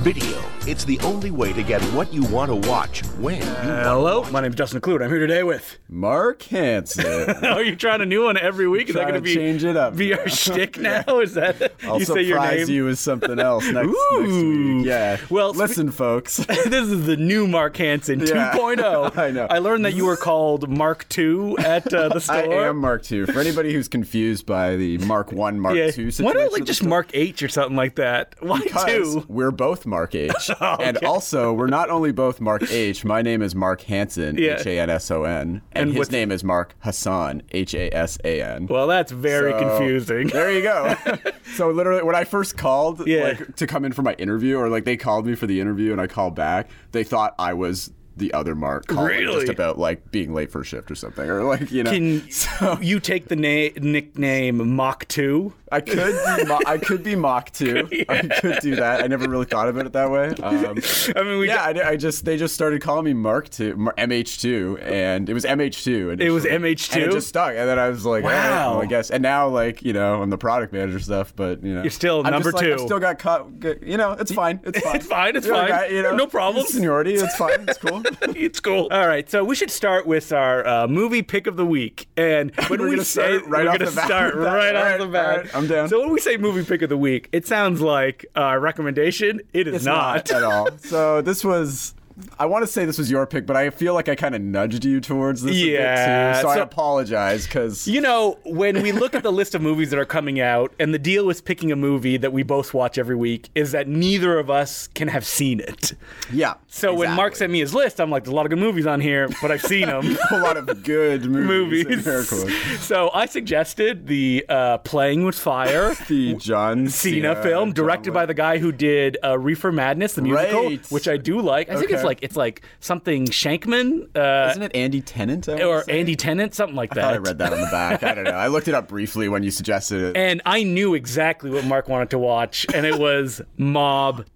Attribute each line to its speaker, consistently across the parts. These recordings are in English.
Speaker 1: Video. It's the only way to get what you want to watch when you
Speaker 2: Hello, my name's Dustin Clute. I'm here today with.
Speaker 3: Mark Hansen.
Speaker 2: Oh, you're trying a new one every week. Is that
Speaker 3: Try
Speaker 2: going
Speaker 3: to
Speaker 2: be
Speaker 3: change it up
Speaker 2: Be
Speaker 3: now.
Speaker 2: our shtick now? Is that
Speaker 3: I'll
Speaker 2: you say your name?
Speaker 3: surprise you with something else next, next
Speaker 2: Ooh.
Speaker 3: week. Yeah.
Speaker 2: Well, spe-
Speaker 3: listen, folks.
Speaker 2: this is the new Mark Hansen
Speaker 3: Yeah.
Speaker 2: 2.0.
Speaker 3: I know.
Speaker 2: I learned that you were called Mark Two at uh, the store.
Speaker 3: I am Mark Two. For anybody who's confused by the Mark One, Mark
Speaker 2: Yeah.
Speaker 3: Two situation,
Speaker 2: Why not like just Mark H or something like that? Why
Speaker 3: because
Speaker 2: two? Oh,
Speaker 3: we're both Mark H, and also we're not only both Mark H. My name is Mark Hansen,
Speaker 2: Yeah.
Speaker 3: H A N S O N,
Speaker 2: And
Speaker 3: and his
Speaker 2: what's-
Speaker 3: name is Mark Hassan, H A S A N.
Speaker 2: Well, that's very
Speaker 3: So,
Speaker 2: confusing.
Speaker 3: There you go. so literally, when I first called,
Speaker 2: Yeah.
Speaker 3: like to come in for my interview, or like they called me for the interview and I called back, they thought I was the other Mark, calling
Speaker 2: Really?
Speaker 3: just about like being late for a shift or something, or like you know.
Speaker 2: Can
Speaker 3: so
Speaker 2: you take the na- nickname Mach Two?
Speaker 3: I could be mo- I could be mock too. I could do that. I never really thought about it that way. Um,
Speaker 2: I mean, we
Speaker 3: yeah, I, I just they just started calling me Mark two, MH two, and it was MH two.
Speaker 2: It was
Speaker 3: And
Speaker 2: MH2?
Speaker 3: it just stuck, and then I was like, wow.
Speaker 2: Wow.
Speaker 3: I guess. And now, like you know, I'm the product manager stuff, but you know,
Speaker 2: You're still
Speaker 3: I'm
Speaker 2: number
Speaker 3: just, like,
Speaker 2: two.
Speaker 3: I've still got caught. g- You know, it's fine. It's fine.
Speaker 2: It's fine, it's
Speaker 3: You're
Speaker 2: fine.
Speaker 3: okay, you know,
Speaker 2: No problem.
Speaker 3: Seniority. It's fine. It's cool.
Speaker 2: it's cool. All right, so we should start with our uh, movie pick of the week, and when
Speaker 3: We're
Speaker 2: we
Speaker 3: gonna
Speaker 2: say
Speaker 3: start right
Speaker 2: we're
Speaker 3: off
Speaker 2: gonna
Speaker 3: the bat
Speaker 2: start
Speaker 3: with that.
Speaker 2: right
Speaker 3: All
Speaker 2: off
Speaker 3: right,
Speaker 2: the
Speaker 3: all
Speaker 2: bat.
Speaker 3: right, I'm down.
Speaker 2: So when we say movie pick of the week, it sounds like uh, recommendation. It is
Speaker 3: It's not at all. So this was. I want to say this was your pick, but I feel like I kind of nudged you towards this
Speaker 2: Yeah,
Speaker 3: a bit too. So, I
Speaker 2: so-
Speaker 3: apologize because
Speaker 2: You know, when we look at the list of movies that are coming out, and the deal with picking a movie that we both watch every week is that neither of us can have seen it.
Speaker 3: yeah.
Speaker 2: So when Mark
Speaker 3: exactly.
Speaker 2: sent me his list, I'm like, there's a lot of good movies on here, but I've seen them.
Speaker 3: a lot of good movies. in
Speaker 2: movies.
Speaker 3: air quotes.
Speaker 2: So I suggested the uh, Playing with Fire.
Speaker 3: The John
Speaker 2: Cena film directed by the guy who did uh, Reefer Madness, the musical,
Speaker 3: Right.
Speaker 2: which I do like. I think it's
Speaker 3: Okay.
Speaker 2: like it's like something Shankman uh,
Speaker 3: Isn't it Andy Tennant? I wanna
Speaker 2: or
Speaker 3: say?
Speaker 2: Andy Tennant, something like
Speaker 3: I
Speaker 2: that.
Speaker 3: thought I read that on the back. I don't know. I looked it up briefly when you suggested it.
Speaker 2: And I knew exactly what Mark wanted to watch, and it was Mob.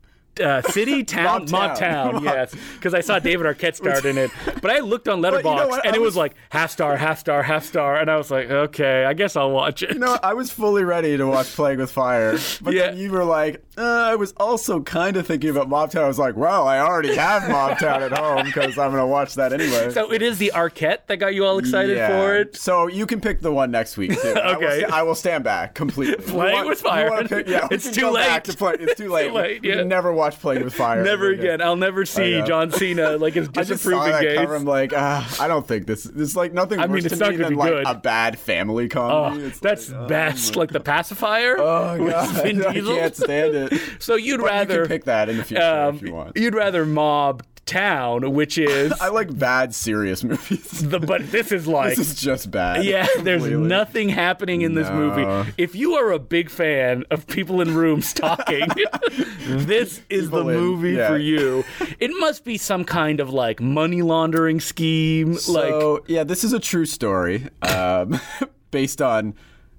Speaker 2: Uh, city town,
Speaker 3: Mob
Speaker 2: mob
Speaker 3: Town.
Speaker 2: town, yes, because I saw David Arquette starred in it. But I looked on Letterboxd,
Speaker 3: you know what?
Speaker 2: and
Speaker 3: I
Speaker 2: it was,
Speaker 3: was-
Speaker 2: like half star, half star, half star, and I was like, okay, I guess I'll watch it.
Speaker 3: you know, I was fully ready to watch Playing with Fire, but
Speaker 2: Yeah.
Speaker 3: then you were like, uh, I was also kind of thinking about Mob Town. I was like, well, I already have Mob Town at home because I'm going to watch that anyway.
Speaker 2: so it is the Arquette that got you all excited
Speaker 3: Yeah.
Speaker 2: for it.
Speaker 3: So you can pick the one next week. Too. I will,
Speaker 2: Okay.
Speaker 3: sta- I will stand back completely.
Speaker 2: Playing
Speaker 3: You want-
Speaker 2: with
Speaker 3: you
Speaker 2: Fire.
Speaker 3: wanna pick- yeah, we
Speaker 2: It's
Speaker 3: can
Speaker 2: too
Speaker 3: go back
Speaker 2: late.
Speaker 3: to play- it's too late.
Speaker 2: late,
Speaker 3: We
Speaker 2: yeah.
Speaker 3: can never watch Playing with Fire.
Speaker 2: Never
Speaker 3: ever
Speaker 2: again. I'll never see
Speaker 3: know.
Speaker 2: John Cena like his
Speaker 3: I just saw
Speaker 2: disapproving
Speaker 3: that
Speaker 2: gaze.
Speaker 3: cover. I'm like, ah, I don't think this. There's like nothing
Speaker 2: I
Speaker 3: worse
Speaker 2: mean, it's
Speaker 3: to
Speaker 2: not
Speaker 3: me
Speaker 2: gonna
Speaker 3: than
Speaker 2: be
Speaker 3: like
Speaker 2: good.
Speaker 3: a bad family
Speaker 2: Oh,
Speaker 3: comedy. It's
Speaker 2: that's
Speaker 3: like,
Speaker 2: best, like the pacifier
Speaker 3: Oh
Speaker 2: with
Speaker 3: god,
Speaker 2: Vin
Speaker 3: I
Speaker 2: Diesel.
Speaker 3: can't stand it.
Speaker 2: So you'd
Speaker 3: But
Speaker 2: rather
Speaker 3: you can pick that in the future
Speaker 2: um,
Speaker 3: if you want.
Speaker 2: would rather mob town, which is
Speaker 3: I like bad serious movies.
Speaker 2: the but this is like
Speaker 3: this is just bad.
Speaker 2: yeah, there's
Speaker 3: Completely.
Speaker 2: nothing happening in this
Speaker 3: No.
Speaker 2: movie. If you are a big fan of people in rooms talking, this is
Speaker 3: People
Speaker 2: the
Speaker 3: in,
Speaker 2: movie
Speaker 3: yeah.
Speaker 2: for you. It must be some kind of like money laundering scheme, like
Speaker 3: So yeah, this is a true story, um, based on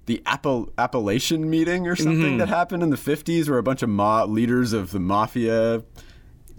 Speaker 3: the Appal- Appalachian meeting or something
Speaker 2: Mm-hmm.
Speaker 3: that happened in the '50s, where a bunch of ma- leaders of the mafia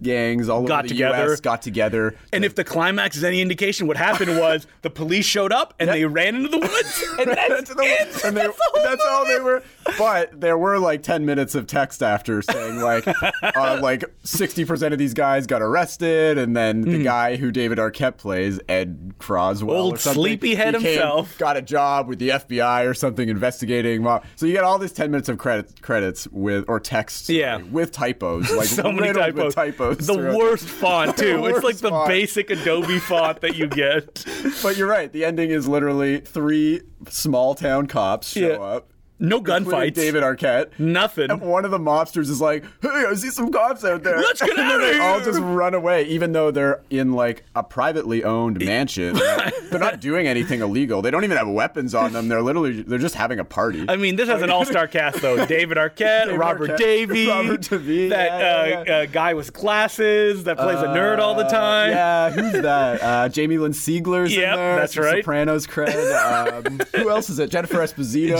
Speaker 3: gangs all
Speaker 2: Got
Speaker 3: over the
Speaker 2: together.
Speaker 3: U.S. got together.
Speaker 2: And if the climax is any indication, what happened was the police showed up and they ran into the woods. And that's
Speaker 3: to the-
Speaker 2: it.
Speaker 3: and they-
Speaker 2: That's the whole
Speaker 3: that's all they were. But there were like ten minutes of text after saying like, uh, like sixty percent of these guys got arrested, and then the guy who David Arquette plays, Ed Croswell, or
Speaker 2: Hmm. Old
Speaker 3: something,
Speaker 2: sleepyhead
Speaker 3: he came,
Speaker 2: himself.
Speaker 3: got a job with the FBI or something investigating. mob- So you get all these ten minutes of credits, credits with or texts, sorry,
Speaker 2: Yeah.
Speaker 3: with typos, like
Speaker 2: so many
Speaker 3: riddled
Speaker 2: typos.
Speaker 3: with typos.
Speaker 2: the
Speaker 3: throughout
Speaker 2: worst font too. it's
Speaker 3: worst
Speaker 2: like the
Speaker 3: font.
Speaker 2: basic Adobe font that you get.
Speaker 3: But you're right. The ending is literally three small town cops show
Speaker 2: Yeah.
Speaker 3: up.
Speaker 2: No
Speaker 3: including
Speaker 2: gunfights.
Speaker 3: David Arquette.
Speaker 2: Nothing.
Speaker 3: And one of the mobsters is like, "Hey, I see some cops out there.
Speaker 2: Let's get
Speaker 3: And then
Speaker 2: outta
Speaker 3: they All
Speaker 2: here.
Speaker 3: just run away, even though they're in like a privately owned mansion. they're not doing anything illegal. They don't even have weapons on them. They're literally they're just having a party.
Speaker 2: I mean, this has an all-star cast though: David Arquette,
Speaker 3: David
Speaker 2: Robert
Speaker 3: Arquette,
Speaker 2: Davies,
Speaker 3: Robert Davies,
Speaker 2: that
Speaker 3: yeah, yeah,
Speaker 2: uh,
Speaker 3: yeah.
Speaker 2: Uh, guy with glasses that plays a nerd all the
Speaker 3: Uh,
Speaker 2: time.
Speaker 3: yeah, who's that? Uh, Jamie Lynn Siegler's in
Speaker 2: Yep,
Speaker 3: there.
Speaker 2: that's
Speaker 3: some
Speaker 2: right.
Speaker 3: Sopranos cred. Um, who else is it? Jennifer Esposito.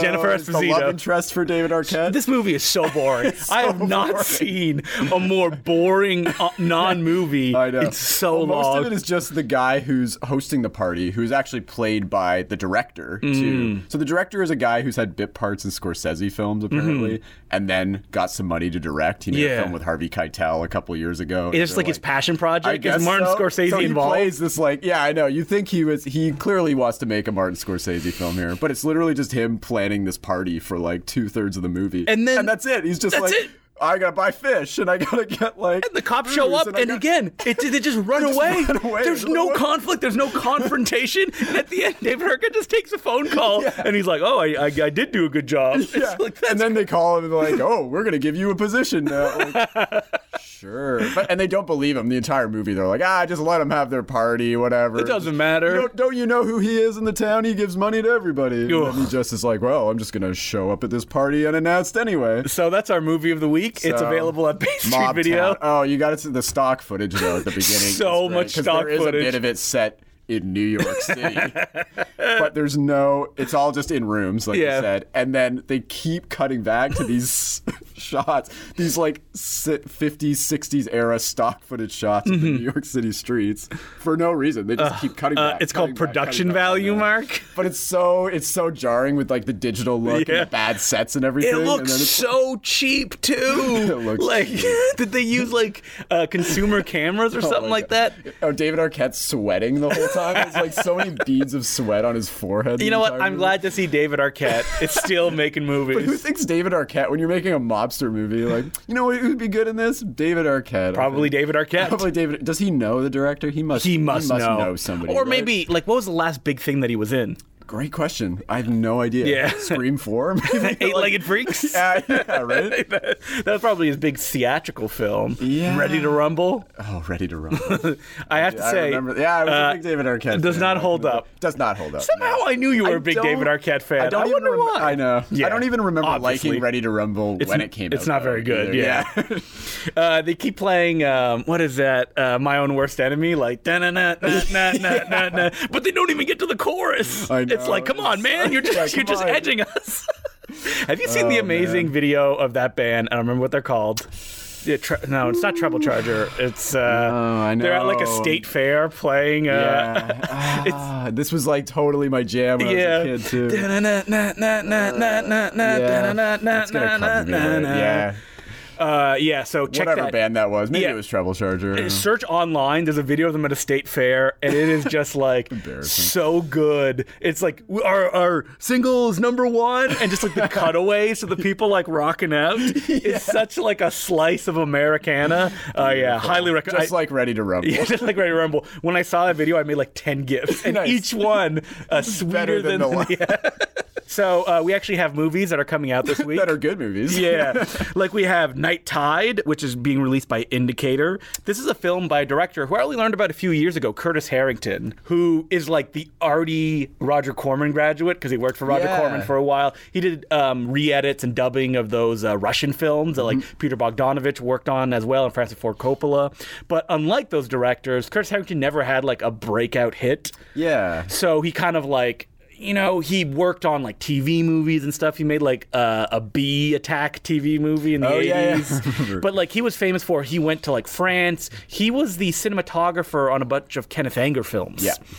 Speaker 2: Jennifer
Speaker 3: is probably a love
Speaker 2: Esposito.
Speaker 3: interest for David Arquette.
Speaker 2: This movie is so boring. I have not
Speaker 3: boring.
Speaker 2: seen a more boring uh, non-movie
Speaker 3: I know.
Speaker 2: in so
Speaker 3: Well,
Speaker 2: long.
Speaker 3: Most of it is just the guy who's hosting the party, who's actually played by the director
Speaker 2: Mm.
Speaker 3: too. So the director is a guy who's had bit parts in Scorsese films apparently, and then got some money to direct. He made
Speaker 2: Mm-hmm. Yeah.
Speaker 3: a film with Harvey Keitel a couple years ago.
Speaker 2: it's just like, his passion project. Is Martin
Speaker 3: so.
Speaker 2: Scorsese
Speaker 3: so he
Speaker 2: involved?
Speaker 3: plays this like, yeah, I know. You think he was? He clearly wants to make a Martin Scorsese film here, but it's literally just him planning this party for like two thirds of the movie,
Speaker 2: And then-
Speaker 3: that's it. He's just
Speaker 2: that's
Speaker 3: like,
Speaker 2: it.
Speaker 3: I gotta buy fish, and I gotta get like.
Speaker 2: the cops show
Speaker 3: burgers,
Speaker 2: up,
Speaker 3: I
Speaker 2: and,
Speaker 3: gotta-
Speaker 2: again, it, they just run,
Speaker 3: just
Speaker 2: away.
Speaker 3: run away,
Speaker 2: There's
Speaker 3: run
Speaker 2: no
Speaker 3: away.
Speaker 2: conflict. There's no confrontation. and at the end, David Arquette just takes a phone call, and he's like, "Oh, I, I, I did do a good job."
Speaker 3: Yeah.
Speaker 2: It's like that's
Speaker 3: and then they call him and they're like, "Oh, we're gonna give you a position now." Like, sure, but, and they don't believe him the entire movie. They're like, "Ah, just let them have their party, whatever.
Speaker 2: It doesn't matter."
Speaker 3: You don't, don't you know who he is in the town? He gives money to everybody." And then
Speaker 2: Ugh.
Speaker 3: he just is like, "Well, I'm just gonna show up at this party unannounced anyway."
Speaker 2: so that's our movie of the week. it's
Speaker 3: So,
Speaker 2: available at Bay Street
Speaker 3: Mob
Speaker 2: Video. Uh,
Speaker 3: Town. Oh, you got to see the stock footage though at the beginning.
Speaker 2: So
Speaker 3: It's great,
Speaker 2: much
Speaker 3: 'cause
Speaker 2: stock
Speaker 3: There is
Speaker 2: footage.
Speaker 3: a bit of it set in New York City, but there's no. It's all just in rooms, like
Speaker 2: Yeah.
Speaker 3: you said, and then they keep cutting back to these shots, these like si- 50s, 60s era stock footage shots of the New York City streets for no reason. They just keep cutting.
Speaker 2: Mm-hmm. Uh,
Speaker 3: back,
Speaker 2: it's called
Speaker 3: cutting back,
Speaker 2: production
Speaker 3: cutting back, cutting
Speaker 2: value,
Speaker 3: back.
Speaker 2: Mark.
Speaker 3: But it's so it's so jarring with like the digital look
Speaker 2: Yeah.
Speaker 3: and the bad sets and
Speaker 2: It
Speaker 3: everything. and
Speaker 2: looks
Speaker 3: then it's-
Speaker 2: so cheap too. it
Speaker 3: looks
Speaker 2: like, did they use like uh, consumer cameras or something
Speaker 3: my
Speaker 2: like
Speaker 3: God.
Speaker 2: that?
Speaker 3: Oh, David Arquette's sweating the whole time. It's like so many beads of sweat on his forehead. the
Speaker 2: You know what?
Speaker 3: entire
Speaker 2: I'm
Speaker 3: movie.
Speaker 2: glad to see David Arquette. It's still making movies.
Speaker 3: Who thinks David Arquette when you're making a mobster movie? Like, you know who would be good in this? David Arquette. I
Speaker 2: Probably
Speaker 3: think.
Speaker 2: David Arquette.
Speaker 3: Probably David. Does he know the director? He must.
Speaker 2: he must, know.
Speaker 3: somebody.
Speaker 2: Or
Speaker 3: right?
Speaker 2: maybe like what was the last big thing that he was in?
Speaker 3: Great question. I have no idea.
Speaker 2: Yeah.
Speaker 3: Scream Four. Maybe.
Speaker 2: Eight-legged freaks.
Speaker 3: yeah, yeah, right.
Speaker 2: that was probably his big theatrical film.
Speaker 3: Yeah.
Speaker 2: Ready to rumble.
Speaker 3: Oh, ready to run.
Speaker 2: I have to
Speaker 3: I
Speaker 2: say,
Speaker 3: remember. Yeah, I was
Speaker 2: uh,
Speaker 3: a big David Arquette.
Speaker 2: does
Speaker 3: fan
Speaker 2: not
Speaker 3: back
Speaker 2: hold
Speaker 3: in the-
Speaker 2: up.
Speaker 3: Does not hold up.
Speaker 2: somehow I knew you were a big
Speaker 3: don't-
Speaker 2: David Arquette fan. I,
Speaker 3: I, don't even
Speaker 2: wonder
Speaker 3: remem-
Speaker 2: why.
Speaker 3: I know.
Speaker 2: Yeah.
Speaker 3: I don't even remember
Speaker 2: Obviously.
Speaker 3: liking Ready to Rumble when
Speaker 2: n-
Speaker 3: it came out.
Speaker 2: it's not very
Speaker 3: though,
Speaker 2: good,
Speaker 3: either.
Speaker 2: yeah. Uh, they keep playing um, what is that? Uh, My own worst enemy, like da na na na na na na. But they don't even get to the chorus.
Speaker 3: I
Speaker 2: It's like,
Speaker 3: know,
Speaker 2: come on,
Speaker 3: it's-
Speaker 2: man, you're just
Speaker 3: Yeah,
Speaker 2: you're
Speaker 3: come
Speaker 2: just
Speaker 3: on.
Speaker 2: edging us. Have you seen the
Speaker 3: Oh,
Speaker 2: amazing
Speaker 3: man.
Speaker 2: video of that band? I don't remember what they're called. Yeah, tre- no, it's not Treble Charger. It's uh,
Speaker 3: I
Speaker 2: they're at like a
Speaker 3: know.
Speaker 2: state fair playing. Uh,
Speaker 3: Yeah. Ah, this was like totally my jam when I was a kid too.
Speaker 2: Da na na na na na na na na na na
Speaker 3: It's gonna
Speaker 2: na
Speaker 3: come to me
Speaker 2: na
Speaker 3: later.
Speaker 2: na.
Speaker 3: Yeah,
Speaker 2: Uh, yeah. So check
Speaker 3: whatever
Speaker 2: that.
Speaker 3: band that was. Maybe
Speaker 2: Yeah.
Speaker 3: it was Treble Charger.
Speaker 2: search online there's a video of them at a state fair and it is just like so good it's like our, our single is number one and just like the cutaways to the people like rocking out it's such like a slice of americana uh, yeah highly recommend
Speaker 3: Just like Ready to Rumble.
Speaker 2: yeah, just like Ready to Rumble. When I saw that video, I made like 10 GIFs, and
Speaker 3: Nice.
Speaker 2: each one uh, sweeter
Speaker 3: Better than the one.
Speaker 2: yeah. So uh, we actually have movies that are coming out this week.
Speaker 3: that are good movies.
Speaker 2: Yeah. like we have Night Tide, which is being released by Indicator. This is a film by a director who I only learned about a few years ago, Curtis Harrington, who is like the arty Roger Corman graduate because he worked for Roger
Speaker 3: Yeah.
Speaker 2: Corman for a while. He did um, re edits and dubbing of those uh, Russian films that like Peter Bogdanovich worked on as well and Francis Ford Coppola. But unlike those directors, Curtis Harrington never had like a breakout hit.
Speaker 3: Yeah.
Speaker 2: So he kind of like you know he worked on like TV movies and stuff. He made like uh, a bee attack TV movie in the
Speaker 3: Oh, yeah, yeah.
Speaker 2: eighties. but like he was famous for he went to like France. He was the cinematographer on a bunch of Kenneth Anger films.
Speaker 3: Yeah. And he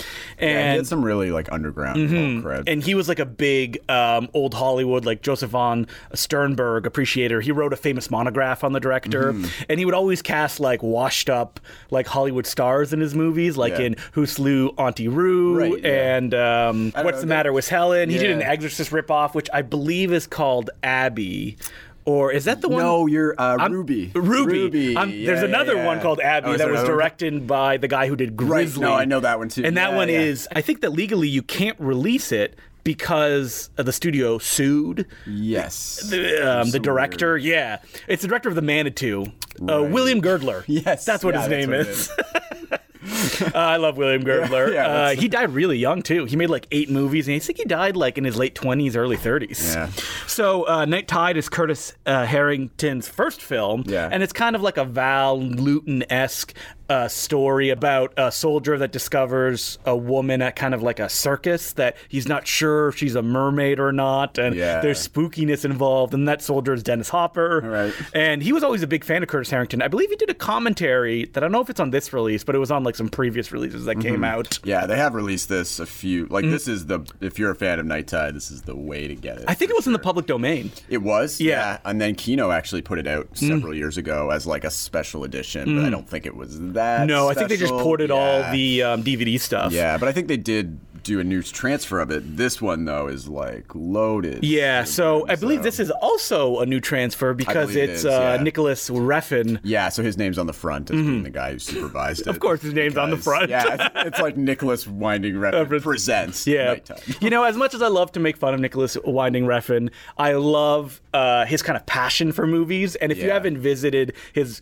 Speaker 2: and Mm-hmm.
Speaker 3: had some really like underground folk cred.
Speaker 2: and he was like a big um, old Hollywood, like Joseph von Sternberg appreciator. He wrote a famous monograph on the director,
Speaker 3: Mm-hmm.
Speaker 2: and he would always cast like washed up, like Hollywood stars in his movies, like
Speaker 3: Yeah.
Speaker 2: in Who Slew Auntie Roo
Speaker 3: Right, yeah.
Speaker 2: and um,
Speaker 3: don't
Speaker 2: What's
Speaker 3: know,
Speaker 2: the
Speaker 3: that-
Speaker 2: Matter with Helen. He did an
Speaker 3: Yeah.
Speaker 2: Exorcist ripoff, which I believe is called Abby. Or is that the one?
Speaker 3: no, you're uh,
Speaker 2: I'm-
Speaker 3: Ruby.
Speaker 2: Ruby.
Speaker 3: Ruby.
Speaker 2: I'm- there's
Speaker 3: yeah,
Speaker 2: another
Speaker 3: yeah.
Speaker 2: one called Abby
Speaker 3: Oh, is
Speaker 2: that
Speaker 3: there
Speaker 2: was
Speaker 3: another one?
Speaker 2: directed by the guy who did Grizzly.
Speaker 3: no, I know that one too.
Speaker 2: And that
Speaker 3: Yeah,
Speaker 2: one
Speaker 3: yeah.
Speaker 2: is, I think that legally you can't release it because uh, the studio sued
Speaker 3: Yes.
Speaker 2: the, um,
Speaker 3: So
Speaker 2: the director. Yeah, it's the director of the Manitou, uh,
Speaker 3: Right.
Speaker 2: William Girdler.
Speaker 3: Yes.
Speaker 2: that's what
Speaker 3: Yeah,
Speaker 2: his
Speaker 3: that's
Speaker 2: name
Speaker 3: what it
Speaker 2: is. Uh, I love William Girdler.
Speaker 3: yeah,
Speaker 2: uh,
Speaker 3: that's-
Speaker 2: he died really young too. He made like eight movies, and I think he died like in his late twenties, early thirties.
Speaker 3: Yeah.
Speaker 2: So uh, Night Tide is Curtis uh, Harrington's first film,
Speaker 3: Yeah.
Speaker 2: and it's kind of like a Val Luton esque uh, story about a soldier that discovers a woman at kind of like a circus that he's not sure if she's a mermaid or not, and
Speaker 3: Yeah.
Speaker 2: there's spookiness involved. And that soldier is Dennis Hopper,
Speaker 3: Right.
Speaker 2: and he was always a big fan of Curtis Harrington. I believe he did a commentary that I don't know if it's on this release, but it was on like some previous releases that
Speaker 3: Mm-hmm.
Speaker 2: came out.
Speaker 3: Yeah, they have released this a few.
Speaker 2: Mm.
Speaker 3: Like this is the if you're a fan of Night Tide, this is the way to get it.
Speaker 2: I think it was in the public domain.
Speaker 3: It was,
Speaker 2: Yeah. Mm.
Speaker 3: And then Kino actually put it out several years ago as like a special edition, but I don't think it was that.
Speaker 2: No, I think they just
Speaker 3: special.
Speaker 2: ported all
Speaker 3: Yeah.
Speaker 2: the um, DVD stuff.
Speaker 3: Yeah, but I think they did do a new transfer of it. This one though is like loaded.
Speaker 2: Yeah, so I believe this is also a new transfer because
Speaker 3: believe it
Speaker 2: it's
Speaker 3: is,
Speaker 2: uh,
Speaker 3: yeah.
Speaker 2: Nicholas Reffin.
Speaker 3: Yeah, so his name's on the front as being the guy who supervised it.
Speaker 2: Mm-hmm. Of course, his name's on the
Speaker 3: because-
Speaker 2: front.
Speaker 3: Yeah, it's, it's like Nicholas Winding Refn presents.
Speaker 2: Yeah.
Speaker 3: Nighttime.
Speaker 2: you know, as much as I love to make fun of Nicholas Winding Refn, I love uh, his kind of passion for movies. And if you
Speaker 3: Yeah.
Speaker 2: haven't visited his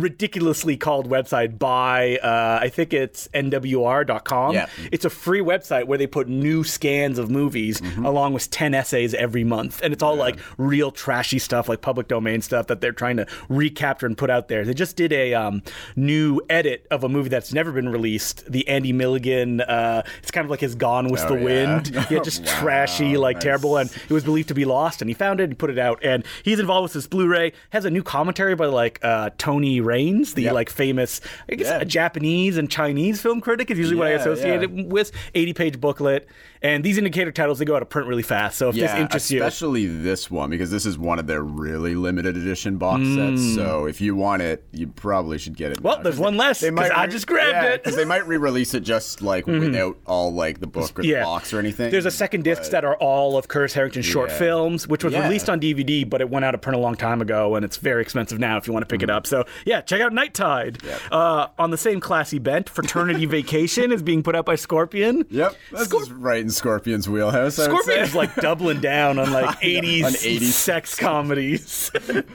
Speaker 2: ridiculously called website by uh, I think it's nwr.com.
Speaker 3: Yeah.
Speaker 2: It's a free website where they put new scans of movies
Speaker 3: Mm-hmm.
Speaker 2: along with 10 essays every month. And it's all like real trashy stuff like public domain stuff that they're trying to recapture and put out there. They just did a um, new edit of a movie that's never been released, the Andy Milligan uh, it's kind of like his Gone with the
Speaker 3: Oh, yeah.
Speaker 2: Wind. Yeah, just
Speaker 3: Wow,
Speaker 2: trashy, like
Speaker 3: nice.
Speaker 2: terrible and it was believed to be lost and he found it and put it out and he's involved with this blu-ray has a new commentary by like uh, tony raines the
Speaker 3: Yep.
Speaker 2: like famous i guess
Speaker 3: Yeah.
Speaker 2: a japanese and chinese film critic is usually what i
Speaker 3: Yeah,
Speaker 2: associate
Speaker 3: yeah.
Speaker 2: it with 80 page booklet and these indicator titles they go out of print really fast so if
Speaker 3: Yeah,
Speaker 2: this interests you
Speaker 3: especially this one because this is one of their really limited edition box sets. So if you want it, you probably should get it.
Speaker 2: Mm. Well,
Speaker 3: now.
Speaker 2: there's one less, 'cause I just grabbed
Speaker 3: yeah,
Speaker 2: it. Mm-hmm.
Speaker 3: 'cause they might re-release it just like without all like the book or
Speaker 2: yeah.
Speaker 3: the box or anything.
Speaker 2: There's a second discs that are all of Curtis Harrington's short
Speaker 3: Yeah.
Speaker 2: films, which was
Speaker 3: Yeah.
Speaker 2: released on DVD, but it went out of print a long time ago, and it's very expensive now if you want to pick
Speaker 3: Mm-hmm.
Speaker 2: it up. So yeah, check out Night Tide. Uh, on the same classy bent, Fraternity Vacation is being put out by Scorpion.
Speaker 3: Yep, this
Speaker 2: Scor-
Speaker 3: is right in Scorpion's wheelhouse. I would
Speaker 2: Scorpion
Speaker 3: say.
Speaker 2: is like doubling down on like 80s,
Speaker 3: On 80s.
Speaker 2: sex comedies.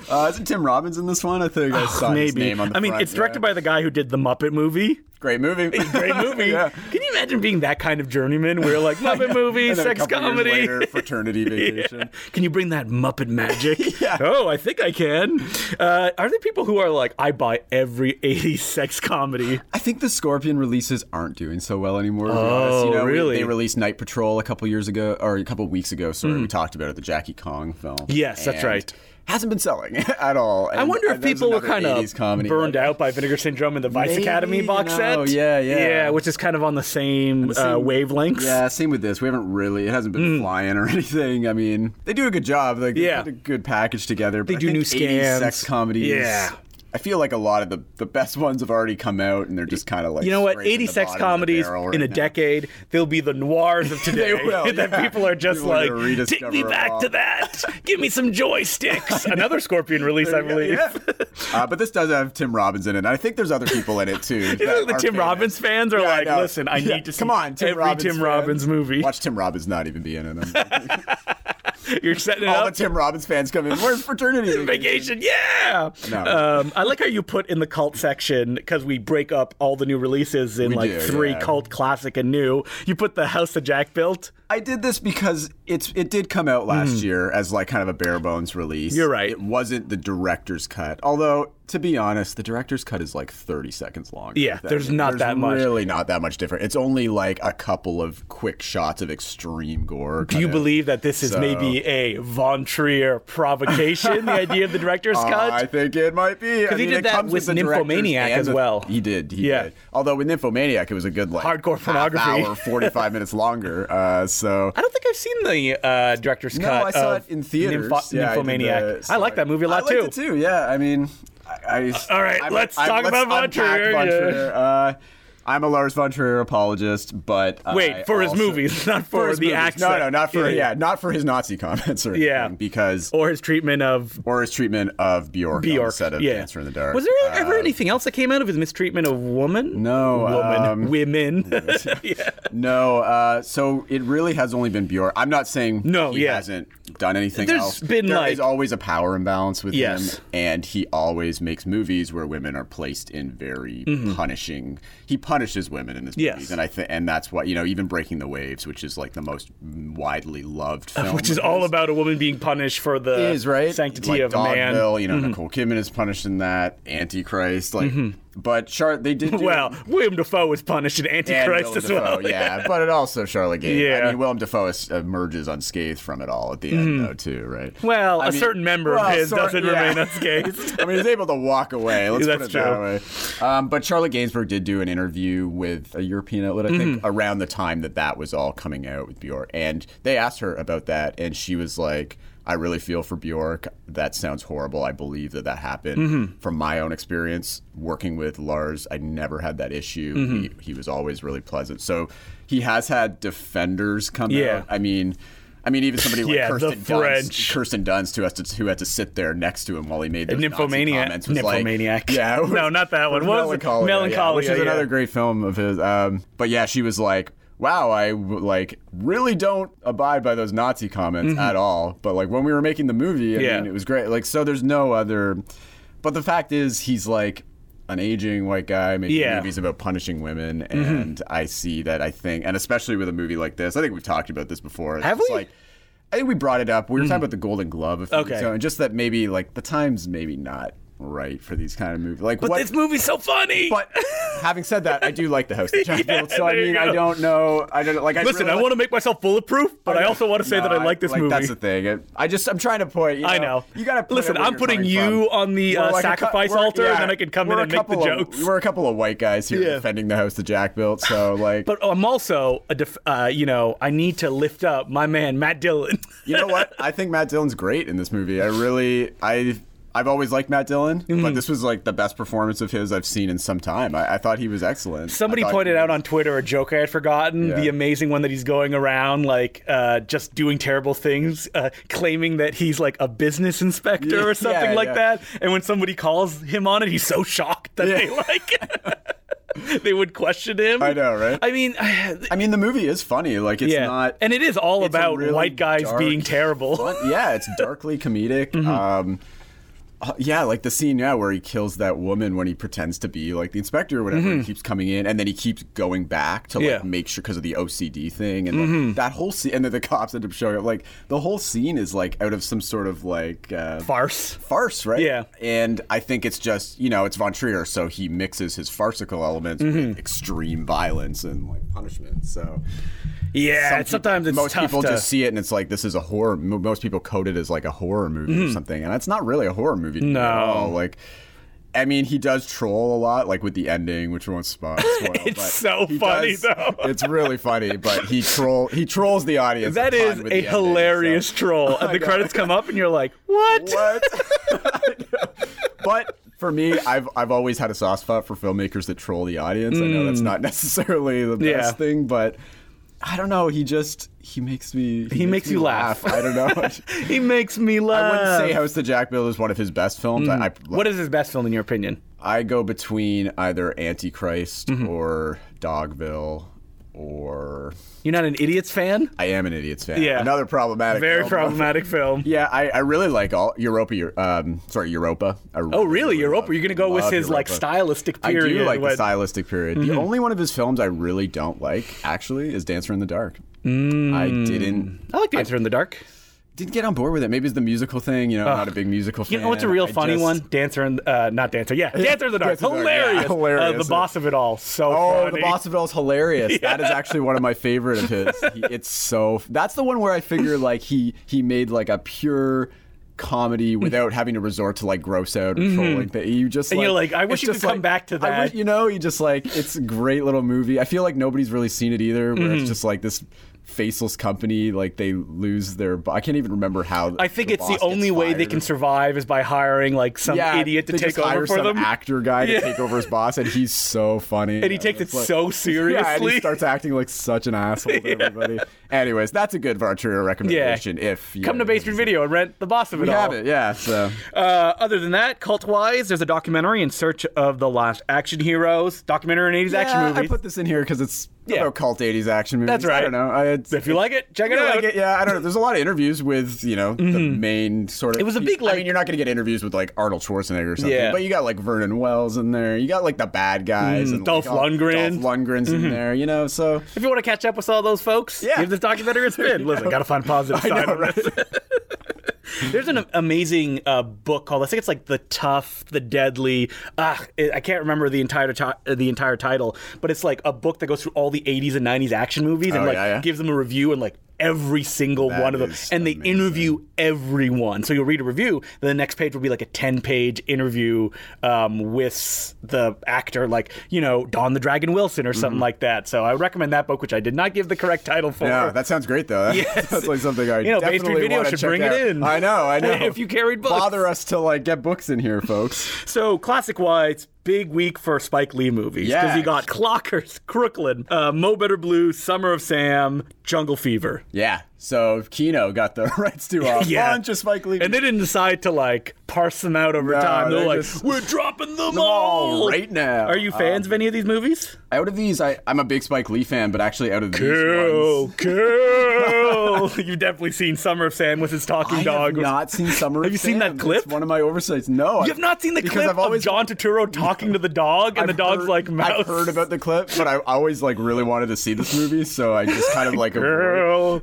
Speaker 3: Uh, isn't Tim Robbins in this one? I think I saw his
Speaker 2: Oh, Maybe.
Speaker 3: name on the
Speaker 2: I mean,
Speaker 3: front,
Speaker 2: it's directed
Speaker 3: yeah.
Speaker 2: by the guy who did the Muppet movie.
Speaker 3: Great movie.
Speaker 2: Great movie.
Speaker 3: yeah.
Speaker 2: Can you imagine being that kind of journeyman where you're like Muppet movie,
Speaker 3: And then a
Speaker 2: sex
Speaker 3: couple years
Speaker 2: comedy?
Speaker 3: later, fraternity vacation.
Speaker 2: Can you bring that Muppet magic? Oh, I think I can. Uh, are there people who are like, I buy every 80s sex comedy?
Speaker 3: I think the Scorpion releases aren't doing so well anymore. to be
Speaker 2: Oh,
Speaker 3: honest. You know, we-
Speaker 2: really?
Speaker 3: They released Night Patrol a couple years ago, or a couple weeks ago. Sorry, we talked about it, the Jackie Kong film.
Speaker 2: Hmm. Yes, that's
Speaker 3: and
Speaker 2: right.
Speaker 3: Hasn't been selling at all.
Speaker 2: I wonder if people were kind of
Speaker 3: comedy
Speaker 2: burned out by Vinegar Syndrome and the Vice
Speaker 3: Maybe,
Speaker 2: Academy box
Speaker 3: you
Speaker 2: set.
Speaker 3: know, yeah, yeah.
Speaker 2: Yeah, which is kind of on the same, uh,
Speaker 3: same-
Speaker 2: wavelengths.
Speaker 3: Yeah, same with this. We haven't really. It hasn't been flying or anything. I mean, they do a good job. Like,
Speaker 2: Hmm. Yeah.
Speaker 3: they put a good package together. But
Speaker 2: They
Speaker 3: I
Speaker 2: do
Speaker 3: think
Speaker 2: new
Speaker 3: 80s
Speaker 2: scans.
Speaker 3: sex comedies.
Speaker 2: Yeah.
Speaker 3: I feel like a lot of the, the best ones have already come out, and they're just kind of like
Speaker 2: You know what?
Speaker 3: scraping
Speaker 2: 80
Speaker 3: the
Speaker 2: sex
Speaker 3: bottom of the
Speaker 2: comedies
Speaker 3: barrel
Speaker 2: in
Speaker 3: right
Speaker 2: a
Speaker 3: now.
Speaker 2: decade, they'll be the noirs of today.
Speaker 3: will,
Speaker 2: that
Speaker 3: yeah.
Speaker 2: people are just
Speaker 3: People are gonna
Speaker 2: like, take me
Speaker 3: rediscover
Speaker 2: back
Speaker 3: all."
Speaker 2: to that. Give me some joysticks. Another Scorpion release, I believe.
Speaker 3: Yeah. uh, but this does have Tim Robbins in it. And I think there's other people in it too.
Speaker 2: You know,
Speaker 3: that
Speaker 2: the
Speaker 3: are
Speaker 2: Tim
Speaker 3: famous.
Speaker 2: Robbins fans are
Speaker 3: Yeah,
Speaker 2: like,
Speaker 3: know.
Speaker 2: listen, I
Speaker 3: Yeah.
Speaker 2: need to see
Speaker 3: Come on, Tim
Speaker 2: every
Speaker 3: Robbins
Speaker 2: Tim
Speaker 3: fan.
Speaker 2: Robbins movie.
Speaker 3: Watch Tim Robbins not even be in it.
Speaker 2: You're setting it
Speaker 3: All the
Speaker 2: up.
Speaker 3: Tim Robbins fans come in. Where's fraternity?
Speaker 2: Vacation, yeah.
Speaker 3: No.
Speaker 2: Um, I like how you put in the cult section because we break up all the new releases in
Speaker 3: We
Speaker 2: like
Speaker 3: do,
Speaker 2: three
Speaker 3: yeah.
Speaker 2: cult, classic, and new. You put the house that Jack built.
Speaker 3: I did this because it's it did come out last year as like kind of a bare bones release.
Speaker 2: Mm-hmm. You're right.
Speaker 3: It wasn't the director's cut. Although to be honest, the director's cut is like 30 seconds long.
Speaker 2: Yeah, there's not that much.
Speaker 3: Really not that much different. It's only like a couple of quick shots of extreme gore.
Speaker 2: Do you believe that this is
Speaker 3: So-
Speaker 2: maybe a Von Trier provocation? the idea of the director's cut.
Speaker 3: I think it might be. Because
Speaker 2: he did that with Nymphomaniac as well.
Speaker 3: he did. He
Speaker 2: Yeah.
Speaker 3: did. Although with Nymphomaniac, it was a good like
Speaker 2: Hardcore pornography.
Speaker 3: half hour, forty-five minutes longer. Uh, so
Speaker 2: I don't think I've seen the uh, director's
Speaker 3: no,
Speaker 2: cut.
Speaker 3: I saw it
Speaker 2: of
Speaker 3: in theaters.
Speaker 2: Nympho-
Speaker 3: Yeah, I did
Speaker 2: Nymphomaniac.
Speaker 3: the-
Speaker 2: I
Speaker 3: so
Speaker 2: like that movie a lot
Speaker 3: I
Speaker 2: too. Uh,
Speaker 3: liked It too. Yeah. I mean, I. I
Speaker 2: All right,
Speaker 3: I'm-
Speaker 2: let's
Speaker 3: I'm-
Speaker 2: talk
Speaker 3: let's
Speaker 2: about Von
Speaker 3: unpack
Speaker 2: Trier,
Speaker 3: Von
Speaker 2: yeah.
Speaker 3: Trier. Uh, I'm a Lars von Trier apologist, but
Speaker 2: Wait,
Speaker 3: Uh, I
Speaker 2: for his
Speaker 3: also-
Speaker 2: movies, not for,
Speaker 3: For his
Speaker 2: the
Speaker 3: movies.
Speaker 2: accent.
Speaker 3: No, no, not for
Speaker 2: Yeah.
Speaker 3: yeah, not for his Nazi comments or
Speaker 2: Yeah.
Speaker 3: anything, because
Speaker 2: Or his treatment of
Speaker 3: or his treatment of Bjork, on the
Speaker 2: Bjork.
Speaker 3: set of
Speaker 2: yeah.
Speaker 3: Dancer in the Dark. Uh,
Speaker 2: Was there ever anything else that came out of his mistreatment of woman?
Speaker 3: No,
Speaker 2: Woman.
Speaker 3: um,
Speaker 2: Women. yeah.
Speaker 3: No, uh, so it really has only been Bjork. I'm not saying
Speaker 2: No,
Speaker 3: he
Speaker 2: yeah.
Speaker 3: hasn't done anything
Speaker 2: There's
Speaker 3: else.
Speaker 2: been,
Speaker 3: There
Speaker 2: like-
Speaker 3: is always a power imbalance with
Speaker 2: Yes.
Speaker 3: him, and he always makes movies where women are placed in very punishing. He punishes women in his
Speaker 2: Mm-hmm. Yes.
Speaker 3: movies, and I think, and that's why you know even Breaking the Waves, which is like the most widely loved film,
Speaker 2: Which is
Speaker 3: of
Speaker 2: all
Speaker 3: his.
Speaker 2: about a woman being punished for the
Speaker 3: It is right
Speaker 2: sanctity
Speaker 3: Like
Speaker 2: of a man. Mm-hmm.
Speaker 3: Dogville, You know, Nicole Kidman is punished in that. Antichrist, like But Char- they did. Do
Speaker 2: Mm-hmm. Well, William Defoe was punished in
Speaker 3: and
Speaker 2: Antichrist
Speaker 3: Willem
Speaker 2: as
Speaker 3: Dafoe,
Speaker 2: well.
Speaker 3: yeah. But it also Charlotte Gate.
Speaker 2: Yeah. Mm-hmm.
Speaker 3: I mean, Willem Dafoe is- emerges unscathed from it all at the end, though, too, right?
Speaker 2: Well,
Speaker 3: I
Speaker 2: a
Speaker 3: mean-
Speaker 2: certain member
Speaker 3: well,
Speaker 2: of his
Speaker 3: sort-
Speaker 2: doesn't
Speaker 3: yeah.
Speaker 2: remain unscathed.
Speaker 3: I mean, he's able to walk away. Let's
Speaker 2: That's
Speaker 3: put it that way. Um, but Charlotte Gainsbourg did do an interview with a European outlet, I
Speaker 2: Mm-hmm.
Speaker 3: think, around the time that that was all coming out with Bjork. And they asked her about that, and she was like, I really feel for Bjork. That sounds horrible. I believe that that happened.
Speaker 2: Mm-hmm.
Speaker 3: From my own experience working with Lars, I never had that issue.
Speaker 2: Mm-hmm.
Speaker 3: He, he was always really pleasant. So he has had defenders come
Speaker 2: Yeah.
Speaker 3: out. I mean, I mean, even somebody like
Speaker 2: Yeah, the
Speaker 3: Kirsten Dunst-
Speaker 2: French.
Speaker 3: Kirsten Dunst, who has to who had to sit there next to him while he made those Nazi
Speaker 2: Nymphomaniac.
Speaker 3: comments, was like-
Speaker 2: Nymphomaniac.
Speaker 3: yeah, it
Speaker 2: no,
Speaker 3: was-
Speaker 2: not that one. What was it?
Speaker 3: Melancholia, yeah, which is
Speaker 2: yeah.
Speaker 3: another great film of his. Um, but yeah, she was like, "Wow, I w- like really don't abide by those Nazi comments at all." But like when we were making the movie, I
Speaker 2: Mm-hmm. Yeah.
Speaker 3: mean, it was great. Like so, there's no other. But the fact is, he's like an aging white guy making
Speaker 2: Yeah. Mm-hmm.
Speaker 3: movies about punishing women, and I see that. I think, and especially with a movie like this, I think we've talked about this before. It's
Speaker 2: Have we?
Speaker 3: just
Speaker 2: Mm-hmm.
Speaker 3: Like, I think we brought it up. We were talking about the Golden Glove a few
Speaker 2: Okay.
Speaker 3: weeks ago, and just that maybe like the times maybe not right for these kind of movies. Like
Speaker 2: But
Speaker 3: what
Speaker 2: this movie's so funny.
Speaker 3: but having said that, I do like the host. Jack
Speaker 2: Yeah,
Speaker 3: Gold, so I
Speaker 2: there you
Speaker 3: mean, I
Speaker 2: go.
Speaker 3: don't know. I don't like. I
Speaker 2: Listen,
Speaker 3: really
Speaker 2: I want to make myself bulletproof, but I also want to say that I
Speaker 3: No,
Speaker 2: like this movie.
Speaker 3: That's the thing. I- I just I'm trying to point. You know,
Speaker 2: I know.
Speaker 3: You gotta put
Speaker 2: Listen,
Speaker 3: it where
Speaker 2: I'm
Speaker 3: you're
Speaker 2: putting
Speaker 3: coming
Speaker 2: you
Speaker 3: from.
Speaker 2: on the,
Speaker 3: We're
Speaker 2: uh,
Speaker 3: like a cou-
Speaker 2: sacrifice
Speaker 3: we're-
Speaker 2: altar,
Speaker 3: yeah,
Speaker 2: and then I can come in
Speaker 3: we're a
Speaker 2: and make the
Speaker 3: couple of-
Speaker 2: jokes.
Speaker 3: We're a couple of white guys here
Speaker 2: Yeah.
Speaker 3: defending the host of Jack Built, so like.
Speaker 2: But I'm also a, def- uh, you know, I need to lift up my man Matt Dillon.
Speaker 3: you know what? I think Matt Dillon's great in this movie. I really, I, I've always liked Matt Dillon,
Speaker 2: Mm-hmm.
Speaker 3: but this was like the best performance of his I've seen in some time. I, I thought he was excellent. I
Speaker 2: Somebody
Speaker 3: thought he
Speaker 2: pointed out
Speaker 3: was-
Speaker 2: on Twitter a joke I had forgotten,
Speaker 3: Yeah.
Speaker 2: the amazing one that he's going around, like uh, just doing terrible things, uh, claiming that he's like a business inspector
Speaker 3: Yeah,
Speaker 2: or something like
Speaker 3: yeah.
Speaker 2: that. And when somebody calls him on it, he's so shocked that
Speaker 3: Yeah.
Speaker 2: they like they would question him.
Speaker 3: I know, right?
Speaker 2: I mean, I,
Speaker 3: I mean, the movie is funny. Like, it's
Speaker 2: yeah,
Speaker 3: not.
Speaker 2: and it is all
Speaker 3: it's a
Speaker 2: about
Speaker 3: really
Speaker 2: white guys
Speaker 3: dark
Speaker 2: being terrible.
Speaker 3: fun- Yeah, it's darkly comedic.
Speaker 2: Mm-hmm.
Speaker 3: Um, uh, yeah, like the scene yeah where he kills that woman when he pretends to be like the inspector or whatever. He keeps coming in, and then he keeps going back to like
Speaker 2: Mm-hmm. Yeah. Mm-hmm.
Speaker 3: make sure because of the OCD thing and like, that whole scene. And then the cops end up showing up. Like the whole scene is like out of some sort of like. Uh,
Speaker 2: Farce.
Speaker 3: farce, right?
Speaker 2: Yeah.
Speaker 3: And I think it's just, you know, it's Von Trier, so he mixes his farcical elements
Speaker 2: Mm-hmm.
Speaker 3: with extreme violence and like punishment. So
Speaker 2: Yeah, it's-
Speaker 3: some peop-
Speaker 2: sometimes it's
Speaker 3: most
Speaker 2: tough
Speaker 3: people
Speaker 2: to-
Speaker 3: just see it and it's like this is a horror. mo- Most people code it as like a horror movie or something, and it's not really a horror movie. to me At
Speaker 2: Mm-hmm. No.
Speaker 3: all. like. I mean, he does troll a lot, like with the ending, which we won't spot. Spoil,
Speaker 2: It's
Speaker 3: but
Speaker 2: so
Speaker 3: he
Speaker 2: funny, though.
Speaker 3: It's really funny, but he troll he trolls the audience.
Speaker 2: That
Speaker 3: a ton
Speaker 2: is
Speaker 3: with
Speaker 2: a
Speaker 3: the ending, so-
Speaker 2: hilarious troll. And the credits come up, and you're like, what?
Speaker 3: what? but for me, I've I've always had a soft spot for filmmakers that troll the audience. I know that's not necessarily the best
Speaker 2: Mm. Yeah.
Speaker 3: thing, but I don't know. He just he makes me he,
Speaker 2: makes
Speaker 3: me
Speaker 2: you laugh.
Speaker 3: I don't know.
Speaker 2: He makes me
Speaker 3: I
Speaker 2: laugh.
Speaker 3: wouldn't say House the Jack Build is one of his best films. I, I,
Speaker 2: Mm. What is his best film in your opinion?
Speaker 3: I go between either Antichrist
Speaker 2: Mm-hmm.
Speaker 3: or Dogville or
Speaker 2: You're not an Idiots fan?
Speaker 3: I am an Idiot's fan.
Speaker 2: Yeah.
Speaker 3: Another problematic.
Speaker 2: Very
Speaker 3: film.
Speaker 2: problematic film.
Speaker 3: Yeah, I, I really like all Europa. Um, sorry, Europa. I
Speaker 2: Oh, really? Europa?
Speaker 3: love-
Speaker 2: You're going to go with
Speaker 3: love
Speaker 2: his like
Speaker 3: Europa.
Speaker 2: stylistic
Speaker 3: I
Speaker 2: period. Mm-hmm.
Speaker 3: do like
Speaker 2: when-
Speaker 3: the stylistic period. The only one of his films I really don't like, actually, is Dancer in the Dark. I
Speaker 2: Mm.
Speaker 3: didn't
Speaker 2: I like Dancer in the Dark.
Speaker 3: didn't get on board with it. Maybe it's the musical thing. You know, I'm not a big musical fan.
Speaker 2: You know what's a real
Speaker 3: I
Speaker 2: funny
Speaker 3: just-
Speaker 2: one? Dancer in uh, not Dancer. Yeah, Dancer in the Dark.
Speaker 3: Dancer in the Dark, yeah,
Speaker 2: hilarious.
Speaker 3: hilarious.
Speaker 2: Uh, the boss of it all. So
Speaker 3: Oh,
Speaker 2: funny.
Speaker 3: the Boss of Bell's hilarious. That is actually one of my favorite of his. He, it's so. That's the one where I figure like he he made like a pure comedy without having to resort to like gross out or trolling. But you just
Speaker 2: Mm-hmm. And
Speaker 3: like,
Speaker 2: you're like, I wish
Speaker 3: it's
Speaker 2: you could
Speaker 3: just,
Speaker 2: come back to
Speaker 3: I
Speaker 2: that.
Speaker 3: wish- you know, you just like it's a great little movie. I feel like nobody's really seen it either. Where
Speaker 2: Mm-hmm.
Speaker 3: it's just like this faceless company like they lose their bo- i can't even remember how
Speaker 2: I think it's the
Speaker 3: boss gets
Speaker 2: only way they
Speaker 3: fired
Speaker 2: can
Speaker 3: or
Speaker 2: survive is by hiring like some
Speaker 3: yeah,
Speaker 2: idiot to
Speaker 3: they
Speaker 2: take
Speaker 3: just
Speaker 2: over
Speaker 3: hire
Speaker 2: for
Speaker 3: some
Speaker 2: them.
Speaker 3: Actor guy
Speaker 2: Yeah.
Speaker 3: to take over his boss, and he's so funny.
Speaker 2: And he takes it so seriously.
Speaker 3: Yeah, and he starts acting like such an asshole to everybody. Anyways, that's a good Vartria recommendation. If you
Speaker 2: Come to Bay Street Video and rent the boss of it
Speaker 3: we
Speaker 2: all.
Speaker 3: have it. Yeah, so
Speaker 2: Uh, other than that, cult wise, there's a documentary in search of the lost action heroes. Documentary and 80s action
Speaker 3: Yeah,
Speaker 2: movies.
Speaker 3: Uh, I put this in here because it's
Speaker 2: Yeah.
Speaker 3: about cult '80s action movies.
Speaker 2: That's right.
Speaker 3: I don't know. I, it's,
Speaker 2: if you like it, check it
Speaker 3: I
Speaker 2: out.
Speaker 3: like it, yeah, I don't know. There's a lot of interviews with you know the main sort of.
Speaker 2: It was a big,
Speaker 3: I
Speaker 2: like-
Speaker 3: mean, you're not gonna get interviews with like Arnold Schwarzenegger or something.
Speaker 2: Yeah.
Speaker 3: But you got like Vernon Wells in there. You got like the bad guys and
Speaker 2: Mm-hmm. Dolph
Speaker 3: like, all-
Speaker 2: Lundgren. Mm-hmm.
Speaker 3: Dolph Lundgren's in there. You know, so
Speaker 2: If you want to catch up with all those folks,
Speaker 3: Yeah.
Speaker 2: give this documentary a spin. Listen, gotta find positive side. on this. There's an amazing uh, book called I think it's like the tough, the deadly. Ah, it, I can't remember the entire ti- uh, the entire title, but it's like a book that goes through all the 80s and 90s action movies and
Speaker 3: Oh,
Speaker 2: like
Speaker 3: yeah, yeah.
Speaker 2: gives them a review and like every single
Speaker 3: That
Speaker 2: one of them,
Speaker 3: is
Speaker 2: and they
Speaker 3: amazing.
Speaker 2: interview everyone. So you'll read a review, then the next page will be like a 10 page interview um, with the actor, like you know Don the Dragon Wilson or
Speaker 3: Mm-hmm.
Speaker 2: something like that. So I would recommend that book, which I did not give the correct title for.
Speaker 3: Yeah, that sounds great though. That
Speaker 2: Yes.
Speaker 3: sounds like something I
Speaker 2: You know, Bay Street
Speaker 3: definitely
Speaker 2: Video
Speaker 3: wanna
Speaker 2: should
Speaker 3: check
Speaker 2: bring it
Speaker 3: out.
Speaker 2: in.
Speaker 3: I know, I know.
Speaker 2: If you carried books.
Speaker 3: bother us to like get books in here, folks.
Speaker 2: So classic wise, big week for Spike Lee movies because he
Speaker 3: Yes.
Speaker 2: got Clockers, Crooklyn, uh, Mo Better Blue, Summer of Sam, Jungle Fever,
Speaker 3: yeah. So Kino got the rights to uh, a
Speaker 2: Yeah.
Speaker 3: bunch of Spike Lee
Speaker 2: and they didn't decide to like parse them out over
Speaker 3: No,
Speaker 2: time. They're
Speaker 3: they
Speaker 2: like,
Speaker 3: just-
Speaker 2: we're dropping them,
Speaker 3: all
Speaker 2: all
Speaker 3: right now. Um,
Speaker 2: Are you fans of any of these movies?
Speaker 3: out of these, I, I'm a big Spike Lee fan, but actually out of these
Speaker 2: Kill,
Speaker 3: ones,
Speaker 2: kill. You've definitely seen Summer of Sam with his talking
Speaker 3: I
Speaker 2: dog.
Speaker 3: have not seen Summer.
Speaker 2: Have
Speaker 3: of
Speaker 2: you seen that
Speaker 3: Sam.
Speaker 2: clip?
Speaker 3: It's one of my oversights. No,
Speaker 2: You have not seen the
Speaker 3: because
Speaker 2: clip
Speaker 3: I've always
Speaker 2: of John Turturro talking to the dog, and the dog's
Speaker 3: heard-
Speaker 2: like, "Mouse."
Speaker 3: I've heard about the clip, but I always like really wanted to see this movie, so I just kind of like avoid.
Speaker 2: girl.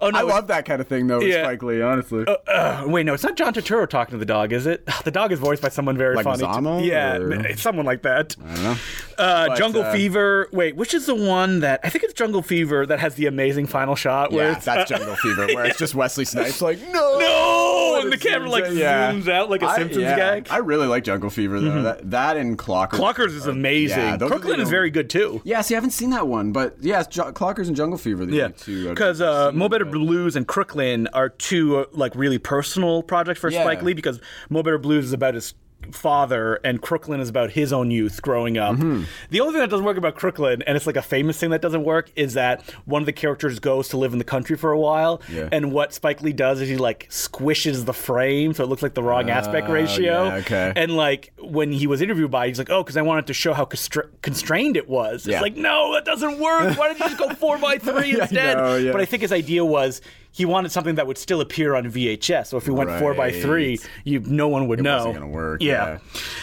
Speaker 2: Oh no!
Speaker 3: I love that kind of thing though, with
Speaker 2: Yeah.
Speaker 3: Spike Lee. Honestly,
Speaker 2: Uh, wait, no, it's not John Turturro talking to the dog, is it? The dog is voiced by someone very
Speaker 3: Like
Speaker 2: funny. to-
Speaker 3: Massamo,
Speaker 2: yeah,
Speaker 3: or-
Speaker 2: it's someone like that. I don't know. Uh, Jungle
Speaker 3: uh,
Speaker 2: Fever. Wait, which is the one that I think it's Jungle Fever that has the amazing final shot where
Speaker 3: yeah,
Speaker 2: it's
Speaker 3: that's Jungle Fever, where it's just Wesley Snipes like no,
Speaker 2: no, Oh, and the
Speaker 3: It
Speaker 2: camera
Speaker 3: zooms
Speaker 2: like
Speaker 3: in, yeah.
Speaker 2: zooms out like a
Speaker 3: I-
Speaker 2: Simpsons
Speaker 3: yeah.
Speaker 2: gag. Mm-hmm.
Speaker 3: I really like Jungle Fever though. That, that and Clockers.
Speaker 2: Clockers is amazing.
Speaker 3: Yeah, those are the
Speaker 2: Crooklyn is
Speaker 3: only-
Speaker 2: very good too.
Speaker 3: Yeah, see, I haven't seen that one, but yeah, it's Ju- Clockers and Jungle Fever. The
Speaker 2: Yeah,
Speaker 3: only two. I've
Speaker 2: because uh,
Speaker 3: seen,
Speaker 2: Mo Better
Speaker 3: but-
Speaker 2: Blues and Crooklyn are two uh, like really personal projects for
Speaker 3: Yeah.
Speaker 2: Spike Lee because Mo Better Blues is about his father and Crooklyn is about his own youth growing up.
Speaker 3: Mm-hmm.
Speaker 2: The only thing that doesn't work about Crooklyn, and it's like a famous thing that doesn't work, is that one of the characters goes to live in the country for a while,
Speaker 3: Yeah.
Speaker 2: and what Spike Lee does is he like squishes the frame so it looks like the wrong aspect
Speaker 3: Oh,
Speaker 2: ratio.
Speaker 3: yeah, okay.
Speaker 2: And like when he was interviewed by, it, he's like, "Oh, because I wanted to show how constra- constrained it was." It's
Speaker 3: Yeah.
Speaker 2: like, no, that doesn't work. Why don't you just go four by three
Speaker 3: Yeah, I
Speaker 2: instead?
Speaker 3: know, Oh, yeah.
Speaker 2: But I think his idea was he wanted something that would still appear on VHS. So if you went four by three,
Speaker 3: Right.
Speaker 2: you no one would know.
Speaker 3: wasn't gonna work, yeah.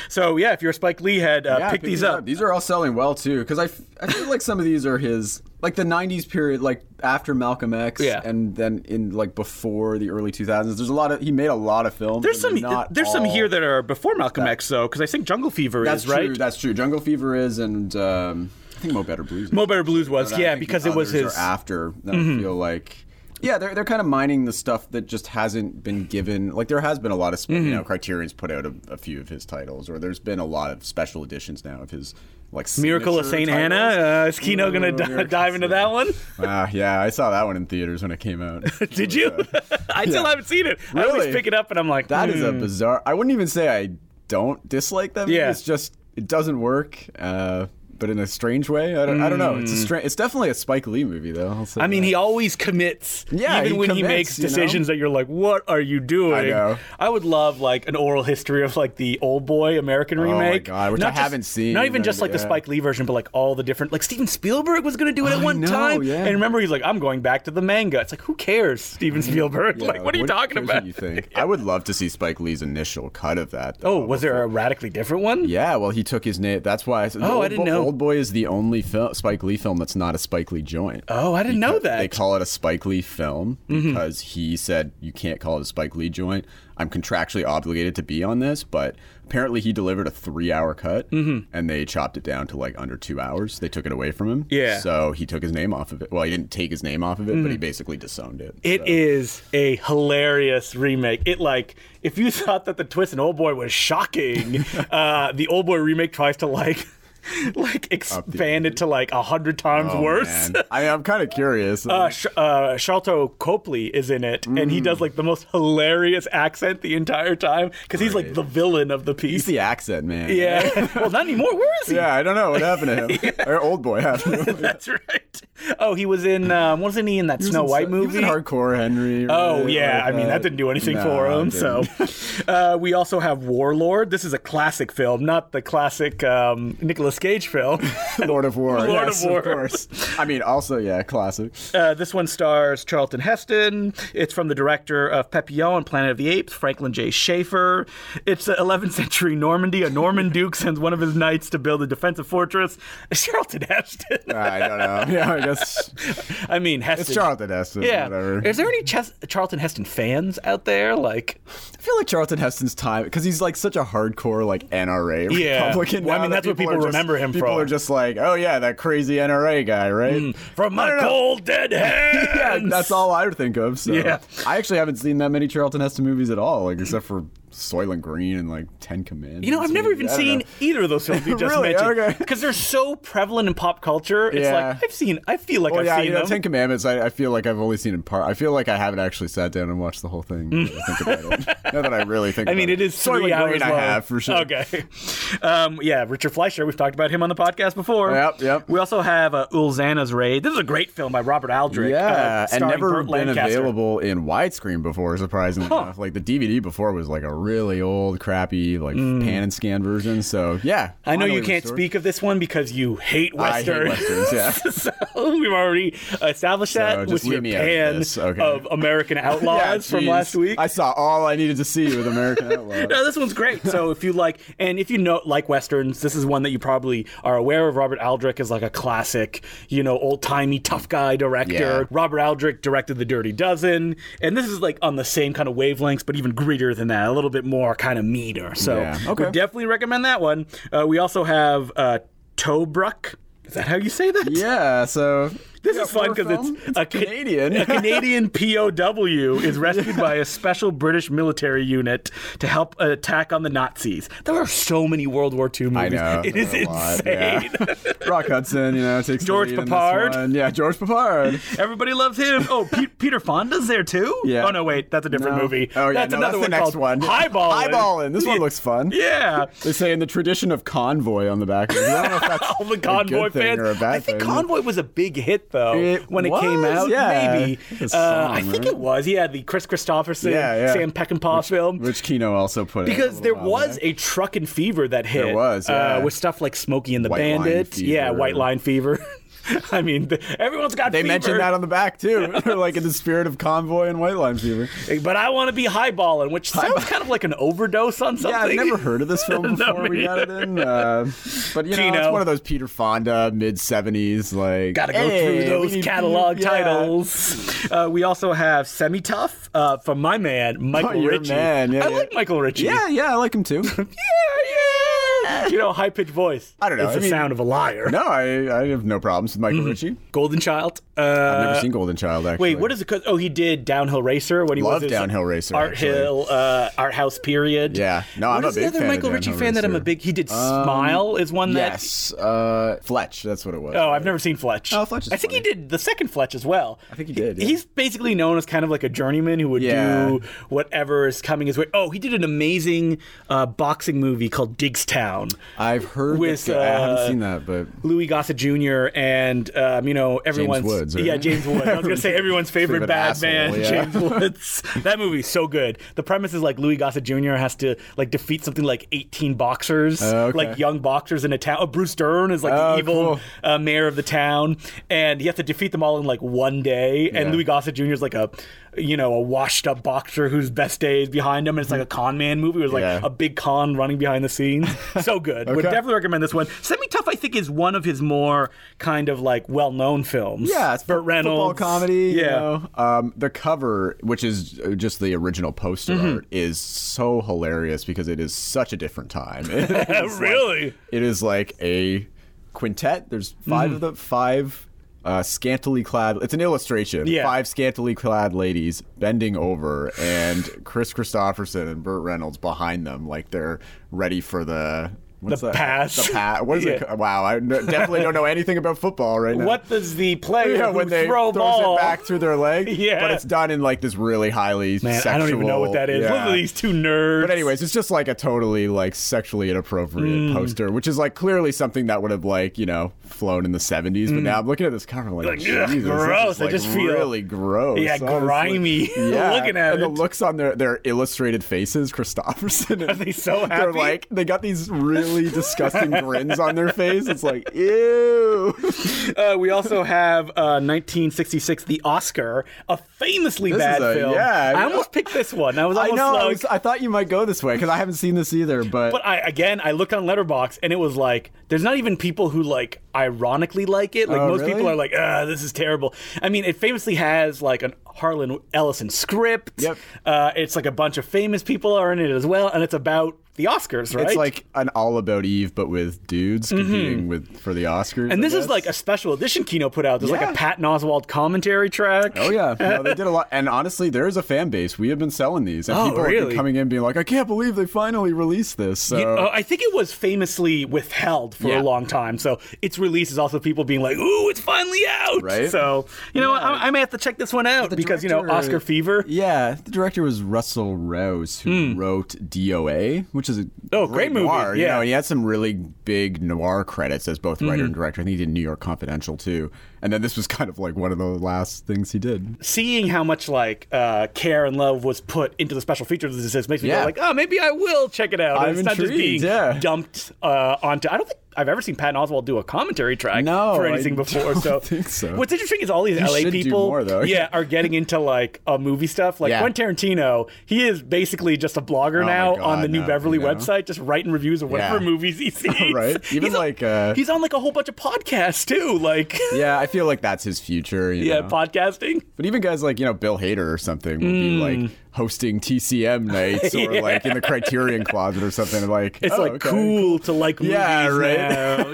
Speaker 2: So yeah, if you're a Spike Lee head, uh,
Speaker 3: Yeah,
Speaker 2: pick
Speaker 3: pick
Speaker 2: these
Speaker 3: it
Speaker 2: up.
Speaker 3: These are all selling well too, because I, f- I feel like some of these are his like the '90s period, like after Malcolm X,
Speaker 2: Yeah.
Speaker 3: and then in like before the early 2000s. There's a lot of he made a lot of films.
Speaker 2: There's
Speaker 3: and
Speaker 2: some
Speaker 3: they're not
Speaker 2: there's some
Speaker 3: all-
Speaker 2: here that are before Malcolm X though, because I think Jungle Fever
Speaker 3: That's
Speaker 2: is right.
Speaker 3: true. That's true. Jungle Fever is, and um, I think Mo Better Blues. is.
Speaker 2: Mo Better Blues was
Speaker 3: But I
Speaker 2: yeah
Speaker 3: think the
Speaker 2: because it was
Speaker 3: others
Speaker 2: his Mm-hmm.
Speaker 3: are after. That I feel like. Yeah, they're, they're kind of mining the stuff that just hasn't been given. Like there has been a lot of sp- you
Speaker 2: Mm-hmm.
Speaker 3: know Criterion's put out a, a few of his titles, or there's been a lot of special editions now of his like
Speaker 2: Miracle of
Speaker 3: signature
Speaker 2: Saint
Speaker 3: titles.
Speaker 2: Hannah. Uh, is Kino gonna
Speaker 3: Ooh,
Speaker 2: d-
Speaker 3: Miracle
Speaker 2: dive into that one?
Speaker 3: Ah, yeah, I saw that one in theaters when it came out.
Speaker 2: Did you? I still haven't seen it. I always
Speaker 3: Really?
Speaker 2: pick it up and I'm like,
Speaker 3: That is
Speaker 2: "Hmm."
Speaker 3: a bizarre. I wouldn't even say I don't dislike them.
Speaker 2: Yeah.
Speaker 3: it's just it doesn't work. Uh, but in a strange way, I don't, I don't know. It's a stra- It's definitely a Spike Lee movie, though. I'll say
Speaker 2: Hmm. I mean,
Speaker 3: that.
Speaker 2: he always commits.
Speaker 3: Yeah,
Speaker 2: even
Speaker 3: he
Speaker 2: when he
Speaker 3: commits,
Speaker 2: makes
Speaker 3: you know?
Speaker 2: decisions that you're like, "What are you doing?"
Speaker 3: I know.
Speaker 2: I would love like an oral history of like the Old Boy American
Speaker 3: Oh my
Speaker 2: remake.
Speaker 3: God, which
Speaker 2: Not
Speaker 3: I haven't seen,
Speaker 2: Not even just
Speaker 3: and,
Speaker 2: like the
Speaker 3: yeah.
Speaker 2: Spike Lee version, but like all the different. Like Steven Spielberg was going to do it at
Speaker 3: I
Speaker 2: one
Speaker 3: know,
Speaker 2: time,
Speaker 3: yeah.
Speaker 2: and remember he's like, "I'm going back to the manga." It's like, who cares, Steven Spielberg?
Speaker 3: Mm-hmm. Yeah,
Speaker 2: like, what are you talking
Speaker 3: cares what
Speaker 2: about?
Speaker 3: you think? I would love to see Spike Lee's initial cut of that.
Speaker 2: Oh,
Speaker 3: Though.
Speaker 2: was there a radically different one?
Speaker 3: Yeah, well, he took his name. That's why. I said,
Speaker 2: Oh, I
Speaker 3: Old
Speaker 2: didn't
Speaker 3: Bo-
Speaker 2: know.
Speaker 3: Old Boy is the only fil- Spike Lee film that's not a Spike Lee joint.
Speaker 2: Oh, I didn't know that. Mm-hmm.
Speaker 3: They call it a Spike Lee film because he said you can't call it a Spike Lee joint. I'm contractually obligated to be on this, but apparently he delivered a three-hour cut,
Speaker 2: Mm-hmm.
Speaker 3: and they chopped it down to like under two hours. They took it away from him.
Speaker 2: Yeah. Mm.
Speaker 3: So he took his name off of it. Well, he didn't take his name off of it, but he basically disowned it.
Speaker 2: It is a hilarious remake. It like if you thought that the twist in Old Boy was shocking, uh, the Old Boy remake tries to like like expand it to like a hundred times
Speaker 3: Oh,
Speaker 2: worse.
Speaker 3: man. I mean, I'm kind of curious.
Speaker 2: Uh, Sh- uh, Sharlto Copley is in it, and he
Speaker 3: Mm.
Speaker 2: does like the most hilarious accent the entire time because he's like
Speaker 3: Great.
Speaker 2: the villain of the
Speaker 3: He's
Speaker 2: piece.
Speaker 3: the accent, man.
Speaker 2: Yeah. well, not anymore. Where is he?
Speaker 3: Yeah, I don't know what happened to him. Or old boy happened. to him.
Speaker 2: That's right. Oh, he was in. Um, wasn't he in that
Speaker 3: He was
Speaker 2: Snow
Speaker 3: in-
Speaker 2: White movie?
Speaker 3: He was in Hardcore Henry.
Speaker 2: Oh
Speaker 3: right,
Speaker 2: yeah,
Speaker 3: like
Speaker 2: I mean that didn't do anything
Speaker 3: No,
Speaker 2: for
Speaker 3: it
Speaker 2: him. So
Speaker 3: didn't.
Speaker 2: uh, we also have Warlord. This is a classic film, not the classic um, Nicolas Cage film.
Speaker 3: Lord of War.
Speaker 2: Lord of
Speaker 3: yes,
Speaker 2: War.
Speaker 3: Of course. I mean, also yeah, classic.
Speaker 2: Uh, this one stars Charlton Heston. It's from the director of Papillon and Planet of the Apes, Franklin J. Schaefer. It's uh, 11th century Normandy. A Norman duke sends one of his knights to build a defensive fortress. Charlton Heston.
Speaker 3: I don't know. Yeah, I guess That's
Speaker 2: I mean, Heston.
Speaker 3: it's Charlton Heston.
Speaker 2: Yeah.
Speaker 3: Whatever.
Speaker 2: Is there any Ches- Charlton Heston fans out there? Like,
Speaker 3: I feel like Charlton Heston's time because he's like such a hardcore like NRA
Speaker 2: Yeah.
Speaker 3: Republican.
Speaker 2: Well, I
Speaker 3: now
Speaker 2: mean,
Speaker 3: that
Speaker 2: that's what people
Speaker 3: are just-
Speaker 2: remember him
Speaker 3: People
Speaker 2: from. Mm.
Speaker 3: are just like, oh yeah, that crazy NRA guy, right?
Speaker 2: from my cold dead hands.
Speaker 3: Yeah, that's all I would think of. So
Speaker 2: Yeah.
Speaker 3: I actually haven't seen that many Charlton Heston movies at all, like except for Soylent Green and like Ten Commandments.
Speaker 2: You know, I've never
Speaker 3: maybe.
Speaker 2: even
Speaker 3: I don't
Speaker 2: seen
Speaker 3: know.
Speaker 2: either of those films you just
Speaker 3: Really?
Speaker 2: mentioned
Speaker 3: Okay.
Speaker 2: because they're so prevalent in pop culture. It's
Speaker 3: Yeah.
Speaker 2: like I've seen. I feel like
Speaker 3: Well,
Speaker 2: I've
Speaker 3: yeah,
Speaker 2: seen
Speaker 3: you know,
Speaker 2: them.
Speaker 3: Ten Commandments. I, I feel like I've only seen in part. I feel like I haven't actually sat down and watched the whole thing. now that I Think about it. Now that I really think.
Speaker 2: I mean,
Speaker 3: about
Speaker 2: it is
Speaker 3: Soylent
Speaker 2: three hours
Speaker 3: Green. I
Speaker 2: long.
Speaker 3: have for sure.
Speaker 2: Okay. Um, yeah, Richard Fleischer. We've talked about him on the podcast before.
Speaker 3: Yep, yep.
Speaker 2: We also have uh, Ulzana's Raid. This is a great film by Robert Aldrich.
Speaker 3: Yeah,
Speaker 2: uh,
Speaker 3: and
Speaker 2: starring
Speaker 3: never
Speaker 2: Burt
Speaker 3: been
Speaker 2: Lancaster.
Speaker 3: available in widescreen before, surprisingly enough. Like the DVD before was like a really old, crappy, like pan and scan version. So yeah,
Speaker 2: Mm. I know you
Speaker 3: finally
Speaker 2: can't
Speaker 3: restored.
Speaker 2: speak of this one because you hate
Speaker 3: I hate
Speaker 2: westerns.
Speaker 3: westerns, yeah.
Speaker 2: so we've already established
Speaker 3: So
Speaker 2: that
Speaker 3: just
Speaker 2: with
Speaker 3: leave
Speaker 2: your
Speaker 3: me out of
Speaker 2: pan
Speaker 3: this, okay.
Speaker 2: of American Outlaws
Speaker 3: Yeah,
Speaker 2: from
Speaker 3: geez.
Speaker 2: last week.
Speaker 3: I saw all I needed to see with American Outlaw.
Speaker 2: No, this one's great. So if you like, and if you know like westerns, this is one that you probably are aware of. Robert Aldrich is like a classic, you know, old timey tough guy director.
Speaker 3: Yeah.
Speaker 2: Robert Aldrich directed The Dirty Dozen, and this is like on the same kind of wavelengths, but even greeter than that, a little bit more kind of meaner. So
Speaker 3: Yeah. Okay.
Speaker 2: we definitely recommend that one. Uh, we also have uh, Tobruk. Is that how you say that?
Speaker 3: Yeah, so
Speaker 2: This
Speaker 3: Yeah,
Speaker 2: is fun
Speaker 3: horror
Speaker 2: because it's,
Speaker 3: film?
Speaker 2: a Ca-
Speaker 3: Canadian.
Speaker 2: a Canadian POW is rescued by a special British military unit to help an attack on the Nazis. There are so many World War II
Speaker 3: I
Speaker 2: movies.
Speaker 3: know.
Speaker 2: It
Speaker 3: there's
Speaker 2: is
Speaker 3: a lot,
Speaker 2: insane.
Speaker 3: yeah. Rock Hudson, you know, takes the
Speaker 2: George
Speaker 3: lead in this
Speaker 2: Papard.
Speaker 3: one. Yeah, George Papard.
Speaker 2: Everybody loves him. Oh, Pe- Peter Fonda's there too.
Speaker 3: Yeah.
Speaker 2: Oh no, wait, that's a different
Speaker 3: No.
Speaker 2: movie.
Speaker 3: Oh yeah,
Speaker 2: that's
Speaker 3: no,
Speaker 2: another
Speaker 3: that's the next
Speaker 2: one
Speaker 3: one.
Speaker 2: called Highballin'.
Speaker 3: Highballin'. This one looks fun.
Speaker 2: Yeah.
Speaker 3: They say in the tradition of convoy on the back. of it. I don't know if that's
Speaker 2: All the
Speaker 3: a good
Speaker 2: Convoy
Speaker 3: thing
Speaker 2: fans.
Speaker 3: or a bad
Speaker 2: I think
Speaker 3: thing.
Speaker 2: Convoy was a big hit though
Speaker 3: It
Speaker 2: when it came
Speaker 3: was?
Speaker 2: out.
Speaker 3: Yeah.
Speaker 2: Maybe.
Speaker 3: It's a
Speaker 2: Uh, I
Speaker 3: song,
Speaker 2: think
Speaker 3: right?
Speaker 2: it was. Yeah, the Chris Christopherson,
Speaker 3: Yeah, yeah.
Speaker 2: Sam Peckinpah film.
Speaker 3: Which Kino also put out a
Speaker 2: Because
Speaker 3: little
Speaker 2: there
Speaker 3: while
Speaker 2: was
Speaker 3: back.
Speaker 2: a truckin' fever that hit.
Speaker 3: There was,
Speaker 2: uh,
Speaker 3: yeah.
Speaker 2: with stuff like Smokey and the
Speaker 3: White line
Speaker 2: Bandit. Yeah,
Speaker 3: fever.
Speaker 2: White Line Fever. I mean, th- everyone's got.
Speaker 3: They
Speaker 2: fever,
Speaker 3: mentioned that on the back too, like in the spirit of convoy and white line fever.
Speaker 2: But I want to be highballing, which sounds kind of like an overdose on
Speaker 3: Yeah,
Speaker 2: something.
Speaker 3: I've never heard of this
Speaker 2: No,
Speaker 3: film before
Speaker 2: me
Speaker 3: we got it in. Uh, but you know,
Speaker 2: Kino.
Speaker 3: it's one of those Peter Fonda mid '70s like.
Speaker 2: Gotta go
Speaker 3: hey, we
Speaker 2: through those
Speaker 3: need
Speaker 2: catalog
Speaker 3: people- yeah.
Speaker 2: titles. Uh, we also have Semi Tough uh, from my man, Michael
Speaker 3: your
Speaker 2: Ritchie.
Speaker 3: man, yeah,
Speaker 2: I
Speaker 3: yeah.
Speaker 2: like Michael Ritchie.
Speaker 3: Yeah, yeah, I like him too.
Speaker 2: yeah, yeah. You know, high pitched voice.
Speaker 3: I don't know,
Speaker 2: It's
Speaker 3: I
Speaker 2: the
Speaker 3: mean-
Speaker 2: sound of a liar.
Speaker 3: no, I, I have no problems with Michael Ritchie.
Speaker 2: Golden Child. Uh,
Speaker 3: I've never seen Golden Child actually.
Speaker 2: Wait, what is it? 'cause- Oh, he did Downhill Racer when he
Speaker 3: Love
Speaker 2: was his
Speaker 3: Downhill Racer,
Speaker 2: Art
Speaker 3: actually.
Speaker 2: Hill, uh, Art House period.
Speaker 3: Yeah. No,
Speaker 2: What
Speaker 3: I'm a
Speaker 2: is
Speaker 3: big
Speaker 2: another
Speaker 3: fan of
Speaker 2: Michael Ritchie
Speaker 3: Downhill
Speaker 2: fan that I'm a
Speaker 3: Racer. Um,
Speaker 2: big? He did Smile is one that.
Speaker 3: Yes, uh, Fletch. That's what it was.
Speaker 2: Oh, I've never seen Fletch.
Speaker 3: Oh, Fletch is
Speaker 2: I think
Speaker 3: funny.
Speaker 2: he did the second Fletch as well. I
Speaker 3: think he did, yeah.
Speaker 2: He's basically known as kind of like a journeyman who would
Speaker 3: Yeah.
Speaker 2: do whatever is coming his way. Oh, he did an amazing uh, boxing movie called Digstown.
Speaker 3: I've heard.
Speaker 2: With,
Speaker 3: With, I
Speaker 2: uh,
Speaker 3: haven't seen that, but
Speaker 2: Louis Gossett Jr. and um, you know everyone's
Speaker 3: Woods, right?
Speaker 2: yeah James Woods. I was gonna say everyone's favorite,
Speaker 3: Favorite
Speaker 2: bad
Speaker 3: asshole,
Speaker 2: man
Speaker 3: yeah.
Speaker 2: James Woods. That movie's so good. The premise is like Louis Gossett Jr. has to like defeat something like eighteen boxers,
Speaker 3: Oh, okay.
Speaker 2: like young boxers in a town. Oh, Bruce Dern is like the
Speaker 3: Oh,
Speaker 2: evil
Speaker 3: cool.
Speaker 2: uh, mayor of the town, and he has to defeat them all in like one day. And
Speaker 3: Yeah.
Speaker 2: Louis Gossett Jr. is like a you know a washed up boxer whose best day is behind him. And it's like a con man movie. It was like
Speaker 3: Yeah.
Speaker 2: a big con running behind the scenes. So good. Would
Speaker 3: Okay.
Speaker 2: definitely recommend this one. Semi Tough, I think, is one of his more kind of like well known films.
Speaker 3: Yeah, it's
Speaker 2: Burt
Speaker 3: fo- football
Speaker 2: Reynolds
Speaker 3: comedy.
Speaker 2: Yeah,
Speaker 3: you know? um, the cover, which is uh, just the original poster
Speaker 2: Mm-hmm.
Speaker 3: art, is so hilarious because it is such a different time. It's like-
Speaker 2: Really?
Speaker 3: it is like a quintet. There's 5
Speaker 2: Mm-hmm.
Speaker 3: of the five. Uh, scantily clad. It's an illustration.
Speaker 2: Yeah.
Speaker 3: Five scantily clad ladies bending over, and Chris Christopherson and Burt Reynolds behind them, like they're ready for the what's
Speaker 2: The
Speaker 3: that?
Speaker 2: pass.
Speaker 3: The pass. What is
Speaker 2: Yeah.
Speaker 3: it? Wow, I no- definitely don't know anything about football right now
Speaker 2: What does the player
Speaker 3: yeah,
Speaker 2: who
Speaker 3: when they
Speaker 2: throw
Speaker 3: throws
Speaker 2: ball?
Speaker 3: it back through their leg.
Speaker 2: Yeah.
Speaker 3: but it's done in like this really highly
Speaker 2: Man,
Speaker 3: sexual.
Speaker 2: I don't even know what that is.
Speaker 3: yeah.
Speaker 2: Look at these two nerds.
Speaker 3: But anyways, it's just like a totally like sexually inappropriate
Speaker 2: Mm.
Speaker 3: poster, which is like clearly something that would have like you know flown in the '70s. But now I'm looking at this cover, I'm like,
Speaker 2: Mm. Like,
Speaker 3: Jesus,
Speaker 2: ugh,
Speaker 3: this is,
Speaker 2: gross. I
Speaker 3: like,
Speaker 2: just feel-
Speaker 3: really gross.
Speaker 2: Yeah,
Speaker 3: honestly.
Speaker 2: grimy.
Speaker 3: Yeah,
Speaker 2: Looking at
Speaker 3: and
Speaker 2: it.
Speaker 3: the looks on their their illustrated faces, Christopherson. Are
Speaker 2: they so
Speaker 3: They're
Speaker 2: happy?
Speaker 3: like they got these really slightly disgusting grins on their face. It's like, ew.
Speaker 2: Uh, we also have uh, 1966, The Oscar, a famously
Speaker 3: This
Speaker 2: bad
Speaker 3: is a-
Speaker 2: film.
Speaker 3: yeah.
Speaker 2: I almost picked this one. I was
Speaker 3: I
Speaker 2: almost
Speaker 3: know. I,
Speaker 2: like,
Speaker 3: was, I thought you might go this way because I haven't seen this either. But,
Speaker 2: But I again, I looked on Letterbox, and it was like there's not even people who like ironically like it. Like
Speaker 3: Oh,
Speaker 2: most people
Speaker 3: really?
Speaker 2: are like, ah, this is terrible. I mean, it famously has like an Harlan Ellison script.
Speaker 3: Yep.
Speaker 2: Uh, it's like a bunch of famous people are in it as well, and it's about the Oscars, right?
Speaker 3: it's like an all about Eve, but with dudes competing with for the Oscars.
Speaker 2: Mm-hmm. And
Speaker 3: I
Speaker 2: this is
Speaker 3: guess.
Speaker 2: like a special edition Kino put out. There's like
Speaker 3: Yeah.
Speaker 2: a Patton Oswald commentary track.
Speaker 3: Oh yeah, no, they did a lot, and honestly, there is a fan base. We have been selling these, and
Speaker 2: Oh,
Speaker 3: people have been
Speaker 2: really?
Speaker 3: coming in being like, "I can't believe they finally released this." So
Speaker 2: You- uh, I think it was famously withheld for
Speaker 3: Yeah.
Speaker 2: a long time. So its release is also people being like, "Ooh, it's finally out!"
Speaker 3: Right?
Speaker 2: So you know, I, I may have to check this one out because you know
Speaker 3: director-
Speaker 2: Oscar fever.
Speaker 3: Yeah, the director was Russell Rose, who wrote DOA, which is a
Speaker 2: Hmm. Oh, great movie,
Speaker 3: noir. You
Speaker 2: yeah. Mm-hmm.
Speaker 3: know, and he had some really big noir credits as both writer and director. I think he did New York Confidential too, and then this was kind of like one of the last things he did.
Speaker 2: Seeing how much like uh, care and love was put into the special features of this makes me
Speaker 3: Yeah.
Speaker 2: go like, "Oh, maybe I will check it out." And
Speaker 3: I'm
Speaker 2: it's not just
Speaker 3: intrigued,
Speaker 2: being
Speaker 3: yeah.
Speaker 2: dumped uh, onto. I don't think. I've ever seen Patton Oswald do a commentary track
Speaker 3: No,
Speaker 2: for
Speaker 3: I
Speaker 2: anything before.
Speaker 3: don't
Speaker 2: so.
Speaker 3: think so.
Speaker 2: what's interesting is all these
Speaker 3: should
Speaker 2: LA
Speaker 3: do
Speaker 2: people,
Speaker 3: more, though.
Speaker 2: yeah, are getting into like uh, movie stuff. Like
Speaker 3: Yeah. Oh
Speaker 2: Quentin Tarantino, he is basically just a blogger
Speaker 3: my
Speaker 2: now
Speaker 3: God,
Speaker 2: on the New
Speaker 3: no,
Speaker 2: Beverly
Speaker 3: you know?
Speaker 2: website, just writing reviews of whatever
Speaker 3: Yeah.
Speaker 2: movies he sees.
Speaker 3: Right? Even
Speaker 2: he's on-
Speaker 3: like, uh,
Speaker 2: he's on like a whole bunch of podcasts too. Like
Speaker 3: Yeah, I feel like that's his future. you
Speaker 2: yeah,
Speaker 3: know?
Speaker 2: podcasting.
Speaker 3: But even guys like, you know, Bill Hader or something would be
Speaker 2: Mm.
Speaker 3: like hosting TCM nights or like in the Criterion Closet or something. Like,
Speaker 2: It's
Speaker 3: oh,
Speaker 2: like
Speaker 3: okay.
Speaker 2: cool to like movies
Speaker 3: Yeah, right.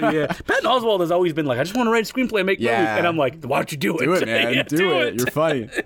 Speaker 2: now. yeah. Patton Oswald has always been like, I just want to write a screenplay and make
Speaker 3: Yeah.
Speaker 2: movies, and I'm like, why don't you do it?
Speaker 3: Do it, man.
Speaker 2: Yeah,
Speaker 3: do, it. You're funny.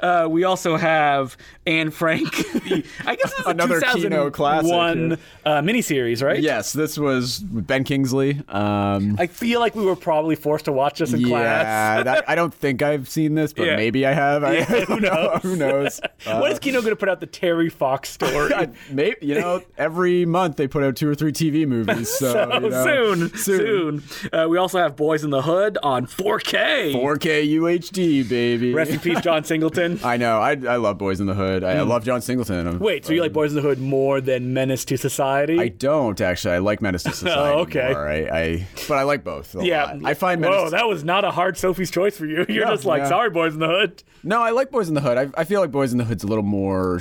Speaker 2: Uh, we also have Anne Frank. the- I guess it's
Speaker 3: Another Kino classic
Speaker 2: One
Speaker 3: here.
Speaker 2: uh, miniseries, right?
Speaker 3: yes, this was Ben Kingsley. Um,
Speaker 2: I feel like we were probably forced to watch this in class.
Speaker 3: yeah, that, I don't think I've seen this, but
Speaker 2: Yeah.
Speaker 3: maybe I have. I,
Speaker 2: Yeah,
Speaker 3: I
Speaker 2: who
Speaker 3: don't know.
Speaker 2: knows?
Speaker 3: Who knows? Uh,
Speaker 2: when is Kino going to put out the Terry Fox story?
Speaker 3: I- maybe you know every month they put out two or three TV movies. So,
Speaker 2: so
Speaker 3: you know,
Speaker 2: soon, soon. Uh, we also have Boys in the Hood on 4K.
Speaker 3: 4K UHD, baby.
Speaker 2: Rest in peace, John Singleton.
Speaker 3: I know. I, I love Boys in the Hood. I, I love John Singleton. I'm-
Speaker 2: Hmm. Wait, so you like Boys in the Hood more than Menace to Society?
Speaker 3: Um, I don't actually. I like Menace to Society.
Speaker 2: Oh, okay.
Speaker 3: More. I, I, but I like both. a
Speaker 2: yeah,
Speaker 3: lot. I find Menace.
Speaker 2: Whoa, that was not a hard Sophie's choice for you. You're
Speaker 3: No,
Speaker 2: just like,
Speaker 3: yeah.
Speaker 2: sorry, Boys in the Hood.
Speaker 3: no, I like Boys in the Hood. I, I feel like Boys in the Hood's a little more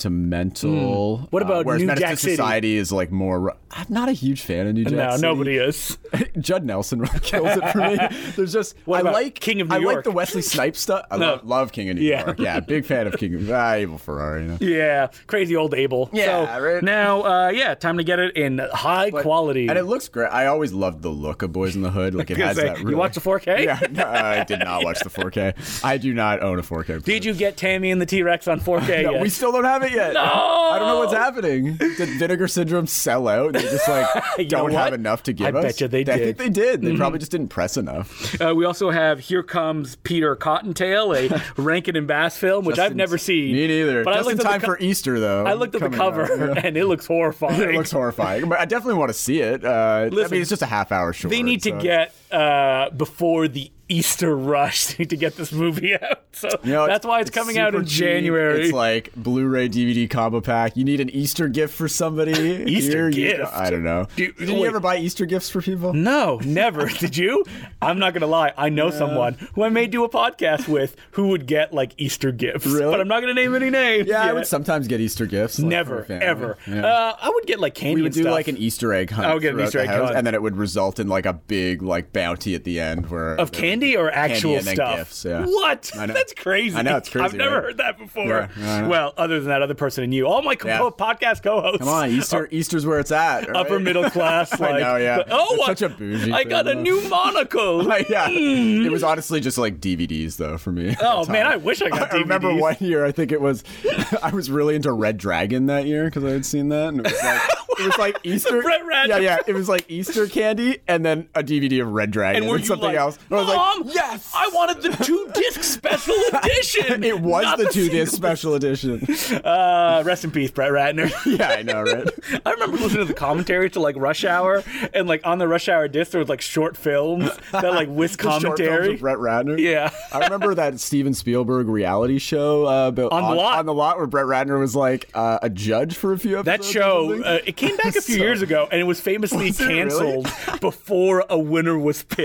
Speaker 3: sentimental.
Speaker 2: Hmm. What
Speaker 3: uh,
Speaker 2: about
Speaker 3: whereas
Speaker 2: New
Speaker 3: Menace
Speaker 2: Jack
Speaker 3: to
Speaker 2: City?
Speaker 3: Society is like more. I'm not a huge fan of New Jack
Speaker 2: no,
Speaker 3: City.
Speaker 2: nobody is.
Speaker 3: Judd Nelson really kills it for me. There's just
Speaker 2: What
Speaker 3: I
Speaker 2: about
Speaker 3: like
Speaker 2: King of New
Speaker 3: I
Speaker 2: York?
Speaker 3: like the Wesley Snipes stuff. I
Speaker 2: No.
Speaker 3: love, love King of New
Speaker 2: Yeah.
Speaker 3: York. Yeah, big fan of King of ah, Abel Ferrari. You know?
Speaker 2: Yeah, crazy old Abel.
Speaker 3: Yeah,
Speaker 2: so
Speaker 3: right.
Speaker 2: Now, uh, yeah, time to get it in high quality.
Speaker 3: And it looks great. I always loved the look of Boys in the Hood. Like it
Speaker 2: Gonna
Speaker 3: has
Speaker 2: say,
Speaker 3: that.
Speaker 2: you
Speaker 3: really-
Speaker 2: watch the 4K?
Speaker 3: Yeah, no, I did not watch the 4K. I do not own a 4K.
Speaker 2: Did you get Tammy and the T Rex on 4K
Speaker 3: No,
Speaker 2: yet? Oh!
Speaker 3: we still don't have it yet. I don't know what's happening. Did Vinegar Syndrome sell out? They just like
Speaker 2: You know
Speaker 3: don't
Speaker 2: what?
Speaker 3: have enough to give
Speaker 2: I
Speaker 3: us.
Speaker 2: bet you they
Speaker 3: I think
Speaker 2: did. Mm-hmm.
Speaker 3: they did. They probably just didn't press enough.
Speaker 2: Uh, we also have Here Comes Peter Cottontail, a Rankin and Bass film, which I've
Speaker 3: Justin-
Speaker 2: never seen.
Speaker 3: Me neither.
Speaker 2: But
Speaker 3: just
Speaker 2: I
Speaker 3: in
Speaker 2: looked at
Speaker 3: time
Speaker 2: the co-
Speaker 3: for Easter though.
Speaker 2: I looked at the
Speaker 3: coming up.
Speaker 2: cover
Speaker 3: Yeah.
Speaker 2: and it looks horrifying.
Speaker 3: It looks horrifying, but I definitely want to see it. Uh, I
Speaker 2: Listen,
Speaker 3: mean, it's just a half hour short.
Speaker 2: they need to
Speaker 3: so-
Speaker 2: get uh, before the Easter rush. They need to get this movie out. So
Speaker 3: You know,
Speaker 2: that's why it's, coming out
Speaker 3: super
Speaker 2: in
Speaker 3: cheap.
Speaker 2: January.
Speaker 3: It's like Blu-ray DVD combo pack. You need an Easter gift for somebody.
Speaker 2: Easter
Speaker 3: Here you go.
Speaker 2: gift?
Speaker 3: I don't know.
Speaker 2: Do-
Speaker 3: Did you
Speaker 2: wait.
Speaker 3: ever buy Easter gifts for people?
Speaker 2: No, never. Did you? I'm not gonna lie. I know someone who I may do a podcast with who would get like Easter gifts.
Speaker 3: Really?
Speaker 2: But I'm not gonna name any names.
Speaker 3: Yeah, I would sometimes get Easter gifts. like, for
Speaker 2: never,
Speaker 3: family.
Speaker 2: ever.
Speaker 3: Yeah.
Speaker 2: Uh, I would get like candy
Speaker 3: we would
Speaker 2: and
Speaker 3: do
Speaker 2: stuff.
Speaker 3: like an Easter egg hunt.
Speaker 2: I would get an
Speaker 3: throughout
Speaker 2: Easter
Speaker 3: the
Speaker 2: egg
Speaker 3: house,
Speaker 2: hunt.
Speaker 3: and then it would result in like a big like bounty at the end where
Speaker 2: of candy or actual
Speaker 3: and then
Speaker 2: stuff?
Speaker 3: gifts, yeah.
Speaker 2: What?
Speaker 3: I know.
Speaker 2: That's crazy.
Speaker 3: I know, it's
Speaker 2: I've
Speaker 3: crazy,
Speaker 2: never
Speaker 3: right?
Speaker 2: heard that before.
Speaker 3: Yeah, I know.
Speaker 2: well, other than that other person and you, all my co-
Speaker 3: Yeah.
Speaker 2: podcast co-hosts.
Speaker 3: Come on, Easter. Easter's where it's at. all
Speaker 2: Upper
Speaker 3: right?
Speaker 2: middle class,
Speaker 3: I
Speaker 2: like
Speaker 3: know, yeah.
Speaker 2: but- oh,
Speaker 3: It's
Speaker 2: I-
Speaker 3: such a bougie
Speaker 2: I got a
Speaker 3: thing,
Speaker 2: new monocle.
Speaker 3: yeah, it was honestly just like DVDs though for me. at
Speaker 2: oh
Speaker 3: the
Speaker 2: man,
Speaker 3: time.
Speaker 2: I wish I got.
Speaker 3: I remember
Speaker 2: DVDs.
Speaker 3: one year. I think it was. I was really into Red Dragon that year because I had seen that, and it was like it was like Easter.
Speaker 2: Red Dragon.
Speaker 3: Yeah, yeah. It was like Easter candy, and then a DVD of Red Dragon
Speaker 2: and
Speaker 3: and,
Speaker 2: were you
Speaker 3: something
Speaker 2: like,
Speaker 3: else. And I was
Speaker 2: Mom,
Speaker 3: like, yes.
Speaker 2: I wanted the two disc special edition.
Speaker 3: it was
Speaker 2: not
Speaker 3: the two
Speaker 2: single
Speaker 3: disc special edition.
Speaker 2: Uh, rest in peace, Brett Ratner.
Speaker 3: yeah, I know, right?
Speaker 2: I remember listening to the commentary to like Rush Hour, and like on the Rush Hour disc there was like short films that like whisk
Speaker 3: The short films
Speaker 2: commentary.
Speaker 3: of Brett Ratner.
Speaker 2: Yeah.
Speaker 3: I remember that Steven Spielberg reality show uh, about
Speaker 2: On the Lot.
Speaker 3: on the lot where Brett Ratner was like uh, a judge for a few episodes.
Speaker 2: That
Speaker 3: or
Speaker 2: show
Speaker 3: something.
Speaker 2: uh, it came back a few years ago, and it was famously
Speaker 3: Was it really?
Speaker 2: canceled before a winner was picked.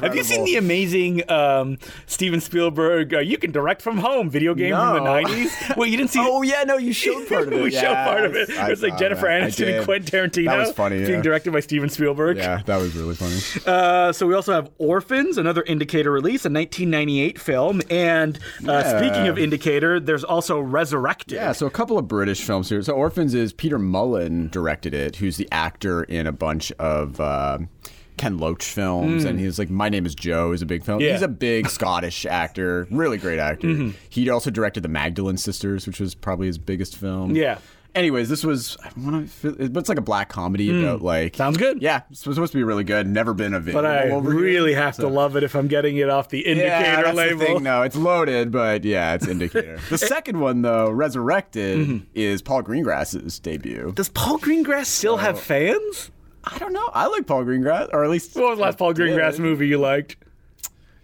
Speaker 2: Have you seen the amazing um, Steven Spielberg? Uh, you can direct from home video game from the
Speaker 3: No.
Speaker 2: '90s. Well, you didn't see.
Speaker 3: Oh yeah, no, you showed part of it.
Speaker 2: we show
Speaker 3: yeah,
Speaker 2: part of it.
Speaker 3: I-
Speaker 2: It was
Speaker 3: I
Speaker 2: like
Speaker 3: saw
Speaker 2: Jennifer
Speaker 3: that.
Speaker 2: Aniston
Speaker 3: I
Speaker 2: and
Speaker 3: did.
Speaker 2: Quentin Tarantino.
Speaker 3: That was funny. Yeah.
Speaker 2: Being directed by Steven Spielberg.
Speaker 3: yeah, that was really funny.
Speaker 2: Uh, so we also have Orphans, another Indicator release, a 1998 film. And uh,
Speaker 3: Yeah.
Speaker 2: speaking of Indicator, there's also Resurrected.
Speaker 3: Yeah, so a couple of British films here. So Orphans is Peter Mullen directed it, who's the actor in a bunch of uh, Ken Loach films, and he's like My Name Is Joe is a big film.
Speaker 2: Hmm. Yeah. Mm-hmm.
Speaker 3: He's a big Scottish actor, really great actor. He also directed The Magdalene Sisters, which was probably his biggest film.
Speaker 2: Yeah.
Speaker 3: Anyways, this was I want to, but it's like a black comedy about like
Speaker 2: Hmm. Sounds good.
Speaker 3: Yeah, it's supposed to be really good. Never been a video.
Speaker 2: But I
Speaker 3: over here.
Speaker 2: really have to love it if I'm getting it off the indicator
Speaker 3: yeah, that's
Speaker 2: label.
Speaker 3: The thing, no, it's loaded, but yeah, it's indicator. the second one though, Resurrected,
Speaker 2: Mm-hmm.
Speaker 3: is Paul Greengrass's debut.
Speaker 2: Does Paul Greengrass still have fans?
Speaker 3: I don't know. I like Paul Greengrass, or at least
Speaker 2: What was the last Paul Greengrass movie you liked?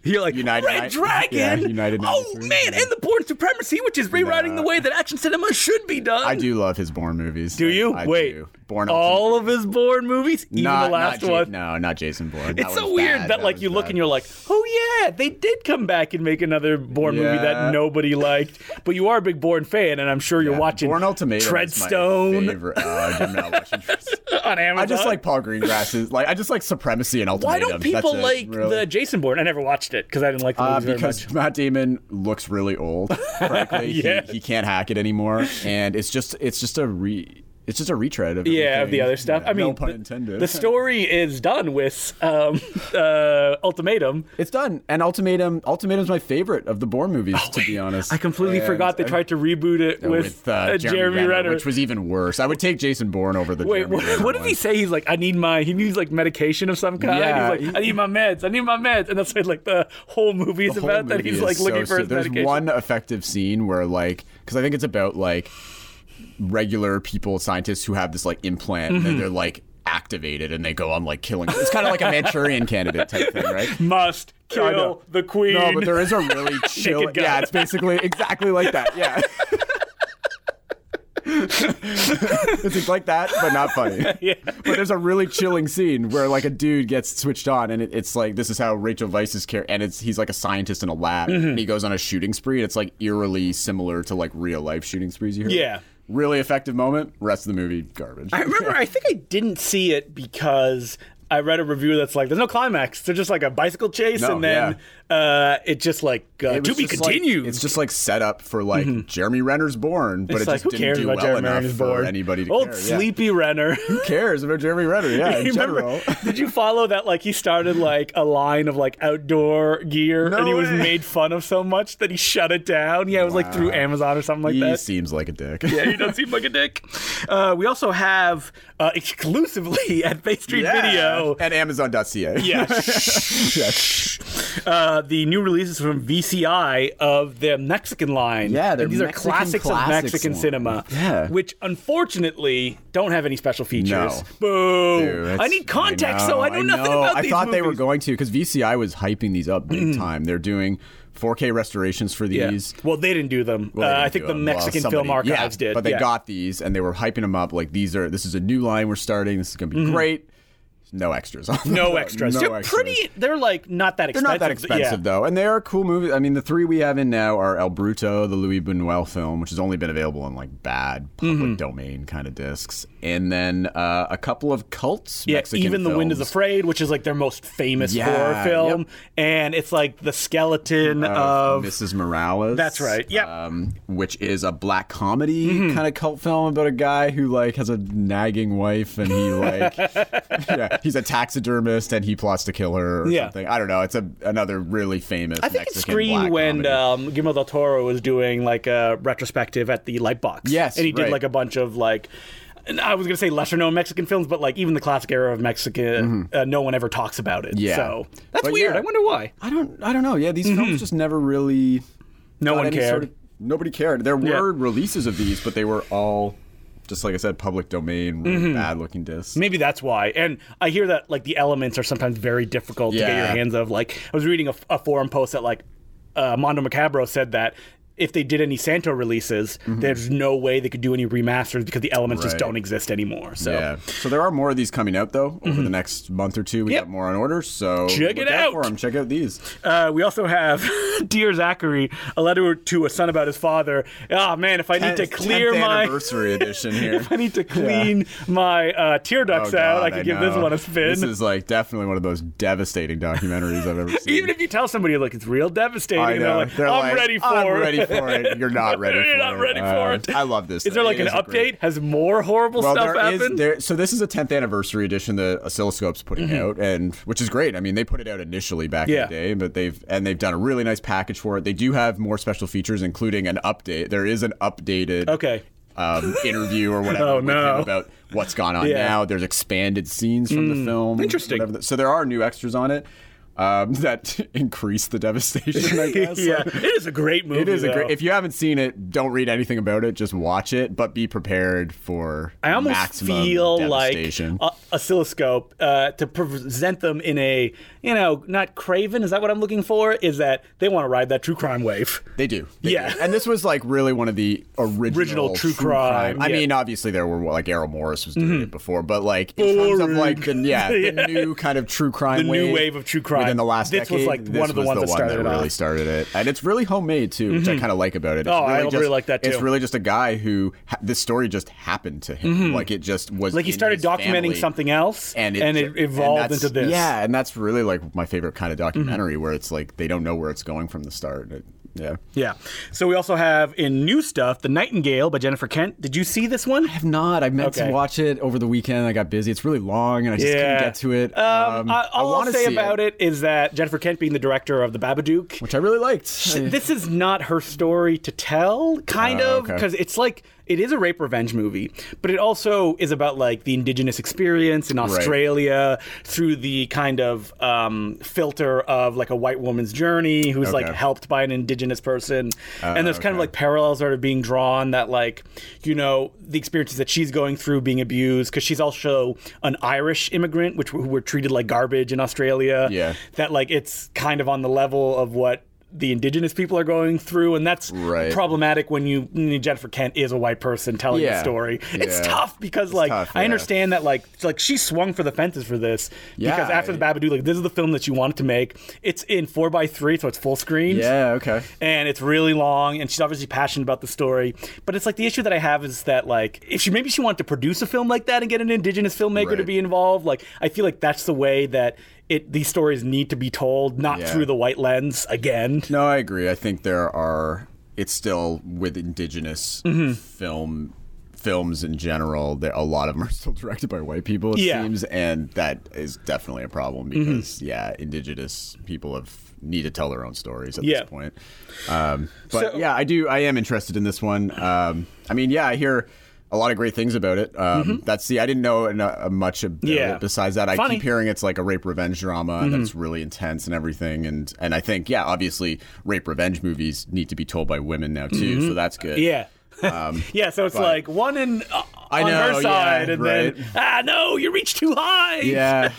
Speaker 2: You're like
Speaker 3: United
Speaker 2: Red
Speaker 3: Ni-
Speaker 2: Dragon.
Speaker 3: yeah, United
Speaker 2: oh
Speaker 3: 93,
Speaker 2: man,
Speaker 3: yeah.
Speaker 2: and the Born Supremacy, which is rewriting
Speaker 3: Nah.
Speaker 2: the way that action cinema should be done.
Speaker 3: I do love his Bourne movies.
Speaker 2: Do you?
Speaker 3: I
Speaker 2: Wait,
Speaker 3: do. Bourne
Speaker 2: all of his Born movies, even
Speaker 3: not,
Speaker 2: the last
Speaker 3: not Ja-
Speaker 2: one.
Speaker 3: no, not Jason Bourne.
Speaker 2: It's so weird that, like you look and you're like, oh yeah, they did come back and make another Bourne movie
Speaker 3: Yeah.
Speaker 2: that nobody liked. But you are a big Bourne fan, and I'm sure you're watching
Speaker 3: Born Ultimatum. Is my
Speaker 2: Treadstone
Speaker 3: favorite. Uh, I'm not watching Treadstone.
Speaker 2: on Amazon.
Speaker 3: I just like Paul Greengrass's. Like I just like Supremacy and
Speaker 2: Why
Speaker 3: Ultimatum.
Speaker 2: don't
Speaker 3: That's
Speaker 2: people
Speaker 3: it,
Speaker 2: like
Speaker 3: really.
Speaker 2: the Jason Bourne? I never watched it because I didn't like the
Speaker 3: Uh,
Speaker 2: movie very much.
Speaker 3: because Matt Damon looks really old. Frankly,
Speaker 2: Yeah.
Speaker 3: he, he can't hack it anymore, and it's just it's just a re it's just a retread of
Speaker 2: Yeah, of
Speaker 3: everything.
Speaker 2: the other stuff.
Speaker 3: Yeah,
Speaker 2: I mean,
Speaker 3: no pun
Speaker 2: the-
Speaker 3: intended.
Speaker 2: The story is done with um, uh, Ultimatum.
Speaker 3: it's done. And Ultimatum Ultimatum's my favorite of the Bourne movies, to be honest.
Speaker 2: Oh, I completely
Speaker 3: And-
Speaker 2: forgot they
Speaker 3: and-
Speaker 2: tried to reboot it
Speaker 3: with,
Speaker 2: with,
Speaker 3: uh,
Speaker 2: Jeremy, Renner.
Speaker 3: which was even worse. I would take Jason Bourne over the
Speaker 2: Wait,
Speaker 3: Jeremy
Speaker 2: what,
Speaker 3: Renner
Speaker 2: what did
Speaker 3: one.
Speaker 2: he say? He's like, I need my, he needs like medication of some kind. he's
Speaker 3: Yeah,
Speaker 2: like,
Speaker 3: he-
Speaker 2: I need my meds, I need my meds. And that's what, like the whole movie is
Speaker 3: The whole
Speaker 2: about that.
Speaker 3: movie
Speaker 2: He's
Speaker 3: is
Speaker 2: like
Speaker 3: so
Speaker 2: looking for
Speaker 3: silly.
Speaker 2: his
Speaker 3: There's
Speaker 2: medication.
Speaker 3: one effective scene where like because I think it's about like regular people, scientists who have this like implant
Speaker 2: Mm-hmm.
Speaker 3: and they're like activated and they go on like killing. It's kind of like a Manchurian Candidate type thing, right?
Speaker 2: Must
Speaker 3: know.
Speaker 2: kill the queen.
Speaker 3: No, but there is a really chill.
Speaker 2: Naked Gun.
Speaker 3: yeah, it's basically exactly like that. Yeah. it's like that, but not funny.
Speaker 2: Yeah.
Speaker 3: But there's a really chilling scene where like a dude gets switched on, and it, it's like this is how Rachel Vice's character, and it's he's like a scientist in a lab,
Speaker 2: Mm-hmm.
Speaker 3: and he goes on a shooting spree, and it's like eerily similar to like real life shooting sprees you hear.
Speaker 2: Yeah.
Speaker 3: Really effective moment. Rest of the movie garbage.
Speaker 2: I remember, I think I didn't see it because I read a review that's like, there's no climax. They're just like a bicycle chase,
Speaker 3: No,
Speaker 2: and then uh, it just like uh,
Speaker 3: It
Speaker 2: to
Speaker 3: was
Speaker 2: be
Speaker 3: just like-
Speaker 2: continued. Mm-hmm.
Speaker 3: it's just like set up for like Jeremy Renner's Born, but
Speaker 2: It's
Speaker 3: it
Speaker 2: like,
Speaker 3: just
Speaker 2: who
Speaker 3: didn't
Speaker 2: cares
Speaker 3: do
Speaker 2: about
Speaker 3: well
Speaker 2: Jeremy
Speaker 3: enough
Speaker 2: Renner's
Speaker 3: for
Speaker 2: board?
Speaker 3: anybody to
Speaker 2: Old
Speaker 3: care. Yeah.
Speaker 2: sleepy Renner.
Speaker 3: Who cares about Jeremy Renner? Yeah, in
Speaker 2: You remember,
Speaker 3: general.
Speaker 2: did you follow that? Like he started like a line of like outdoor gear,
Speaker 3: No
Speaker 2: and he was
Speaker 3: way.
Speaker 2: made fun of so much that he shut it down. Yeah, it was like through Amazon or something like
Speaker 3: He
Speaker 2: that.
Speaker 3: seems like a dick.
Speaker 2: yeah, he doesn't seem like a dick. Uh, we also have uh, exclusively at Bay Street
Speaker 3: Yeah.
Speaker 2: Video.
Speaker 3: At Amazon.ca.
Speaker 2: Yeah, shh. uh, the new releases from VCI of the Mexican line.
Speaker 3: Yeah, they're
Speaker 2: And these are
Speaker 3: Mexican
Speaker 2: classics, of
Speaker 3: classics
Speaker 2: Mexican
Speaker 3: line.
Speaker 2: cinema.
Speaker 3: Yeah.
Speaker 2: which unfortunately don't have any special features.
Speaker 3: Dude,
Speaker 2: Boo!
Speaker 3: that's-
Speaker 2: I need context, so I know nothing
Speaker 3: know.
Speaker 2: about
Speaker 3: I
Speaker 2: these
Speaker 3: thought they were
Speaker 2: movies. Mm.
Speaker 3: going to because VCI was hyping these up big time. They're doing 4K restorations for
Speaker 2: Yeah.
Speaker 3: these.
Speaker 2: Well, they didn't do them.
Speaker 3: Well, they
Speaker 2: Uh,
Speaker 3: didn't
Speaker 2: I think
Speaker 3: do
Speaker 2: the
Speaker 3: them. Well,
Speaker 2: Mexican
Speaker 3: somebody-
Speaker 2: Film Archives
Speaker 3: yeah,
Speaker 2: did.
Speaker 3: But they
Speaker 2: yeah.
Speaker 3: got these and they were hyping them up like these are this is a new line we're starting. This is going to be great. No extras. on them,
Speaker 2: Mm-hmm. no
Speaker 3: though.
Speaker 2: extras.
Speaker 3: No
Speaker 2: they're
Speaker 3: extras.
Speaker 2: pretty. They're like not that
Speaker 3: They're
Speaker 2: expensive.
Speaker 3: not that expensive
Speaker 2: yeah.
Speaker 3: though, and they are cool movies. I mean, the three we have in now are El Bruto, the Louis Buñuel film, which has only been available on like bad public
Speaker 2: Mm-hmm.
Speaker 3: domain kind of discs, and then uh, a couple of cults.
Speaker 2: Yeah,
Speaker 3: Mexican
Speaker 2: even The Wind is
Speaker 3: films.
Speaker 2: Afraid, which is like their most famous
Speaker 3: Yeah,
Speaker 2: horror film,
Speaker 3: yep. Oh,
Speaker 2: and it's like the skeleton
Speaker 3: of
Speaker 2: of
Speaker 3: Mrs. Morales.
Speaker 2: That's right, yep. Mm-hmm.
Speaker 3: Um, which is a black comedy kind of cult film about a guy who like has a nagging wife and he like yeah, he's a taxidermist and he plots to kill her or
Speaker 2: Yeah.
Speaker 3: something. I don't know. It's a, another really famous.
Speaker 2: I think
Speaker 3: Mexican
Speaker 2: it screened
Speaker 3: black
Speaker 2: when
Speaker 3: comedy.
Speaker 2: um, Guillermo del Toro was doing like a retrospective at the Lightbox.
Speaker 3: Yes,
Speaker 2: and he did
Speaker 3: right.
Speaker 2: like a bunch of like. and I was gonna say lesser known Mexican films, but like even the classic era of Mexican, uh, no one ever talks about it.
Speaker 3: Mm-hmm. Yeah.
Speaker 2: so that's
Speaker 3: But
Speaker 2: weird.
Speaker 3: yeah.
Speaker 2: I wonder why.
Speaker 3: I don't I don't know. Yeah, these films just never really
Speaker 2: Mm-hmm. No
Speaker 3: got
Speaker 2: one
Speaker 3: any
Speaker 2: cared.
Speaker 3: sort of- nobody cared. There
Speaker 2: Yeah.
Speaker 3: were releases of these, but they were all just like I said, public domain, really
Speaker 2: Mm-hmm.
Speaker 3: bad looking discs.
Speaker 2: Maybe that's why. And I hear that like the elements are sometimes very difficult to get your
Speaker 3: Yeah.
Speaker 2: hands of. Like I was reading a, a forum post that like uh, Mondo Macabro said that if they did any Santo releases, there's no way they could do any remasters because the elements just
Speaker 3: Mm-hmm. Right.
Speaker 2: don't exist anymore. So
Speaker 3: Yeah. So there are more of these coming out though over the next month or two. We
Speaker 2: Mm-hmm. Yep.
Speaker 3: got more on order. So
Speaker 2: Check it
Speaker 3: look out.
Speaker 2: out.
Speaker 3: for 'em. Check out these.
Speaker 2: uh, we also have Dear Zachary, a letter to a son about his father. Ah man, if I need to
Speaker 3: Tenth-
Speaker 2: clear
Speaker 3: tenth
Speaker 2: my
Speaker 3: anniversary edition here.
Speaker 2: if I need to clean my uh, tear
Speaker 3: Oh,
Speaker 2: ducts out,
Speaker 3: God,
Speaker 2: I could give this
Speaker 3: know.
Speaker 2: one a spin.
Speaker 3: This is like definitely one of those devastating documentaries I've ever seen.
Speaker 2: Even if you tell somebody, look, it's real devastating,
Speaker 3: I
Speaker 2: and they're
Speaker 3: know.
Speaker 2: like, I'm ready for
Speaker 3: I'm
Speaker 2: it.
Speaker 3: ready for it. You're not ready
Speaker 2: You're
Speaker 3: for
Speaker 2: not
Speaker 3: it.
Speaker 2: ready for
Speaker 3: Uh,
Speaker 2: it.
Speaker 3: I love this.
Speaker 2: Is there
Speaker 3: thing.
Speaker 2: like
Speaker 3: It
Speaker 2: an
Speaker 3: a great-
Speaker 2: update? Has more horrible
Speaker 3: Well,
Speaker 2: stuff
Speaker 3: there is
Speaker 2: happened?
Speaker 3: there. So this is a 10th anniversary edition that Oscilloscope's putting out, and which is great. I mean, they put it out initially back
Speaker 2: Mm-hmm. Yeah.
Speaker 3: in the day, but they've and they've done a really nice package for it. They do have more special features, including an update. There is an updated
Speaker 2: Okay.
Speaker 3: um, interview or whatever
Speaker 2: Oh,
Speaker 3: with
Speaker 2: no.
Speaker 3: him about what's gone on
Speaker 2: Yeah. Hmm.
Speaker 3: now. There's expanded scenes from the film.
Speaker 2: Interesting.
Speaker 3: whatever the- so there are new extras on it um, that increase the devastation. I guess.
Speaker 2: yeah, it is a great movie.
Speaker 3: It is a
Speaker 2: though.
Speaker 3: great. If you haven't seen it, don't read anything about it. Just watch it, but be prepared for.
Speaker 2: I almost
Speaker 3: maximum
Speaker 2: feel like
Speaker 3: devastation.
Speaker 2: a- oscilloscope uh, to present them in a you know not craven. Is that what I'm looking for? Is that they want to ride that true crime wave?
Speaker 3: They do. They
Speaker 2: Yeah.
Speaker 3: do. And this was like really one of the original,
Speaker 2: Original true crime, yeah.
Speaker 3: I
Speaker 2: Mm-hmm.
Speaker 3: mean, obviously there were like Errol Morris was doing it before, but like in terms of like the yeah, the
Speaker 2: Yeah.
Speaker 3: new kind of true crime,
Speaker 2: The new wave of true crime.
Speaker 3: within the last
Speaker 2: This was,
Speaker 3: decade,
Speaker 2: like,
Speaker 3: this
Speaker 2: one of the
Speaker 3: was
Speaker 2: ones
Speaker 3: the
Speaker 2: that
Speaker 3: one
Speaker 2: started it
Speaker 3: that really
Speaker 2: off. Mm-hmm.
Speaker 3: started it, and it's really homemade too, which I kind of like about it. It's
Speaker 2: Oh, I
Speaker 3: really
Speaker 2: really
Speaker 3: just-
Speaker 2: like that,
Speaker 3: It's
Speaker 2: too.
Speaker 3: really just a guy who ha- this story just happened to him, like it just was
Speaker 2: Mm-hmm. Like he
Speaker 3: in
Speaker 2: started
Speaker 3: his
Speaker 2: documenting
Speaker 3: family
Speaker 2: something else,
Speaker 3: and it,
Speaker 2: it
Speaker 3: and
Speaker 2: evolved
Speaker 3: that's-
Speaker 2: into this. Mm-hmm.
Speaker 3: Yeah, and that's really like my favorite kind of documentary, where it's like they don't know where it's going from the start. It- yeah,
Speaker 2: yeah. So we also have in new stuff, "The Nightingale" by Jennifer Kent. Did you see this one?
Speaker 3: I have not. I meant
Speaker 2: Okay.
Speaker 3: to watch it over the weekend. I got busy. It's really long, and I just couldn't get to it.
Speaker 2: Um, I, all I will
Speaker 3: wanna
Speaker 2: say
Speaker 3: see
Speaker 2: about it is that Jennifer Kent being the director of The Babadook,
Speaker 3: which I really liked. I-
Speaker 2: this is not her story to tell, kind
Speaker 3: Oh,
Speaker 2: of,
Speaker 3: okay.
Speaker 2: because it's like it is a rape revenge movie, but it also is about like the indigenous experience in Australia through the kind of um, filter of like a white woman's journey who's like
Speaker 3: Okay. Uh,
Speaker 2: helped by an indigenous person, and there's kind of like parallels that are being drawn that like you know the experiences that she's going through being abused because she's also an Irish immigrant, which who were treated like garbage in Australia
Speaker 3: Yeah.
Speaker 2: that like it's kind of on the level of what the indigenous people are going through and that's
Speaker 3: Right.
Speaker 2: problematic when you Jennifer Kent is a white person telling the
Speaker 3: Yeah.
Speaker 2: story. It's
Speaker 3: Yeah.
Speaker 2: tough because like
Speaker 3: tough,
Speaker 2: I
Speaker 3: yeah.
Speaker 2: understand that like it's like she swung for the fences for this
Speaker 3: Yeah,
Speaker 2: because after the
Speaker 3: I-
Speaker 2: Babadook like this is the film that you wanted to make. It's in 4x3 so it's full screen
Speaker 3: yeah. Okay.
Speaker 2: and it's really long and she's obviously passionate about the story but it's like the issue that i have is that like if she maybe she wanted to produce a film like that and get an indigenous filmmaker to
Speaker 3: Right.
Speaker 2: be involved like i feel like that's the way that it these stories need to be told not
Speaker 3: Yeah.
Speaker 2: through the white lens again
Speaker 3: No, I agree. I think there are. It's still with indigenous
Speaker 2: Mm-hmm.
Speaker 3: film films in general. There, a lot of them are still directed by white people. It
Speaker 2: Yeah. Mm-hmm.
Speaker 3: seems, and that is definitely a problem because yeah, indigenous people have need to tell their own stories at
Speaker 2: Yeah.
Speaker 3: this point. Um, but
Speaker 2: So-
Speaker 3: yeah, I do. I am interested in this one. Um, I mean, yeah, I hear. A lot of great things about it. Um, That's the I didn't know enough, much about
Speaker 2: Mm-hmm. Yeah.
Speaker 3: it. Besides that, I
Speaker 2: Funny.
Speaker 3: keep hearing hearing it's like a rape revenge drama
Speaker 2: Mm-hmm.
Speaker 3: and that's really intense and everything and and I think yeah obviously rape revenge movies need to be told by women now too so that's good
Speaker 2: Mm-hmm. yeah yeah so it's
Speaker 3: Um, but-
Speaker 2: like one in uh,
Speaker 3: I
Speaker 2: on
Speaker 3: know,
Speaker 2: her
Speaker 3: yeah,
Speaker 2: side and
Speaker 3: right.
Speaker 2: then ah no you reach too high
Speaker 3: yeah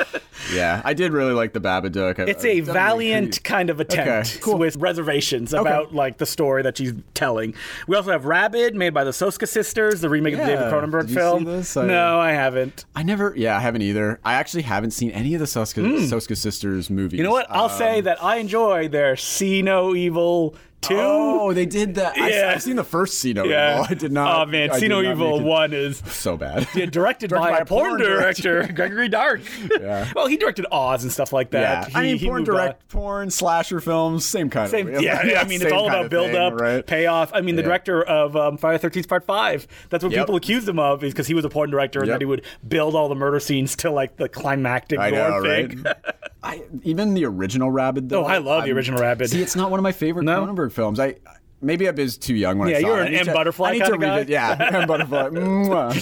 Speaker 3: yeah I did really like the Babadook I-
Speaker 2: It's
Speaker 3: I
Speaker 2: a
Speaker 3: definitely
Speaker 2: valiant kind of attempt
Speaker 3: Okay, cool.
Speaker 2: with reservations about like the story that she's telling. We also have Rabid, made by the Soska sisters, the remake of the David
Speaker 3: Yeah.
Speaker 2: Cronenberg
Speaker 3: Did you
Speaker 2: film.
Speaker 3: see this? I-
Speaker 2: No, I haven't.
Speaker 3: I never yeah I haven't either I actually haven't seen any of the Soska, Soska sisters movies
Speaker 2: Mm. You know what?
Speaker 3: Um,
Speaker 2: I'll say that I enjoy their See No Evil 2.
Speaker 3: Oh, they did that. I,
Speaker 2: Yeah.
Speaker 3: have seen the first Cino
Speaker 2: yeah.
Speaker 3: Evil. I did not.
Speaker 2: Oh man,
Speaker 3: I
Speaker 2: See
Speaker 3: did
Speaker 2: No
Speaker 3: not
Speaker 2: Evil
Speaker 3: make it
Speaker 2: 1 is
Speaker 3: So bad.
Speaker 2: Yeah, directed, by,
Speaker 3: by
Speaker 2: a porn, director, Gregory Dark.
Speaker 3: Yeah.
Speaker 2: well, he directed Oz and stuff like
Speaker 3: Yeah,
Speaker 2: that.
Speaker 3: I
Speaker 2: He-
Speaker 3: mean,
Speaker 2: he
Speaker 3: porn
Speaker 2: moved on.
Speaker 3: direct, porn slasher films, same kind
Speaker 2: Same,
Speaker 3: of.
Speaker 2: yeah, I mean, it's
Speaker 3: same
Speaker 2: all
Speaker 3: kind
Speaker 2: about
Speaker 3: of
Speaker 2: build
Speaker 3: thing,
Speaker 2: up,
Speaker 3: right?
Speaker 2: payoff. I mean, the
Speaker 3: Yeah.
Speaker 2: director of um, Friday the 13th Part 5, that's what
Speaker 3: Yep.
Speaker 2: people accused him of, is because he was a porn director and
Speaker 3: Yep.
Speaker 2: that he would build all the murder scenes to like the climactic
Speaker 3: I
Speaker 2: gore
Speaker 3: know, right?
Speaker 2: thing.
Speaker 3: I, even the original Rabbit, though.
Speaker 2: Oh, I love the original Rabid.
Speaker 3: See, it's not one of my favorite
Speaker 2: No?
Speaker 3: Cronenberg films. I maybe I was too young when
Speaker 2: Yeah,
Speaker 3: I saw
Speaker 2: you're an
Speaker 3: it. I need
Speaker 2: M.
Speaker 3: to-
Speaker 2: Butterfly
Speaker 3: I need
Speaker 2: kinda
Speaker 3: to
Speaker 2: guy.
Speaker 3: revisit. Yeah, M. Butterfly. Mwah.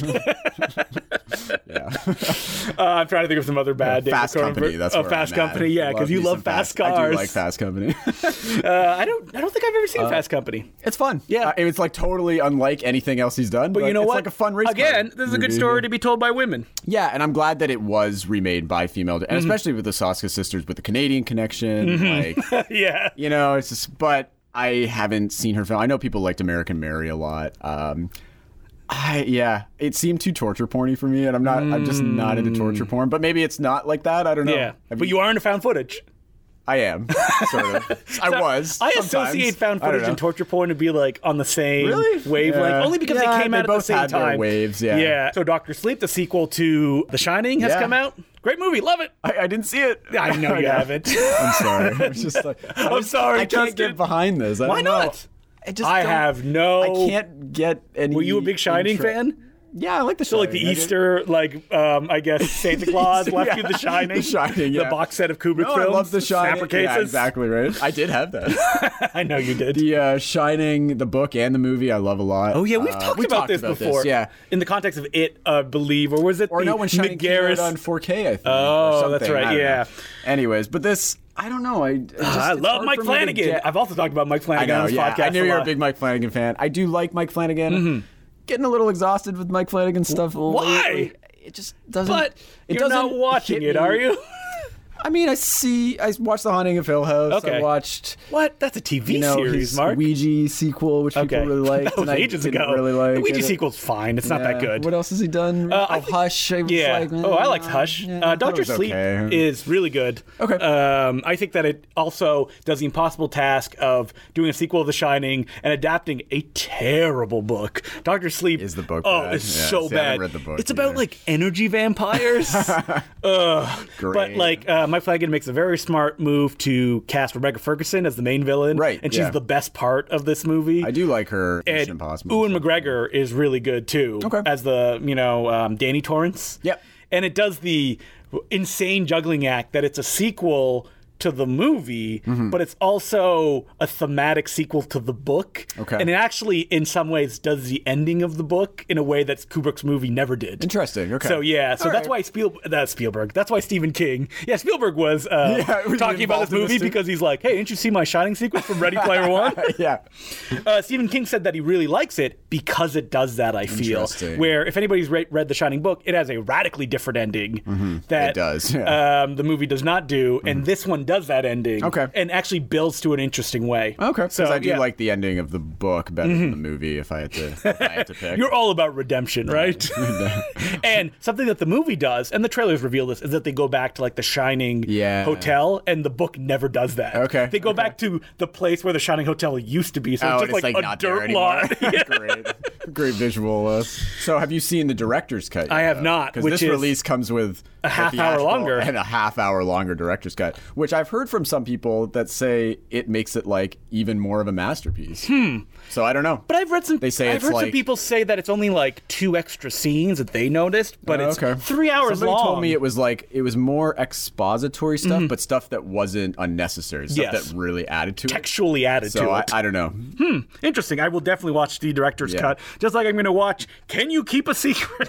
Speaker 2: Uh, I'm trying to think of some other bad David
Speaker 3: Fast
Speaker 2: Cronenberg-
Speaker 3: Company. That's
Speaker 2: oh,
Speaker 3: where I'm
Speaker 2: Fast
Speaker 3: at.
Speaker 2: Company, yeah, because you
Speaker 3: me
Speaker 2: love
Speaker 3: some
Speaker 2: fast
Speaker 3: Fast-
Speaker 2: cars.
Speaker 3: I do like Uh, Fast Company.
Speaker 2: Uh, I don't. I don't think I've ever seen Fast Company.
Speaker 3: it's fun.
Speaker 2: Yeah.
Speaker 3: Uh, and it's like totally unlike anything else he's done.
Speaker 2: But you know
Speaker 3: it's
Speaker 2: what?
Speaker 3: Like a fun race car
Speaker 2: Again, this is a good
Speaker 3: movie.
Speaker 2: story to be told by women.
Speaker 3: Yeah, and I'm glad that it was remade by female,
Speaker 2: Mm-hmm.
Speaker 3: and
Speaker 2: Mm-hmm.
Speaker 3: especially with the Saska sisters with the Canadian connection. Like,
Speaker 2: yeah.
Speaker 3: you know, it's just but I haven't seen her film. I know people liked American Mary a lot. Um, I yeah, it seemed too torture porny for me, and I'm not. I'm just not into torture porn. But maybe it's not like that. I don't know.
Speaker 2: Mm. Yeah,
Speaker 3: Have
Speaker 2: but you are into found footage.
Speaker 3: I am sort of. I was.
Speaker 2: I
Speaker 3: sometimes.
Speaker 2: associate found
Speaker 3: I don't
Speaker 2: footage and
Speaker 3: know.
Speaker 2: torture porn to be like on the same
Speaker 3: Really?
Speaker 2: wavelength,
Speaker 3: Yeah.
Speaker 2: only because
Speaker 3: Yeah,
Speaker 2: they came
Speaker 3: they
Speaker 2: out at the
Speaker 3: both
Speaker 2: same
Speaker 3: had their
Speaker 2: time.
Speaker 3: waves, yeah.
Speaker 2: So Doctor Sleep, the sequel to The Shining, has
Speaker 3: Yeah.
Speaker 2: come out. Great movie, love it.
Speaker 3: I, I didn't see it.
Speaker 2: I know you haven't.
Speaker 3: I'm sorry. I was just like, I
Speaker 2: I'm
Speaker 3: was-
Speaker 2: sorry,
Speaker 3: I can't
Speaker 2: Justin.
Speaker 3: get behind this. I
Speaker 2: Why
Speaker 3: don't know.
Speaker 2: not?
Speaker 3: I just.
Speaker 2: I
Speaker 3: don't-
Speaker 2: have no.
Speaker 3: I can't get any.
Speaker 2: Were you a big Shining
Speaker 3: intro-
Speaker 2: fan?
Speaker 3: Yeah, I like the.
Speaker 2: So like the
Speaker 3: Shining. I did-
Speaker 2: Easter, like um, I guess Santa Claus
Speaker 3: Easter,
Speaker 2: left
Speaker 3: yeah.
Speaker 2: you The Shining,
Speaker 3: The Shining, yeah.
Speaker 2: the box set of Kubrick
Speaker 3: No, I
Speaker 2: films,
Speaker 3: love the Shining.
Speaker 2: snapper cases.
Speaker 3: Yeah, exactly right. I did have that.
Speaker 2: I know you did.
Speaker 3: the uh, Shining, the book and the movie, I love a lot.
Speaker 2: Oh yeah, we've
Speaker 3: Uh,
Speaker 2: talked
Speaker 3: we
Speaker 2: about this before.
Speaker 3: Yeah,
Speaker 2: in the context of it, uh, believe or was it
Speaker 3: or
Speaker 2: the
Speaker 3: no, when Shining
Speaker 2: McGarris?
Speaker 3: came out on 4K, I think. or
Speaker 2: Oh, that's
Speaker 3: something,
Speaker 2: right,
Speaker 3: I don't
Speaker 2: yeah. Ah,
Speaker 3: know. Anyways, but this, I don't know. I I just,
Speaker 2: I
Speaker 3: it's
Speaker 2: love
Speaker 3: hard
Speaker 2: Mike
Speaker 3: for me to
Speaker 2: Flanagan.
Speaker 3: get-
Speaker 2: I've also talked about Mike
Speaker 3: I
Speaker 2: Flanagan
Speaker 3: know.
Speaker 2: on this
Speaker 3: Yeah,
Speaker 2: podcast.
Speaker 3: I knew you
Speaker 2: lot.
Speaker 3: were
Speaker 2: Mm-hmm.
Speaker 3: a big Mike Flanagan fan. I do like Mike Flanagan. Getting a little exhausted with Mike Flanagan stuff. lately. It just doesn't.
Speaker 2: But
Speaker 3: it
Speaker 2: you're
Speaker 3: doesn't
Speaker 2: not watching
Speaker 3: hit
Speaker 2: it,
Speaker 3: me.
Speaker 2: are you?
Speaker 3: I mean, I see. I watched The Haunting of Hill House. I
Speaker 2: Okay.
Speaker 3: watched.
Speaker 2: What? That's a TV
Speaker 3: you know,
Speaker 2: series,
Speaker 3: his
Speaker 2: Mark.
Speaker 3: Ouija sequel, which
Speaker 2: okay,
Speaker 3: people really liked.
Speaker 2: that was
Speaker 3: and I
Speaker 2: ages
Speaker 3: didn't
Speaker 2: ago.
Speaker 3: Really like
Speaker 2: the Ouija
Speaker 3: And it-
Speaker 2: sequel's fine. It's not that
Speaker 3: yeah.
Speaker 2: good.
Speaker 3: What else has he done?
Speaker 2: Uh, I
Speaker 3: oh,
Speaker 2: think-
Speaker 3: Hush. I was
Speaker 2: Yeah.
Speaker 3: like,
Speaker 2: oh, I liked
Speaker 3: uh,
Speaker 2: Hush.
Speaker 3: yeah, I
Speaker 2: uh,
Speaker 3: thought it
Speaker 2: Doctor
Speaker 3: was
Speaker 2: Sleep
Speaker 3: okay.
Speaker 2: is really good.
Speaker 3: Okay.
Speaker 2: Um, I think that it also does the impossible task of doing a sequel of The Shining and adapting a terrible book. Doctor Sleep
Speaker 3: Is the book
Speaker 2: Oh,
Speaker 3: bad?
Speaker 2: it's
Speaker 3: Yeah,
Speaker 2: so
Speaker 3: see, I haven't
Speaker 2: bad.
Speaker 3: read the book
Speaker 2: it's about
Speaker 3: either.
Speaker 2: like energy vampires. Ugh. But
Speaker 3: Great.
Speaker 2: like, uh, Mike Flanagan makes a very smart move to cast Rebecca Ferguson as the main villain,
Speaker 3: Right,
Speaker 2: And she's
Speaker 3: yeah.
Speaker 2: the best part of this movie.
Speaker 3: I do like her.
Speaker 2: And
Speaker 3: Mission Impossible.
Speaker 2: Ewan
Speaker 3: so-
Speaker 2: McGregor is really good too.
Speaker 3: Okay.
Speaker 2: As the you know um, Danny Torrance.
Speaker 3: Yep.
Speaker 2: And it does the insane juggling act that it's a sequel to the movie,
Speaker 3: Mm-hmm.
Speaker 2: but it's also a thematic sequel to the book.
Speaker 3: Okay.
Speaker 2: And it actually, in some ways, does the ending of the book in a way that Kubrick's movie never did.
Speaker 3: Interesting. Okay.
Speaker 2: So yeah, so
Speaker 3: All
Speaker 2: that's
Speaker 3: right.
Speaker 2: why Spiel, that's Spielberg. That's why Stephen King. Yeah, Spielberg was uh,
Speaker 3: Yeah, was he
Speaker 2: talking about
Speaker 3: involved
Speaker 2: this
Speaker 3: in this
Speaker 2: movie
Speaker 3: too?
Speaker 2: because he's like, "Hey, didn't you see my Shining sequence from Ready Player One?"
Speaker 3: yeah.
Speaker 2: Uh, Stephen King said that he really likes it because it does that. I feel
Speaker 3: Interesting.
Speaker 2: where if anybody's re- read The Shining book, it has a radically different ending that
Speaker 3: Mm-hmm. It does, yeah. Mm-hmm.
Speaker 2: um, the movie does not do, and this one does that ending.
Speaker 3: Okay.
Speaker 2: and actually builds to an interesting way.
Speaker 3: Okay.
Speaker 2: so
Speaker 3: I do
Speaker 2: yeah. Mhm.
Speaker 3: like the ending of the book better than the movie. If I had to, if I had to pick.
Speaker 2: You're all about redemption, right? and something that the movie does, and the trailers reveal this, is that they go back to like the Shining
Speaker 3: Yeah.
Speaker 2: Hotel, and the book never does that.
Speaker 3: Okay,
Speaker 2: They go back to the place where the Shining Hotel used to be. So
Speaker 3: Oh,
Speaker 2: it's
Speaker 3: and
Speaker 2: just like, a
Speaker 3: not there
Speaker 2: dirt
Speaker 3: anymore.
Speaker 2: lot. Yeah.
Speaker 3: Great, great visual. Uh, so, have you seen the director's cut? Yet,
Speaker 2: I have
Speaker 3: though?
Speaker 2: not,
Speaker 3: because
Speaker 2: which
Speaker 3: this
Speaker 2: is
Speaker 3: release comes with a
Speaker 2: half hour
Speaker 3: theatrical
Speaker 2: longer.
Speaker 3: and a half hour longer director's cut, which I've heard from some people that say it makes it like even more of a masterpiece. Hmm. So I don't know.
Speaker 2: But I've read some.
Speaker 3: They say
Speaker 2: I've
Speaker 3: it's
Speaker 2: heard some
Speaker 3: like-
Speaker 2: people say that it's only like two extra scenes that they noticed, but
Speaker 3: Oh,
Speaker 2: it's
Speaker 3: okay.
Speaker 2: three hours
Speaker 3: Somebody
Speaker 2: long. Mm-hmm.
Speaker 3: told me it was like it was more expository stuff, but stuff that wasn't unnecessary, stuff
Speaker 2: Yes.
Speaker 3: that really added to it.
Speaker 2: textually added
Speaker 3: So
Speaker 2: to
Speaker 3: I,
Speaker 2: it.
Speaker 3: I don't know.
Speaker 2: Interesting. I will definitely watch the director's
Speaker 3: Yeah.
Speaker 2: cut, just like I'm going to watch. Can you keep a secret?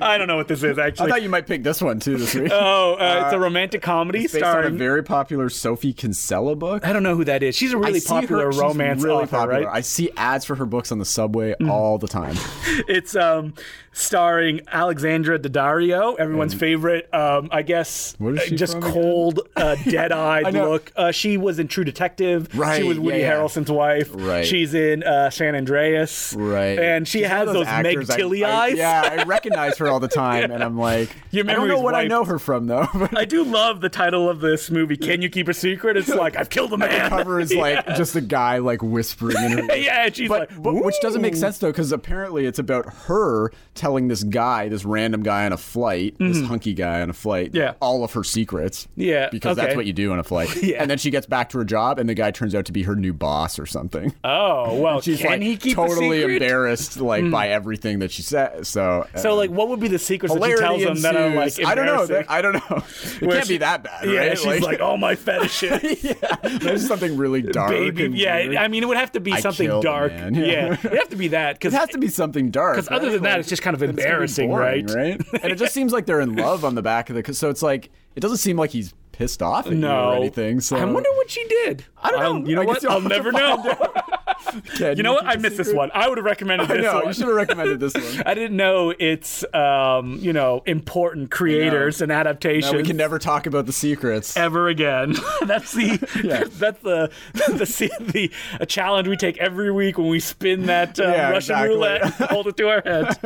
Speaker 2: I don't know what this is
Speaker 3: I
Speaker 2: actually.
Speaker 3: thought you might pick this one too this week.
Speaker 2: oh, uh, it's a romantic comedy
Speaker 3: Based on a
Speaker 2: starring.
Speaker 3: very popular Sophie Kinsella book.
Speaker 2: I don't know who that is. She's a really
Speaker 3: see her-
Speaker 2: popular
Speaker 3: she's
Speaker 2: romance
Speaker 3: really
Speaker 2: author,
Speaker 3: popular.
Speaker 2: right?
Speaker 3: I see ads for her books on the subway all the time.
Speaker 2: It's um, starring Alexandra Daddario, everyone's favorite. Um, I guess
Speaker 3: What is
Speaker 2: uh,
Speaker 3: she
Speaker 2: just
Speaker 3: from again?
Speaker 2: cold, uh,
Speaker 3: I
Speaker 2: dead-eyed
Speaker 3: know.
Speaker 2: look. Uh, she was in True Detective. She
Speaker 3: Right,
Speaker 2: was Woody
Speaker 3: yeah, yeah.
Speaker 2: Harrelson's wife.
Speaker 3: Right.
Speaker 2: She's in uh, San Andreas.
Speaker 3: Right.
Speaker 2: And she
Speaker 3: She's one
Speaker 2: has
Speaker 3: of
Speaker 2: those, Meg
Speaker 3: actors I-
Speaker 2: Tilly
Speaker 3: I-
Speaker 2: eyes.
Speaker 3: Yeah, I recognize her all the time, and I'm like,
Speaker 2: Your
Speaker 3: I don't know
Speaker 2: memory's
Speaker 3: what I
Speaker 2: wiped.
Speaker 3: know her from though. But
Speaker 2: I do love the title of this movie. Can you keep a secret? It's like I've killed a man.
Speaker 3: the cover is like just a guy like whispering in her. ear.
Speaker 2: yeah, and she's
Speaker 3: But,
Speaker 2: like,
Speaker 3: but which doesn't make
Speaker 2: "Ooh."
Speaker 3: sense though, because apparently it's about her telling this guy, this random guy on a flight, this hunky guy on a flight,
Speaker 2: Yeah.
Speaker 3: all of her secrets.
Speaker 2: Yeah,
Speaker 3: because that's
Speaker 2: okay.
Speaker 3: what you do on a flight.
Speaker 2: Yeah.
Speaker 3: And then she gets back to her job, and the guy turns out to be her new boss or something.
Speaker 2: Oh well,
Speaker 3: She's
Speaker 2: can
Speaker 3: like
Speaker 2: he keep
Speaker 3: totally
Speaker 2: a secret? Hmm.
Speaker 3: embarrassed like by everything that she said. So uh,
Speaker 2: So like, what would be the secrets that she
Speaker 3: hilarity
Speaker 2: tells them that are like
Speaker 3: ensues. I don't know.
Speaker 2: embarrassing?
Speaker 3: that- I don't know. It
Speaker 2: Where
Speaker 3: can't
Speaker 2: she-
Speaker 3: be that bad,
Speaker 2: Yeah,
Speaker 3: right?
Speaker 2: she's like, all my fetishes.
Speaker 3: there's something really dark.
Speaker 2: Baby,
Speaker 3: and
Speaker 2: yeah.
Speaker 3: weird.
Speaker 2: I mean, it would have to be
Speaker 3: I
Speaker 2: something
Speaker 3: killed a
Speaker 2: dark.
Speaker 3: man,
Speaker 2: Yeah.
Speaker 3: yeah.
Speaker 2: it would have to be that because
Speaker 3: It has to be something dark. Because
Speaker 2: other than that, it's just kind of embarrassing, right?
Speaker 3: Right? And it just seems like they're in love on the back of the. So it's like it doesn't seem like he's pissed off at you or
Speaker 2: no
Speaker 3: anything. So
Speaker 2: I wonder what she did. Um,
Speaker 3: I don't know.
Speaker 2: you know
Speaker 3: I guess
Speaker 2: what?
Speaker 3: you'll
Speaker 2: I'll
Speaker 3: have to
Speaker 2: never
Speaker 3: find
Speaker 2: know.
Speaker 3: Ken,
Speaker 2: you know what?
Speaker 3: keep
Speaker 2: I
Speaker 3: a
Speaker 2: missed this
Speaker 3: secret?
Speaker 2: one. I would have recommended
Speaker 3: I
Speaker 2: this
Speaker 3: know.
Speaker 2: one.
Speaker 3: You should have recommended this one.
Speaker 2: I didn't know it's um, you know important creators and adaptations.
Speaker 3: Now we can never talk about the secrets.
Speaker 2: ever again. that's the
Speaker 3: Yeah.
Speaker 2: that's the the, se- the a challenge we take every week when we spin that uh,
Speaker 3: Yeah,
Speaker 2: Russian
Speaker 3: exactly.
Speaker 2: roulette, and hold it to our head.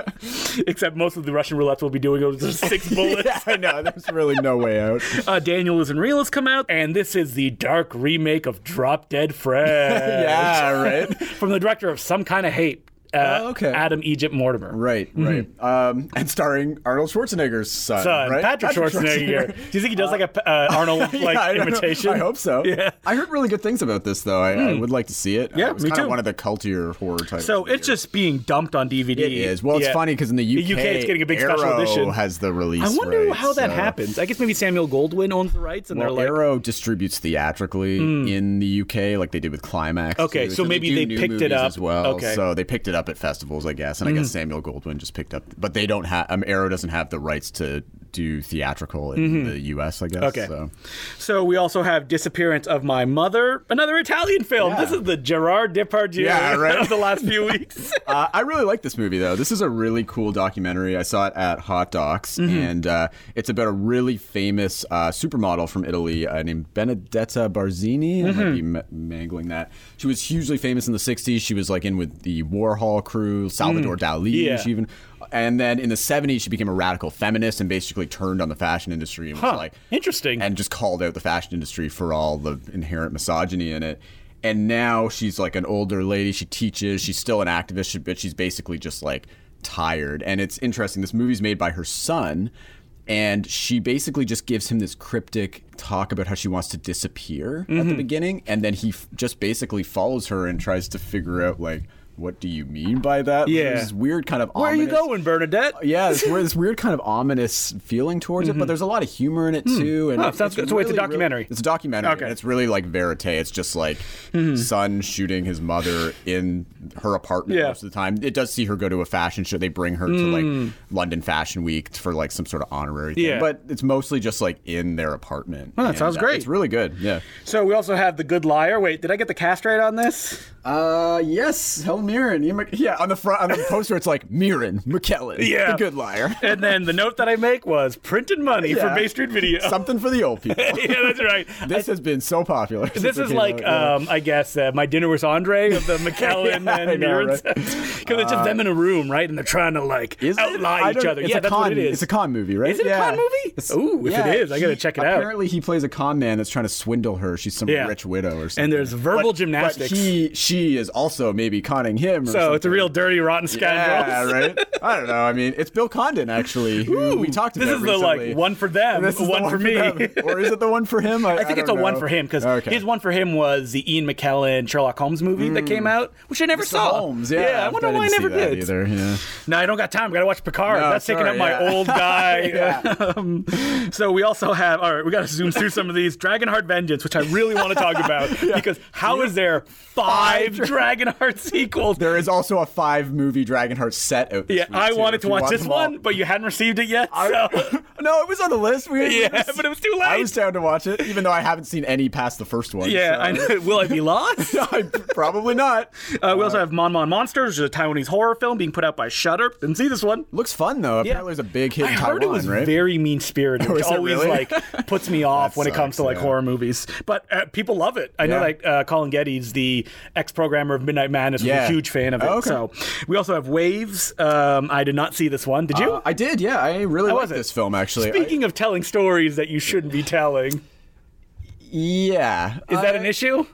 Speaker 2: Except most of the Russian roulettes we'll be doing are just six bullets.
Speaker 3: Yeah, I know. There's really no way out.
Speaker 2: uh, Daniel isn't real has come out, and this is the dark remake of Drop Dead Fred.
Speaker 3: Yeah, right.
Speaker 2: from the director of Some Kind of Hate. Uh,
Speaker 3: Oh, okay.
Speaker 2: Adam Egypt Mortimer.
Speaker 3: Right, right. Um, and starring Arnold Schwarzenegger's son,
Speaker 2: Son,
Speaker 3: right?
Speaker 2: Patrick, Schwarzenegger. Do you think he does like a uh, Arnold
Speaker 3: Yeah,
Speaker 2: like
Speaker 3: I don't know.
Speaker 2: imitation?
Speaker 3: I hope so.
Speaker 2: Yeah. Hmm.
Speaker 3: I heard really good things about this, though. I, I would like to see it.
Speaker 2: Yeah,
Speaker 3: uh, it was
Speaker 2: me
Speaker 3: kind
Speaker 2: too.
Speaker 3: of one of the cultier horror titles.
Speaker 2: So
Speaker 3: of the
Speaker 2: it's
Speaker 3: year.
Speaker 2: just being dumped on DVD.
Speaker 3: it is. Well, it's
Speaker 2: Yeah.
Speaker 3: funny because in the UK,
Speaker 2: The UK, it's getting a big
Speaker 3: Arrow
Speaker 2: special edition.
Speaker 3: Has the release?
Speaker 2: I wonder
Speaker 3: rights,
Speaker 2: how that
Speaker 3: so-
Speaker 2: happens. I guess maybe Samuel Goldwyn owns the rights, and
Speaker 3: Well,
Speaker 2: they're like, Hmm.
Speaker 3: Arrow distributes theatrically in the UK, like they did with Climax.
Speaker 2: Okay,
Speaker 3: too,
Speaker 2: so maybe
Speaker 3: do
Speaker 2: they
Speaker 3: new
Speaker 2: picked it
Speaker 3: movies
Speaker 2: up.
Speaker 3: as well.
Speaker 2: Okay. Hmm.
Speaker 3: so they picked it up at festivals, I guess. And I guess Samuel Goldwyn just picked up, but they don't have. Um, Arrow doesn't have the rights to do theatrical in the US, I guess.
Speaker 2: Hmm. Okay.
Speaker 3: so.
Speaker 2: So we also have Disappearance of My Mother, another Italian film.
Speaker 3: Yeah.
Speaker 2: This is the Gerard Depardieu
Speaker 3: Yeah, right.
Speaker 2: of the last few weeks.
Speaker 3: Uh, I really like this movie though. This is a really cool documentary. I saw it at Hot Docs, and uh, it's about a really famous uh, supermodel from Italy uh, named Benedetta Barzini. I might be ma- mangling that. She was hugely famous in the '60s. She was like in with the Warhol crew, Salvador Dali.
Speaker 2: Yeah.
Speaker 3: She even, and then in the '70s, she became a radical feminist and basically turned on the fashion industry and was like,
Speaker 2: Interesting.
Speaker 3: and just called out the fashion industry for all the inherent misogyny in it. And now she's like an older lady. She teaches. She's still an activist, she- but she's basically just like tired. And it's interesting. This movie's made by her son, and she basically just gives him this cryptic talk about how she wants to disappear at
Speaker 2: Mm-hmm.
Speaker 3: the beginning. And then he f- just basically follows her and tries to figure out, like, what do you mean by that? Like,
Speaker 2: Yeah.
Speaker 3: There's this weird kind of
Speaker 2: Where are you
Speaker 3: ominous- Oh,
Speaker 2: going, Bernadette?
Speaker 3: yeah, it's weird, this weird kind of ominous feeling towards it, but there's a lot of humor in it too. And
Speaker 2: Mm-hmm. Oh,
Speaker 3: it-
Speaker 2: sounds good. So wait, it's a
Speaker 3: really, really-
Speaker 2: documentary.
Speaker 3: it's a documentary.
Speaker 2: Okay. Mm-hmm.
Speaker 3: And it's really like verite. It's just like son shooting his mother in her apartment
Speaker 2: Yeah. Hmm.
Speaker 3: most of the time. It does see her go to a fashion show. They bring her to like London Fashion Week for like some sort of honorary thing.
Speaker 2: Yeah.
Speaker 3: But it's mostly just like in their apartment.
Speaker 2: that
Speaker 3: And,
Speaker 2: sounds
Speaker 3: uh,
Speaker 2: great.
Speaker 3: It's really good. Yeah.
Speaker 2: So we also have The Good Liar. Wait, did I get the cast right on this?
Speaker 3: Uh, yes, Helen Mirren. You might- Yeah, on the front, on the poster, it's like Mirren, McKellen,
Speaker 2: Yeah.
Speaker 3: the good liar.
Speaker 2: And then the note that I make was printed money
Speaker 3: Yeah.
Speaker 2: for Bay Street Video.
Speaker 3: Something for the old people.
Speaker 2: yeah, that's right.
Speaker 3: This has been so popular. since
Speaker 2: This
Speaker 3: it
Speaker 2: is
Speaker 3: came
Speaker 2: like,
Speaker 3: out, yeah.
Speaker 2: um, I guess, uh, my dinner was Andre of the McKellen
Speaker 3: Yeah, I
Speaker 2: and
Speaker 3: know,
Speaker 2: Mirrors.
Speaker 3: right?
Speaker 2: Because it's just them in a room, right? And they're trying to like
Speaker 3: Is it?
Speaker 2: outlie
Speaker 3: I
Speaker 2: each
Speaker 3: don't-
Speaker 2: other.
Speaker 3: It's
Speaker 2: yeah,
Speaker 3: a
Speaker 2: that's
Speaker 3: con,
Speaker 2: what it is.
Speaker 3: It's a con movie, right?
Speaker 2: Is it a
Speaker 3: Yeah.
Speaker 2: con movie?
Speaker 3: It's-
Speaker 2: Ooh, if it
Speaker 3: yeah,
Speaker 2: is, I gotta
Speaker 3: he-
Speaker 2: check it out.
Speaker 3: Apparently, he plays a con man that's trying to swindle her. She's some
Speaker 2: Yeah.
Speaker 3: rich widow or something.
Speaker 2: And there's verbal
Speaker 3: but
Speaker 2: gymnastics.
Speaker 3: he, she is also maybe conning him. Or
Speaker 2: so it's a
Speaker 3: something.
Speaker 2: real dirty, rotten scoundrel.
Speaker 3: Yeah, right. I don't know. I mean, it's Bill Condon actually who we talked
Speaker 2: This
Speaker 3: about.
Speaker 2: is the
Speaker 3: recently.
Speaker 2: like one for them,
Speaker 3: This is the
Speaker 2: one, for me.
Speaker 3: them. or is it the one for him? I,
Speaker 2: I think it's a
Speaker 3: don't
Speaker 2: one
Speaker 3: know.
Speaker 2: for him because
Speaker 3: Okay.
Speaker 2: his one for him was the Ian McKellen Sherlock Holmes movie that came out, which I never
Speaker 3: Mm. Mr.
Speaker 2: saw.
Speaker 3: Holmes, yeah.
Speaker 2: I wonder why I
Speaker 3: didn't see
Speaker 2: never
Speaker 3: that
Speaker 2: did.
Speaker 3: either. Yeah.
Speaker 2: No, I don't got time. I gotta watch Picard.
Speaker 3: No,
Speaker 2: That's taking up
Speaker 3: sorry,
Speaker 2: my
Speaker 3: yeah.
Speaker 2: old guy.
Speaker 3: Yeah.
Speaker 2: um, so we also have. All right, we gotta zoom through some of these. Dragonheart Vengeance, which I really want to talk about because how is there five Dragonheart sequels?
Speaker 3: There is also a five movie Dragonheart set out. This
Speaker 2: yeah,
Speaker 3: week,
Speaker 2: I
Speaker 3: too,
Speaker 2: wanted
Speaker 3: if
Speaker 2: to
Speaker 3: you
Speaker 2: watch
Speaker 3: want
Speaker 2: this
Speaker 3: them all.
Speaker 2: one, but you hadn't received it yet. so.
Speaker 3: no, it was on the list. We
Speaker 2: Yeah, but it was too
Speaker 3: I
Speaker 2: late.
Speaker 3: was down to watch it, even though I haven't seen any past the first one.
Speaker 2: Yeah,
Speaker 3: so-
Speaker 2: I know. Will I be lost?
Speaker 3: I probably not.
Speaker 2: Uh, we also have Mon Mon Monsters, which is a Taiwanese horror film being put out by Shudder. Didn't see this one.
Speaker 3: Looks fun though.
Speaker 2: Yeah.
Speaker 3: Apparently, it was a big hit
Speaker 2: I
Speaker 3: in
Speaker 2: heard
Speaker 3: Taiwan,
Speaker 2: it was
Speaker 3: right?
Speaker 2: very mean spirited, which
Speaker 3: is it
Speaker 2: always
Speaker 3: really?
Speaker 2: like puts me off when it comes
Speaker 3: sucks,
Speaker 2: to like
Speaker 3: yeah.
Speaker 2: horror movies. But uh, people love it. I know
Speaker 3: Yeah.
Speaker 2: like uh, Colin Geddes, the ex programmer of Midnight Madness, was a
Speaker 3: Yeah.
Speaker 2: huge fan of it.
Speaker 3: Oh, okay.
Speaker 2: So we also have Waves. Um, I did not see this one. Did you?
Speaker 3: Uh, I did. Yeah, I really
Speaker 2: How
Speaker 3: liked
Speaker 2: was it?
Speaker 3: this film actually. I-
Speaker 2: Speaking of telling stories that you shouldn't be telling, is
Speaker 3: yeah, is
Speaker 2: that an issue?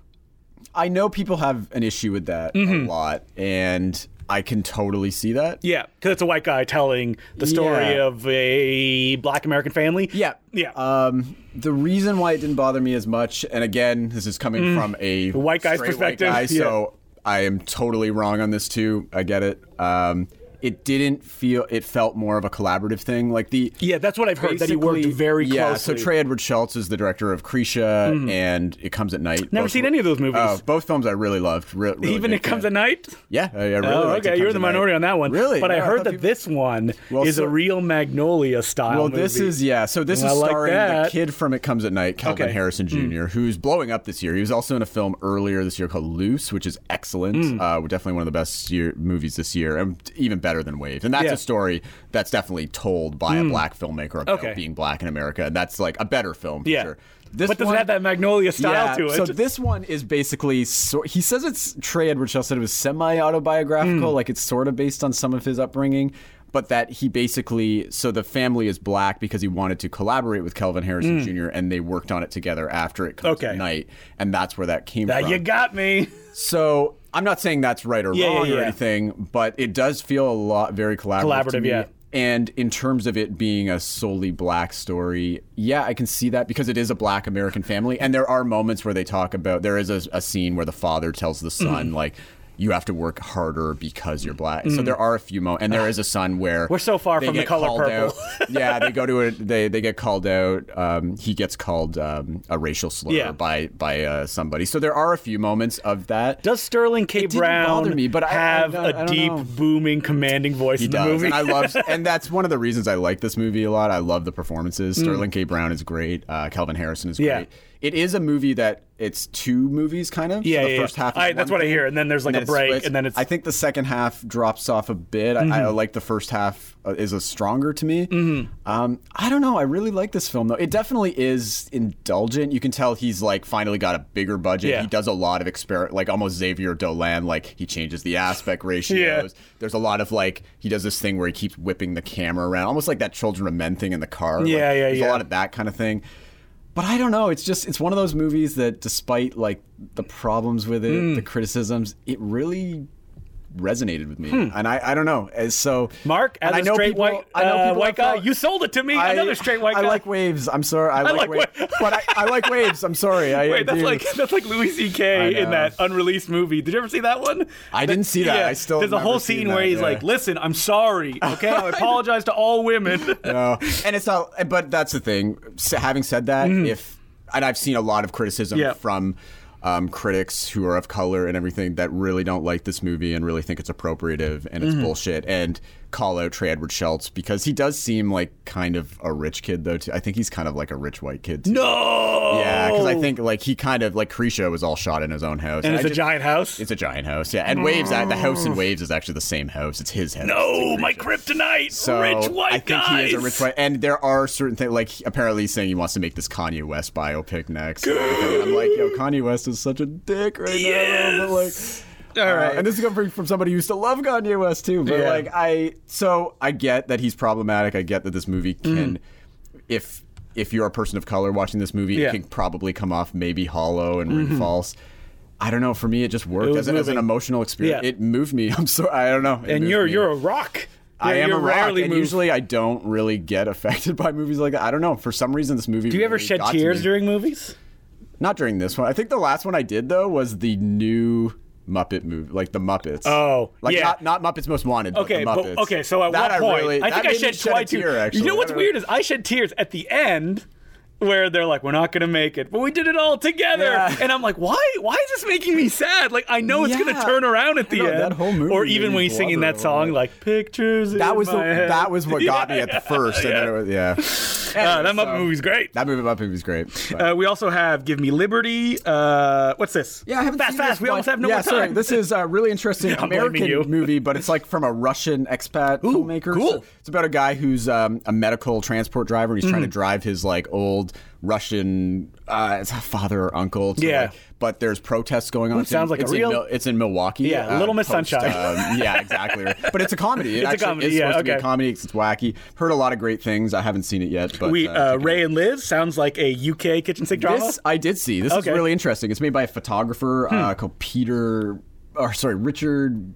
Speaker 3: I know people have an issue with that
Speaker 2: Mm-hmm.
Speaker 3: a lot, and I can totally see that.
Speaker 2: Yeah, because it's a white guy telling the story
Speaker 3: Yeah.
Speaker 2: of a black American family.
Speaker 3: Yeah.
Speaker 2: Yeah.
Speaker 3: Um, the reason why it didn't bother me as much, and again, this is coming from a
Speaker 2: Mm. white guy's
Speaker 3: straight
Speaker 2: perspective,
Speaker 3: white guy,
Speaker 2: yeah.
Speaker 3: so I am totally wrong on this too. I get it. Um, it didn't feel it felt more of a collaborative thing. Like the
Speaker 2: Yeah, that's what I've heard. That he worked
Speaker 3: basically-
Speaker 2: very closely. Mm-hmm.
Speaker 3: yeah, so Trey Edward Schultz is the director of Cretia and It Comes at Night.
Speaker 2: Never
Speaker 3: Both-
Speaker 2: seen any of those movies.
Speaker 3: Oh, both films I really loved. Re- really
Speaker 2: Even
Speaker 3: big
Speaker 2: it comes
Speaker 3: fan.
Speaker 2: at night.
Speaker 3: Yeah, I, I really
Speaker 2: Oh,
Speaker 3: liked It
Speaker 2: okay. You're
Speaker 3: Comes
Speaker 2: in the
Speaker 3: at Night.
Speaker 2: minority on that one.
Speaker 3: Really?
Speaker 2: But I
Speaker 3: Yeah,
Speaker 2: heard
Speaker 3: thought
Speaker 2: that
Speaker 3: people-
Speaker 2: this one
Speaker 3: Well,
Speaker 2: is
Speaker 3: so-
Speaker 2: a real Magnolia style.
Speaker 3: Well, this
Speaker 2: movie.
Speaker 3: is yeah. So this
Speaker 2: Well, I
Speaker 3: is
Speaker 2: like
Speaker 3: starring the
Speaker 2: that.
Speaker 3: kid from It Comes at Night, Calvin
Speaker 2: Okay. Hmm.
Speaker 3: Harrison Jr., who's blowing up this year. He was also in a film earlier this year called Loose, which is excellent.
Speaker 2: Hmm.
Speaker 3: Uh, definitely one of the best year, movies this year, and even better than Wave. And that's
Speaker 2: Yeah. Hmm.
Speaker 3: a story that's definitely told by a black filmmaker about
Speaker 2: Okay.
Speaker 3: being black in America, and that's like a better film. For
Speaker 2: yeah.
Speaker 3: sure. This
Speaker 2: but does
Speaker 3: one-
Speaker 2: it have that Magnolia style
Speaker 3: yeah,
Speaker 2: to it?
Speaker 3: So this one is basically sort. He says it's Trey Edward Schultz said it was semi autobiographical,
Speaker 2: Hmm.
Speaker 3: like it's sort of based on some of his upbringing, but that he basically so the family is black because he wanted to collaborate with Kelvin Harrison Jr. and they worked on it together after it comes
Speaker 2: Hmm. Okay.
Speaker 3: at night, and that's where that came
Speaker 2: Ah,
Speaker 3: from.
Speaker 2: you got me.
Speaker 3: So I'm not saying that's right or
Speaker 2: Yeah, yeah,
Speaker 3: wrong or
Speaker 2: yeah.
Speaker 3: anything, but it does feel a lot very collaborative. to
Speaker 2: Collaborative,
Speaker 3: me.
Speaker 2: yeah.
Speaker 3: And in terms of it being a solely black story, yeah, I can see that because it is a black American family, and there are moments where they talk about. There is a, a scene where the father tells the son
Speaker 2: Mm-hmm.
Speaker 3: like. You have to work harder because you're black. So there are a few moments, and there is a son
Speaker 2: Ah.
Speaker 3: where
Speaker 2: We're so far
Speaker 3: they
Speaker 2: from the
Speaker 3: get
Speaker 2: color
Speaker 3: called
Speaker 2: purple.
Speaker 3: out. yeah, they go to a they they get called out. Um, he gets called um, a racial slur
Speaker 2: Yeah.
Speaker 3: by by uh, somebody. So there are a few moments of that.
Speaker 2: Does Sterling K.
Speaker 3: didn't
Speaker 2: Brown
Speaker 3: bother me, but I- I-
Speaker 2: have
Speaker 3: I- I
Speaker 2: a
Speaker 3: don't
Speaker 2: deep,
Speaker 3: know.
Speaker 2: booming, commanding voice
Speaker 3: He
Speaker 2: in
Speaker 3: does.
Speaker 2: the movie?
Speaker 3: And I love, and that's one of the reasons I like this movie a lot. I love the performances. Sterling K. Brown is great. Uh, Calvin Harrison is great.
Speaker 2: Mm. Yeah.
Speaker 3: It is a movie that it's two movies, kind of. So
Speaker 2: Yeah,
Speaker 3: the
Speaker 2: yeah,
Speaker 3: first
Speaker 2: yeah.
Speaker 3: half. Is
Speaker 2: I- that's
Speaker 3: one
Speaker 2: what I
Speaker 3: thing,
Speaker 2: hear, and then there's, like, a
Speaker 3: it
Speaker 2: break,
Speaker 3: splits.
Speaker 2: and then it's- Mm-hmm.
Speaker 3: I think the second half drops off a bit. I, I like the first half uh, is a stronger to me. Um, I don't know. I really like this film though. It definitely is indulgent. You can tell he's like finally got a bigger budget.
Speaker 2: Yeah.
Speaker 3: He does a lot of experiment, like almost Xavier Dolan. Like he changes the aspect ratio
Speaker 2: Yeah.
Speaker 3: there's a lot of like he does this thing where he keeps whipping the camera around, almost like that Children of Men thing in the car. Like,
Speaker 2: Yeah, yeah,
Speaker 3: There's a
Speaker 2: yeah.
Speaker 3: lot of that kind of thing. But I don't know. It's just it's one of those movies that, despite like the problems with it,
Speaker 2: Hmm.
Speaker 3: the criticisms, it really resonated with me. And I, I don't know. And so
Speaker 2: Hmm. Mark, as
Speaker 3: and I
Speaker 2: a
Speaker 3: know
Speaker 2: straight
Speaker 3: people-
Speaker 2: white,
Speaker 3: I know
Speaker 2: uh,
Speaker 3: people
Speaker 2: white
Speaker 3: have
Speaker 2: guy,
Speaker 3: felt-
Speaker 2: you sold it to me. another straight white
Speaker 3: I
Speaker 2: guy.
Speaker 3: like waves. I'm sorry. I, like,
Speaker 2: like
Speaker 3: waves,
Speaker 2: wa-
Speaker 3: but I, I like waves. I'm sorry. I,
Speaker 2: Wait, that's
Speaker 3: do.
Speaker 2: like that's like Louis
Speaker 3: I
Speaker 2: C.K.
Speaker 3: know.
Speaker 2: in that unreleased movie. Did you ever see that one?
Speaker 3: I didn't see that. I still
Speaker 2: there's a
Speaker 3: have
Speaker 2: whole
Speaker 3: never seen
Speaker 2: scene where
Speaker 3: that,
Speaker 2: he's
Speaker 3: yeah.
Speaker 2: like, "Listen, I'm sorry. Okay, I apologize to all women."
Speaker 3: no. And it's not. But that's the thing. So having said that, if and I've seen a lot of criticism
Speaker 2: Mm-hmm. Yeah.
Speaker 3: from um, critics who are of color and everything that really don't like this movie and really think it's appropriative and
Speaker 2: Mm-hmm.
Speaker 3: it's bullshit and call out Trey Edward Schultz because he does seem like kind of a rich kid though. Too. I think he's kind of like a rich white kid. Too.
Speaker 2: no.
Speaker 3: Yeah, because I think like he kind of like Cretia was all shot in his own house.
Speaker 2: and
Speaker 3: I
Speaker 2: it's a
Speaker 3: just-
Speaker 2: giant house. Mm.
Speaker 3: It's a giant house, yeah. And Waves, uh, the house in Waves is actually the same house. It's his house.
Speaker 2: no,
Speaker 3: It's a
Speaker 2: my
Speaker 3: Cretia.
Speaker 2: kryptonite.
Speaker 3: So
Speaker 2: rich white
Speaker 3: I think
Speaker 2: guys.
Speaker 3: he is a rich white, and there are certain things like apparently he's saying he wants to make this Kanye West biopic next. and everything. I'm like, yo, Kanye West is such a dick right now. But like,
Speaker 2: All
Speaker 3: uh,
Speaker 2: right.
Speaker 3: and this is coming from somebody who used to love Kanye West too. But
Speaker 2: Yeah.
Speaker 3: like, I so I get that he's problematic. I get that this movie
Speaker 2: Mm-hmm.
Speaker 3: can, if if you're a person of color watching this movie,
Speaker 2: Yeah. Mm-hmm.
Speaker 3: it can probably come off maybe hollow and ring false. I don't know. For me, it just worked
Speaker 2: was
Speaker 3: as, an- as an
Speaker 2: moving. emotional
Speaker 3: emotional experience.
Speaker 2: Yeah.
Speaker 3: It moved me. I'm sorry. I don't know. It
Speaker 2: and
Speaker 3: moved
Speaker 2: you're
Speaker 3: me.
Speaker 2: you're a rock.
Speaker 3: I
Speaker 2: Yeah,
Speaker 3: am
Speaker 2: you're
Speaker 3: a rock,
Speaker 2: rarely
Speaker 3: and
Speaker 2: moved.
Speaker 3: usually I don't really get affected by movies like that. I don't know. For some reason, this movie.
Speaker 2: Do you ever
Speaker 3: really
Speaker 2: shed
Speaker 3: got to
Speaker 2: tears
Speaker 3: me.
Speaker 2: during movies?
Speaker 3: Not during this one. I think the last one I did though was the new Muppet movie, like the Muppets.
Speaker 2: Oh,
Speaker 3: like
Speaker 2: yeah.
Speaker 3: not not Muppets Most Wanted.
Speaker 2: Okay,
Speaker 3: but, the
Speaker 2: but
Speaker 3: Muppets.
Speaker 2: okay. So at what
Speaker 3: That
Speaker 2: point?
Speaker 3: really-
Speaker 2: I
Speaker 3: that
Speaker 2: think I
Speaker 3: made me
Speaker 2: shed
Speaker 3: shed a
Speaker 2: twice.
Speaker 3: tear, actually.
Speaker 2: You know what's
Speaker 3: I don't
Speaker 2: weird is I shed tears at the end. Where they're like, we're not gonna make it, but we did it all together,
Speaker 3: Yeah.
Speaker 2: and I'm like, why? Why is this making me sad? Like, I know it's
Speaker 3: Yeah.
Speaker 2: gonna turn around at the
Speaker 3: know,
Speaker 2: end,
Speaker 3: that whole movie
Speaker 2: or
Speaker 3: made
Speaker 2: even
Speaker 3: me
Speaker 2: when he's singing
Speaker 3: blubber
Speaker 2: that
Speaker 3: a
Speaker 2: song,
Speaker 3: little
Speaker 2: like pictures.
Speaker 3: That
Speaker 2: in
Speaker 3: was the,
Speaker 2: my head.
Speaker 3: that was what got me
Speaker 2: Yeah,
Speaker 3: at the first, and then it was yeah.
Speaker 2: Uh, that Muppet
Speaker 3: So-
Speaker 2: movie's great.
Speaker 3: That movie Muppet movie's great. but-
Speaker 2: Uh, we also have Give Me Liberty. Uh, what's this?
Speaker 3: Yeah, I haven't
Speaker 2: fast,
Speaker 3: seen
Speaker 2: fast.
Speaker 3: This
Speaker 2: we
Speaker 3: one.
Speaker 2: almost have no
Speaker 3: yeah,
Speaker 2: more time.
Speaker 3: Sorry. This is a really interesting
Speaker 2: I'm blaming you.
Speaker 3: American movie, but it's like from a Russian expat filmmaker.
Speaker 2: cool.
Speaker 3: So it's about a guy who's um, a medical transport driver. and He's
Speaker 2: Hmm.
Speaker 3: trying to drive his like old Russian uh, it's a father or uncle. to,
Speaker 2: Yeah.
Speaker 3: like- but there's protests going on. It's in-
Speaker 2: sounds like a
Speaker 3: it's
Speaker 2: real-
Speaker 3: In, Mil- it's in Milwaukee. uh,
Speaker 2: Yeah, Little Miss Sunshine.
Speaker 3: um, yeah, exactly. Right. But it's a comedy. It
Speaker 2: It's a
Speaker 3: actually
Speaker 2: comedy,
Speaker 3: is
Speaker 2: yeah,
Speaker 3: supposed to be a
Speaker 2: okay.
Speaker 3: comedy. It's, it's wacky. Heard a lot of great things. I haven't seen it yet, but
Speaker 2: we
Speaker 3: uh,
Speaker 2: uh,
Speaker 3: check it out.
Speaker 2: Ray and Liz sounds like a UK kitchen sink drama.
Speaker 3: This I did see. This
Speaker 2: Okay. Hmm.
Speaker 3: is really interesting. It's made by a photographer uh, called Peter, or sorry, Richard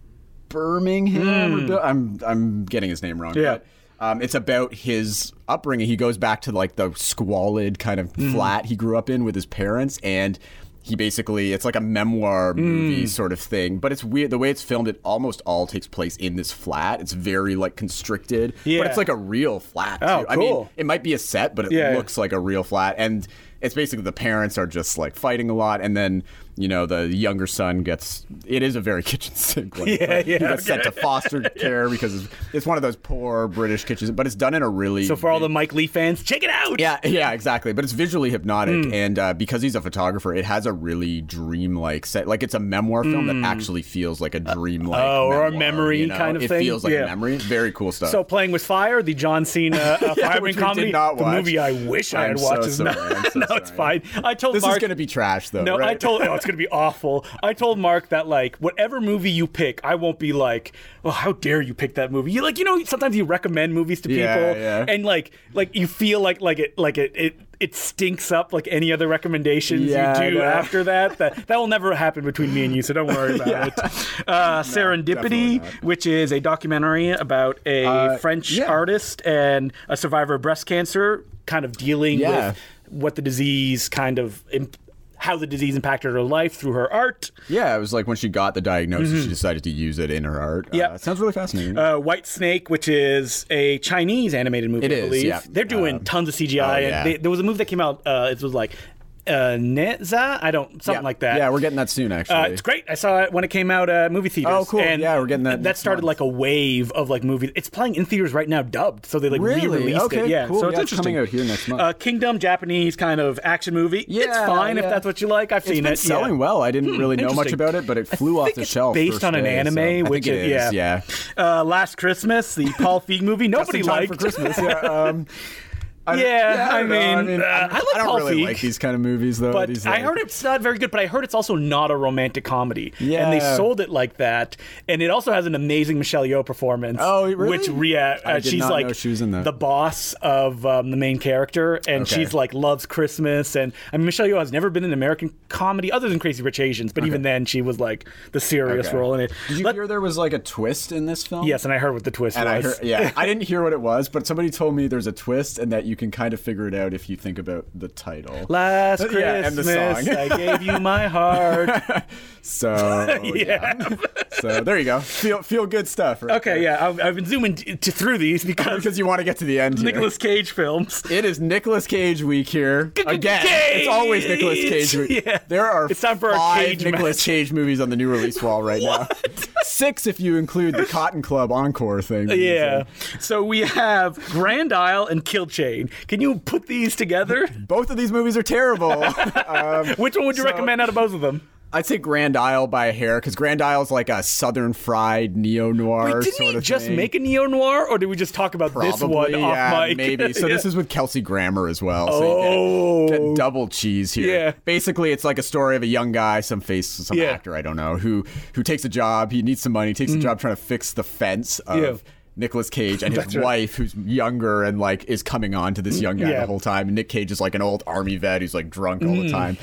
Speaker 3: Birmingham. or Bir- I'm I'm getting his name wrong.
Speaker 2: Hmm. Yeah.
Speaker 3: but, um, it's about his
Speaker 2: Hmm.
Speaker 3: upbringing. He goes back to like the squalid kind of flat he grew up in with his parents, and he basically it's like a memoir
Speaker 2: Hmm.
Speaker 3: movie sort of thing, but it's weird the way it's filmed. It almost all takes place in this flat. It's very like constricted,
Speaker 2: Yeah.
Speaker 3: but it's like a real flat. Too.
Speaker 2: Oh,
Speaker 3: I mean,
Speaker 2: cool.
Speaker 3: it might be a set, but it
Speaker 2: Yeah.
Speaker 3: looks like a real flat and. It's basically the parents are just like fighting a lot, and then you know the younger son gets. It is a very kitchen sink. Like,
Speaker 2: Yeah,
Speaker 3: He
Speaker 2: yeah,
Speaker 3: gets sent to foster care because it's, it's one of those poor British kitchens, but it's done in a really
Speaker 2: So for all the Mike Lee fans, check it out.
Speaker 3: yeah, yeah, exactly. But it's visually hypnotic,
Speaker 2: Hmm.
Speaker 3: and uh, because he's a photographer, it has a really dreamlike set. Like it's a memoir film that actually feels like a dreamlike.
Speaker 2: Hmm. oh, or a
Speaker 3: memoir,
Speaker 2: memory
Speaker 3: you know?
Speaker 2: kind of
Speaker 3: it
Speaker 2: thing?
Speaker 3: It feels like
Speaker 2: Yeah.
Speaker 3: a memory. Very cool stuff.
Speaker 2: So playing with fire, the John Cena uh, fireman
Speaker 3: which we
Speaker 2: comedy,
Speaker 3: did not
Speaker 2: the
Speaker 3: watch.
Speaker 2: movie I wish I
Speaker 3: I'm
Speaker 2: had
Speaker 3: so
Speaker 2: watched. is
Speaker 3: sorry,
Speaker 2: not-
Speaker 3: I'm so
Speaker 2: no, it's
Speaker 3: sorry.
Speaker 2: fine. I told
Speaker 3: this
Speaker 2: Mark
Speaker 3: is gonna be trash, though.
Speaker 2: No, I
Speaker 3: right?
Speaker 2: told. Oh, it's gonna be awful. I told Mark that like whatever movie you pick, I won't be like, oh, how dare you pick that movie? You like, you know, sometimes you recommend movies to people,
Speaker 3: Yeah, yeah.
Speaker 2: and like, like you feel like like it like it it, it stinks up like any other recommendations
Speaker 3: Yeah, I
Speaker 2: you do
Speaker 3: know.
Speaker 2: after that. That that will never happen between me and you, so don't worry about it. Uh,
Speaker 3: definitely
Speaker 2: Serendipity,
Speaker 3: not. Uh,
Speaker 2: which is a documentary about a French
Speaker 3: yeah.
Speaker 2: artist and a survivor of breast cancer, kind of dealing
Speaker 3: Yeah.
Speaker 2: with what the disease kind of imp- how the disease impacted her life through her art.
Speaker 3: Yeah, it was like when she got the diagnosis, she decided to use it in her art.
Speaker 2: Yep.
Speaker 3: uh, it sounds really fascinating.
Speaker 2: Mm-hmm. Uh, White Snake, which is a Chinese animated movie,
Speaker 3: It
Speaker 2: I
Speaker 3: is,
Speaker 2: believe.
Speaker 3: yeah.
Speaker 2: They're doing tons of CGI.
Speaker 3: oh,
Speaker 2: and
Speaker 3: yeah.
Speaker 2: they, there was a movie that came out. Uh, it was like uh, Netza, I don't something
Speaker 3: Yeah.
Speaker 2: like that.
Speaker 3: Yeah, we're getting that soon. Actually,
Speaker 2: Uh, it's great. I saw it when it came out at movie theaters.
Speaker 3: Oh, cool.
Speaker 2: And
Speaker 3: Yeah, we're getting that
Speaker 2: That
Speaker 3: next
Speaker 2: started like
Speaker 3: month.
Speaker 2: a wave of like movies. It's playing in theaters right now, dubbed. So they like
Speaker 3: Really?
Speaker 2: re-released it.
Speaker 3: Okay,
Speaker 2: Yeah,
Speaker 3: cool.
Speaker 2: so it's
Speaker 3: Yeah, it's
Speaker 2: interesting.
Speaker 3: coming out here next month.
Speaker 2: Uh, Kingdom, Japanese kind of action movie. it's
Speaker 3: Yeah,
Speaker 2: fine if
Speaker 3: yeah.
Speaker 2: that's what you like. I've
Speaker 3: It's
Speaker 2: seen
Speaker 3: been
Speaker 2: it.
Speaker 3: selling
Speaker 2: yeah. Hmm,
Speaker 3: well. I didn't really know much
Speaker 2: interesting.
Speaker 3: about it, but it flew off
Speaker 2: think
Speaker 3: the
Speaker 2: it's
Speaker 3: shelf.
Speaker 2: based
Speaker 3: first
Speaker 2: on an
Speaker 3: day,
Speaker 2: anime,
Speaker 3: so- I think
Speaker 2: which
Speaker 3: it
Speaker 2: is- yeah.
Speaker 3: is, yeah.
Speaker 2: Uh, Last Christmas, the Paul Feig movie. Nobody
Speaker 3: Just in time
Speaker 2: liked.
Speaker 3: for Christmas. Yeah, um, I,
Speaker 2: Yeah, I
Speaker 3: don't know.
Speaker 2: mean, uh,
Speaker 3: I'm-
Speaker 2: I like
Speaker 3: don't
Speaker 2: Paul
Speaker 3: really
Speaker 2: Feig,
Speaker 3: like these kind of movies though.
Speaker 2: But
Speaker 3: these,
Speaker 2: I
Speaker 3: like-
Speaker 2: heard it's not very good. But I heard it's also not a romantic comedy. and they
Speaker 3: Yeah.
Speaker 2: sold it like that. And it also has an amazing Michelle Yeoh performance.
Speaker 3: Oh, really?
Speaker 2: Which Rhea, uh,
Speaker 3: I did
Speaker 2: she's
Speaker 3: not
Speaker 2: like
Speaker 3: know she was in that.
Speaker 2: the boss of um, the main character, and
Speaker 3: Okay.
Speaker 2: she's like loves Christmas. And I mean, Michelle Yeoh has never been in American comedy other than Crazy Rich Asians. But even then, she was like the serious
Speaker 3: Okay.
Speaker 2: role in it.
Speaker 3: Did you
Speaker 2: Let-
Speaker 3: hear there was like a twist in this film?
Speaker 2: yes, and I heard what the twist
Speaker 3: And I
Speaker 2: was.
Speaker 3: heard, yeah, I didn't hear what it was, but somebody told me there's a twist and that you can kind of figure it out if you think about the title.
Speaker 2: Last Christmas,
Speaker 3: Yeah, and the song.
Speaker 2: I gave you my heart.
Speaker 3: So yeah. so there you go. Feel feel good stuff. Right
Speaker 2: Okay, yeah, I've, I've been zooming t- t- through these because
Speaker 3: Because you want to get to the end. here.
Speaker 2: Nicolas Cage films.
Speaker 3: It is Nicolas Cage week here. Again,
Speaker 2: Cage!
Speaker 3: it's always Nicolas Cage week.
Speaker 2: Yeah.
Speaker 3: There are
Speaker 2: It's time for our
Speaker 3: five
Speaker 2: cage
Speaker 3: Nicolas Cage movies on the new release wall right now. Six if you include the Cotton Club encore thing. that he's
Speaker 2: Yeah.
Speaker 3: in.
Speaker 2: So we have Grand Isle and Kill Chain. Can you put these together?
Speaker 3: Both of these movies are terrible. um,
Speaker 2: Which one would you
Speaker 3: So-
Speaker 2: recommend out of both of them?
Speaker 3: I'd say Grand Isle by a hair because Grand Isle's like a Southern fried neo noir.
Speaker 2: Wait, didn't
Speaker 3: sort
Speaker 2: he
Speaker 3: of
Speaker 2: just
Speaker 3: thing.
Speaker 2: make a neo noir, or did we just talk about
Speaker 3: Probably,
Speaker 2: this one
Speaker 3: yeah,
Speaker 2: off mic?
Speaker 3: maybe. So this is with Kelsey Grammer as well.
Speaker 2: Oh.
Speaker 3: So you get, get double cheese here.
Speaker 2: Yeah.
Speaker 3: Basically, it's like a story of a young guy, some face, some
Speaker 2: Yeah. Mm.
Speaker 3: actor, I don't know, who who takes a job. He needs some money. Takes a job trying to fix the fence of.
Speaker 2: Yeah.
Speaker 3: Nicolas Cage and his
Speaker 2: right. Mm,
Speaker 3: wife, who's younger and like is coming on to this young guy
Speaker 2: Yeah. Mm.
Speaker 3: the whole time. And Nick Cage is like an old army vet who's like drunk all the time.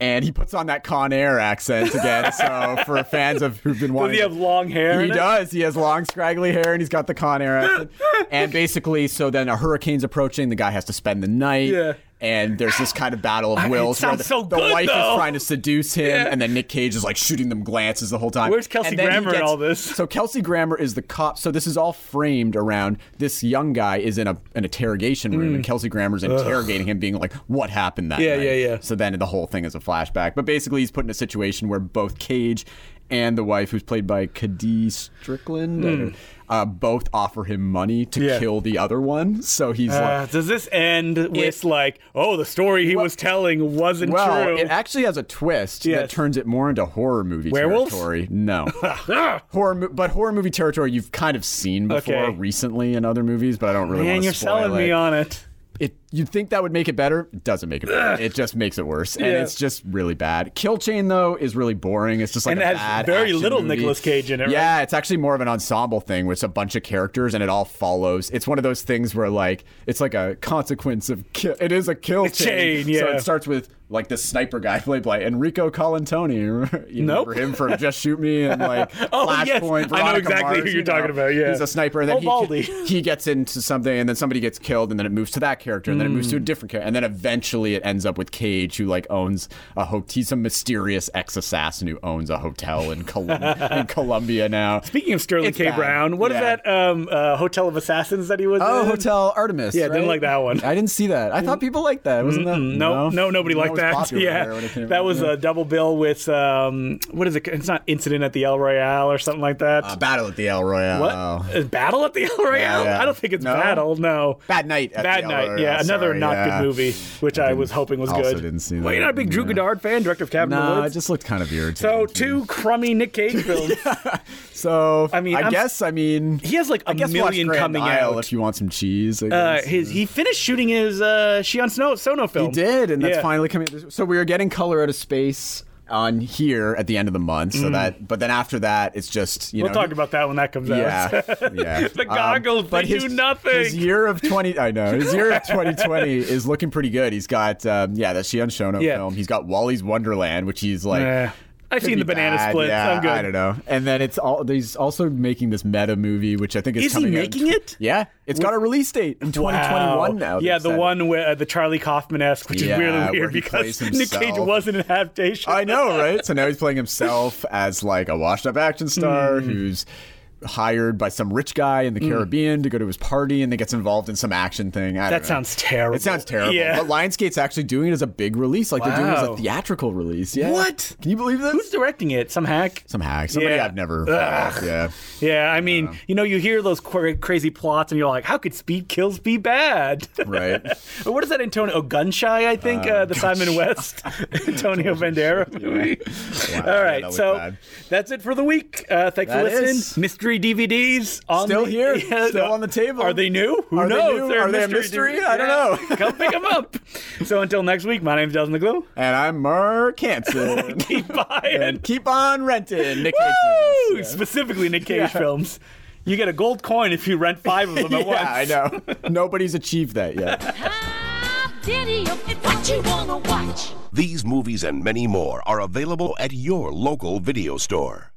Speaker 3: And he puts on that Con Air accent again. so for fans of who've been watching,
Speaker 2: Does he have long hair?
Speaker 3: he
Speaker 2: in it?
Speaker 3: does. He has long, scraggly hair, and he's got the Con Air accent. and basically, so then a hurricane's approaching. The guy has to spend the night.
Speaker 2: Yeah.
Speaker 3: And there's this kind of battle of wills where
Speaker 2: sounds
Speaker 3: the,
Speaker 2: so
Speaker 3: the
Speaker 2: good,
Speaker 3: wife
Speaker 2: though.
Speaker 3: is trying to seduce him, and then Nick Cage is like shooting them glances the whole time.
Speaker 2: Where's Kelsey
Speaker 3: And then he
Speaker 2: Grammer in
Speaker 3: gets-
Speaker 2: all this?
Speaker 3: So Kelsey Grammer is the cop. So this is all framed around this young guy is in a, an interrogation room, and Kelsey Grammer's interrogating him, being like, "What happened that
Speaker 2: Mm. Yeah,
Speaker 3: night?"
Speaker 2: yeah, yeah.
Speaker 3: So then the whole thing is a flashback. But basically, he's put in a situation where both Cage and the wife, who's played by Kadee Strickland, uh, both offer him money to
Speaker 2: Hmm. Yeah.
Speaker 3: kill the other one. So he's
Speaker 2: Uh,
Speaker 3: like.
Speaker 2: does this end with like, oh, the story he was telling wasn't
Speaker 3: Well,
Speaker 2: true?
Speaker 3: it actually has a twist
Speaker 2: Yes.
Speaker 3: that turns it more into horror movie
Speaker 2: Werewolves?
Speaker 3: territory. No,
Speaker 2: Ah!
Speaker 3: horror, mo- but horror movie territory you've kind of seen before
Speaker 2: Okay.
Speaker 3: recently in other movies, but I don't really.
Speaker 2: Man,
Speaker 3: wanna
Speaker 2: you're
Speaker 3: spoil
Speaker 2: selling
Speaker 3: it.
Speaker 2: me on it.
Speaker 3: it you'd think that would make it better it doesn't make it better it just makes it worse and
Speaker 2: Yeah.
Speaker 3: it's just really bad kill chain though is really boring it's just like
Speaker 2: And
Speaker 3: a
Speaker 2: it has
Speaker 3: bad
Speaker 2: very
Speaker 3: action
Speaker 2: little
Speaker 3: movie.
Speaker 2: Nicolas Cage in it, right?
Speaker 3: yeah it's actually more of an ensemble thing where it's a bunch of characters and it all follows it's one of those things where like it's like a consequence of kill it is a kill
Speaker 2: chain,
Speaker 3: so
Speaker 2: yeah.
Speaker 3: it starts with like this sniper guy played by Enrico Colantoni. you
Speaker 2: Nope.
Speaker 3: remember him from Just Shoot Me and like
Speaker 2: Oh,
Speaker 3: Flashpoint.
Speaker 2: yes. I know
Speaker 3: Veronica
Speaker 2: exactly
Speaker 3: Mars,
Speaker 2: who
Speaker 3: you
Speaker 2: you're talking
Speaker 3: know?
Speaker 2: about, yeah.
Speaker 3: he's a sniper, and then
Speaker 2: Oh, Baldy.
Speaker 3: he, he gets into something, and then somebody gets killed, and then it moves to that character, and then it moves
Speaker 2: Hmm.
Speaker 3: to a different character, and then eventually it ends up with Cage, who like owns a hotel. He's some mysterious ex assassin who owns a hotel in, Colum- in Colombia now.
Speaker 2: Speaking of Sterling
Speaker 3: It's
Speaker 2: K.
Speaker 3: bad.
Speaker 2: Brown, what is
Speaker 3: Yeah.
Speaker 2: that um, uh, Hotel of Assassins that he was
Speaker 3: Oh,
Speaker 2: in?
Speaker 3: Hotel Artemis.
Speaker 2: Yeah,
Speaker 3: right?
Speaker 2: didn't like that one.
Speaker 3: I didn't see that. I thought people liked that. Wasn't that?
Speaker 2: No, no, nobody liked
Speaker 3: was
Speaker 2: that.
Speaker 3: popular there
Speaker 2: Yeah,
Speaker 3: when it came
Speaker 2: that
Speaker 3: out,
Speaker 2: was
Speaker 3: yeah.
Speaker 2: a double bill with um, what is it? It's not Incident at the El Royale or something like that.
Speaker 3: Uh, battle at the El Royale.
Speaker 2: what Is Battle at the El Royale?
Speaker 3: yeah.
Speaker 2: I don't think it's
Speaker 3: No?
Speaker 2: Battle. No,
Speaker 3: Bad Night. At
Speaker 2: Bad
Speaker 3: the
Speaker 2: Night.
Speaker 3: El
Speaker 2: yeah,
Speaker 3: Royale,
Speaker 2: another
Speaker 3: sorry,
Speaker 2: not
Speaker 3: yeah.
Speaker 2: good movie, which I, was hoping was
Speaker 3: also
Speaker 2: good.
Speaker 3: didn't see
Speaker 2: Well,
Speaker 3: that,
Speaker 2: you're not a big Drew
Speaker 3: yeah.
Speaker 2: Goddard fan, director of Cabin in the
Speaker 3: No, it
Speaker 2: Woods.
Speaker 3: just looked kind of irritating.
Speaker 2: so
Speaker 3: to me.
Speaker 2: two crummy Nick Cage films.
Speaker 3: So I
Speaker 2: mean,
Speaker 3: mean, I
Speaker 2: I'm-
Speaker 3: guess I mean,
Speaker 2: He has like a
Speaker 3: I guess watch
Speaker 2: million
Speaker 3: Grand
Speaker 2: coming
Speaker 3: Isle
Speaker 2: out.
Speaker 3: if you want some cheese. I
Speaker 2: Uh,
Speaker 3: guess.
Speaker 2: his he finished shooting his uh, Shion Snow Sono film.
Speaker 3: he did, and that's
Speaker 2: Yeah.
Speaker 3: finally coming. So we are getting Color Out of Space on here at the end of the month. So that, but then after that, it's just you
Speaker 2: Mm. We'll
Speaker 3: know.
Speaker 2: talk about that when that comes out.
Speaker 3: yeah, yeah. Um,
Speaker 2: The goggles,
Speaker 3: but
Speaker 2: they do nothing.
Speaker 3: His year of twenty, I know. His year of twenty twenty is looking pretty good. He's got, um, yeah, that Shion Shono
Speaker 2: Yeah.
Speaker 3: film. He's got Wally's Wonderland, which he's like,
Speaker 2: Eh, I've
Speaker 3: could
Speaker 2: seen
Speaker 3: be
Speaker 2: the banana
Speaker 3: bad.
Speaker 2: splits.
Speaker 3: Yeah,
Speaker 2: I'm good.
Speaker 3: I don't know. And then it's all. He's also making this meta movie, which I think is.
Speaker 2: Is he
Speaker 3: coming out in
Speaker 2: making
Speaker 3: tw-
Speaker 2: it?
Speaker 3: Yeah, it's got a release date in 2021
Speaker 2: Wow.
Speaker 3: now.
Speaker 2: Yeah,
Speaker 3: They
Speaker 2: the
Speaker 3: said.
Speaker 2: one where uh, the Charlie Kaufman esque, which
Speaker 3: Yeah,
Speaker 2: is
Speaker 3: where
Speaker 2: really weird
Speaker 3: he
Speaker 2: because
Speaker 3: plays
Speaker 2: Nick Cage
Speaker 3: himself.
Speaker 2: wasn't an adaptation.
Speaker 3: I know, right? So now he's playing himself as like a washed-up action star
Speaker 2: Hmm.
Speaker 3: who's hired by some rich guy in the Caribbean to go to his party, and then gets involved in some action thing. I
Speaker 2: that
Speaker 3: don't know.
Speaker 2: sounds terrible.
Speaker 3: It sounds terrible.
Speaker 2: Yeah.
Speaker 3: But Lionsgate's actually doing it as a big release. Like they're doing it as
Speaker 2: Wow.
Speaker 3: a theatrical release. Yeah.
Speaker 2: What?
Speaker 3: Can you believe this?
Speaker 2: Who's directing it? Some hack?
Speaker 3: Some hack. Somebody
Speaker 2: Yeah.
Speaker 3: I've never.
Speaker 2: Ugh.
Speaker 3: Yeah.
Speaker 2: Yeah, I mean, you know, you hear those qu- crazy plots and you're like, how could speed kills be bad?
Speaker 3: Right.
Speaker 2: But what is that Antonio oh, Gunshy? I think uh, the Simon West, Antonio Bandera. movie.
Speaker 3: Wow,
Speaker 2: All right,
Speaker 3: that was
Speaker 2: so
Speaker 3: bad.
Speaker 2: that's it for the week. Uh, thanks
Speaker 3: That
Speaker 2: for listening.
Speaker 3: is.
Speaker 2: Mystery DVDs on
Speaker 3: Still
Speaker 2: the-
Speaker 3: here,
Speaker 2: Yeah,
Speaker 3: still on the table.
Speaker 2: Are they new? Who
Speaker 3: Are they
Speaker 2: knows?
Speaker 3: new?
Speaker 2: They're
Speaker 3: Are they a mystery? I don't know.
Speaker 2: Yeah, Come pick them up. So until next week, my name's Justin the Glue.
Speaker 3: And I'm Mark Hansen.
Speaker 2: Keep buying.
Speaker 3: and keep on renting Nick Cage
Speaker 2: Woo!
Speaker 3: movies.
Speaker 2: Specifically Nick Cage
Speaker 3: Yeah.
Speaker 2: films. You get a gold coin if you rent five of them
Speaker 3: Yeah,
Speaker 2: at once.
Speaker 3: I know. Nobody's achieved that yet.
Speaker 4: How did he? It's what you wanna watch.
Speaker 1: These movies and many more are available at your local video store.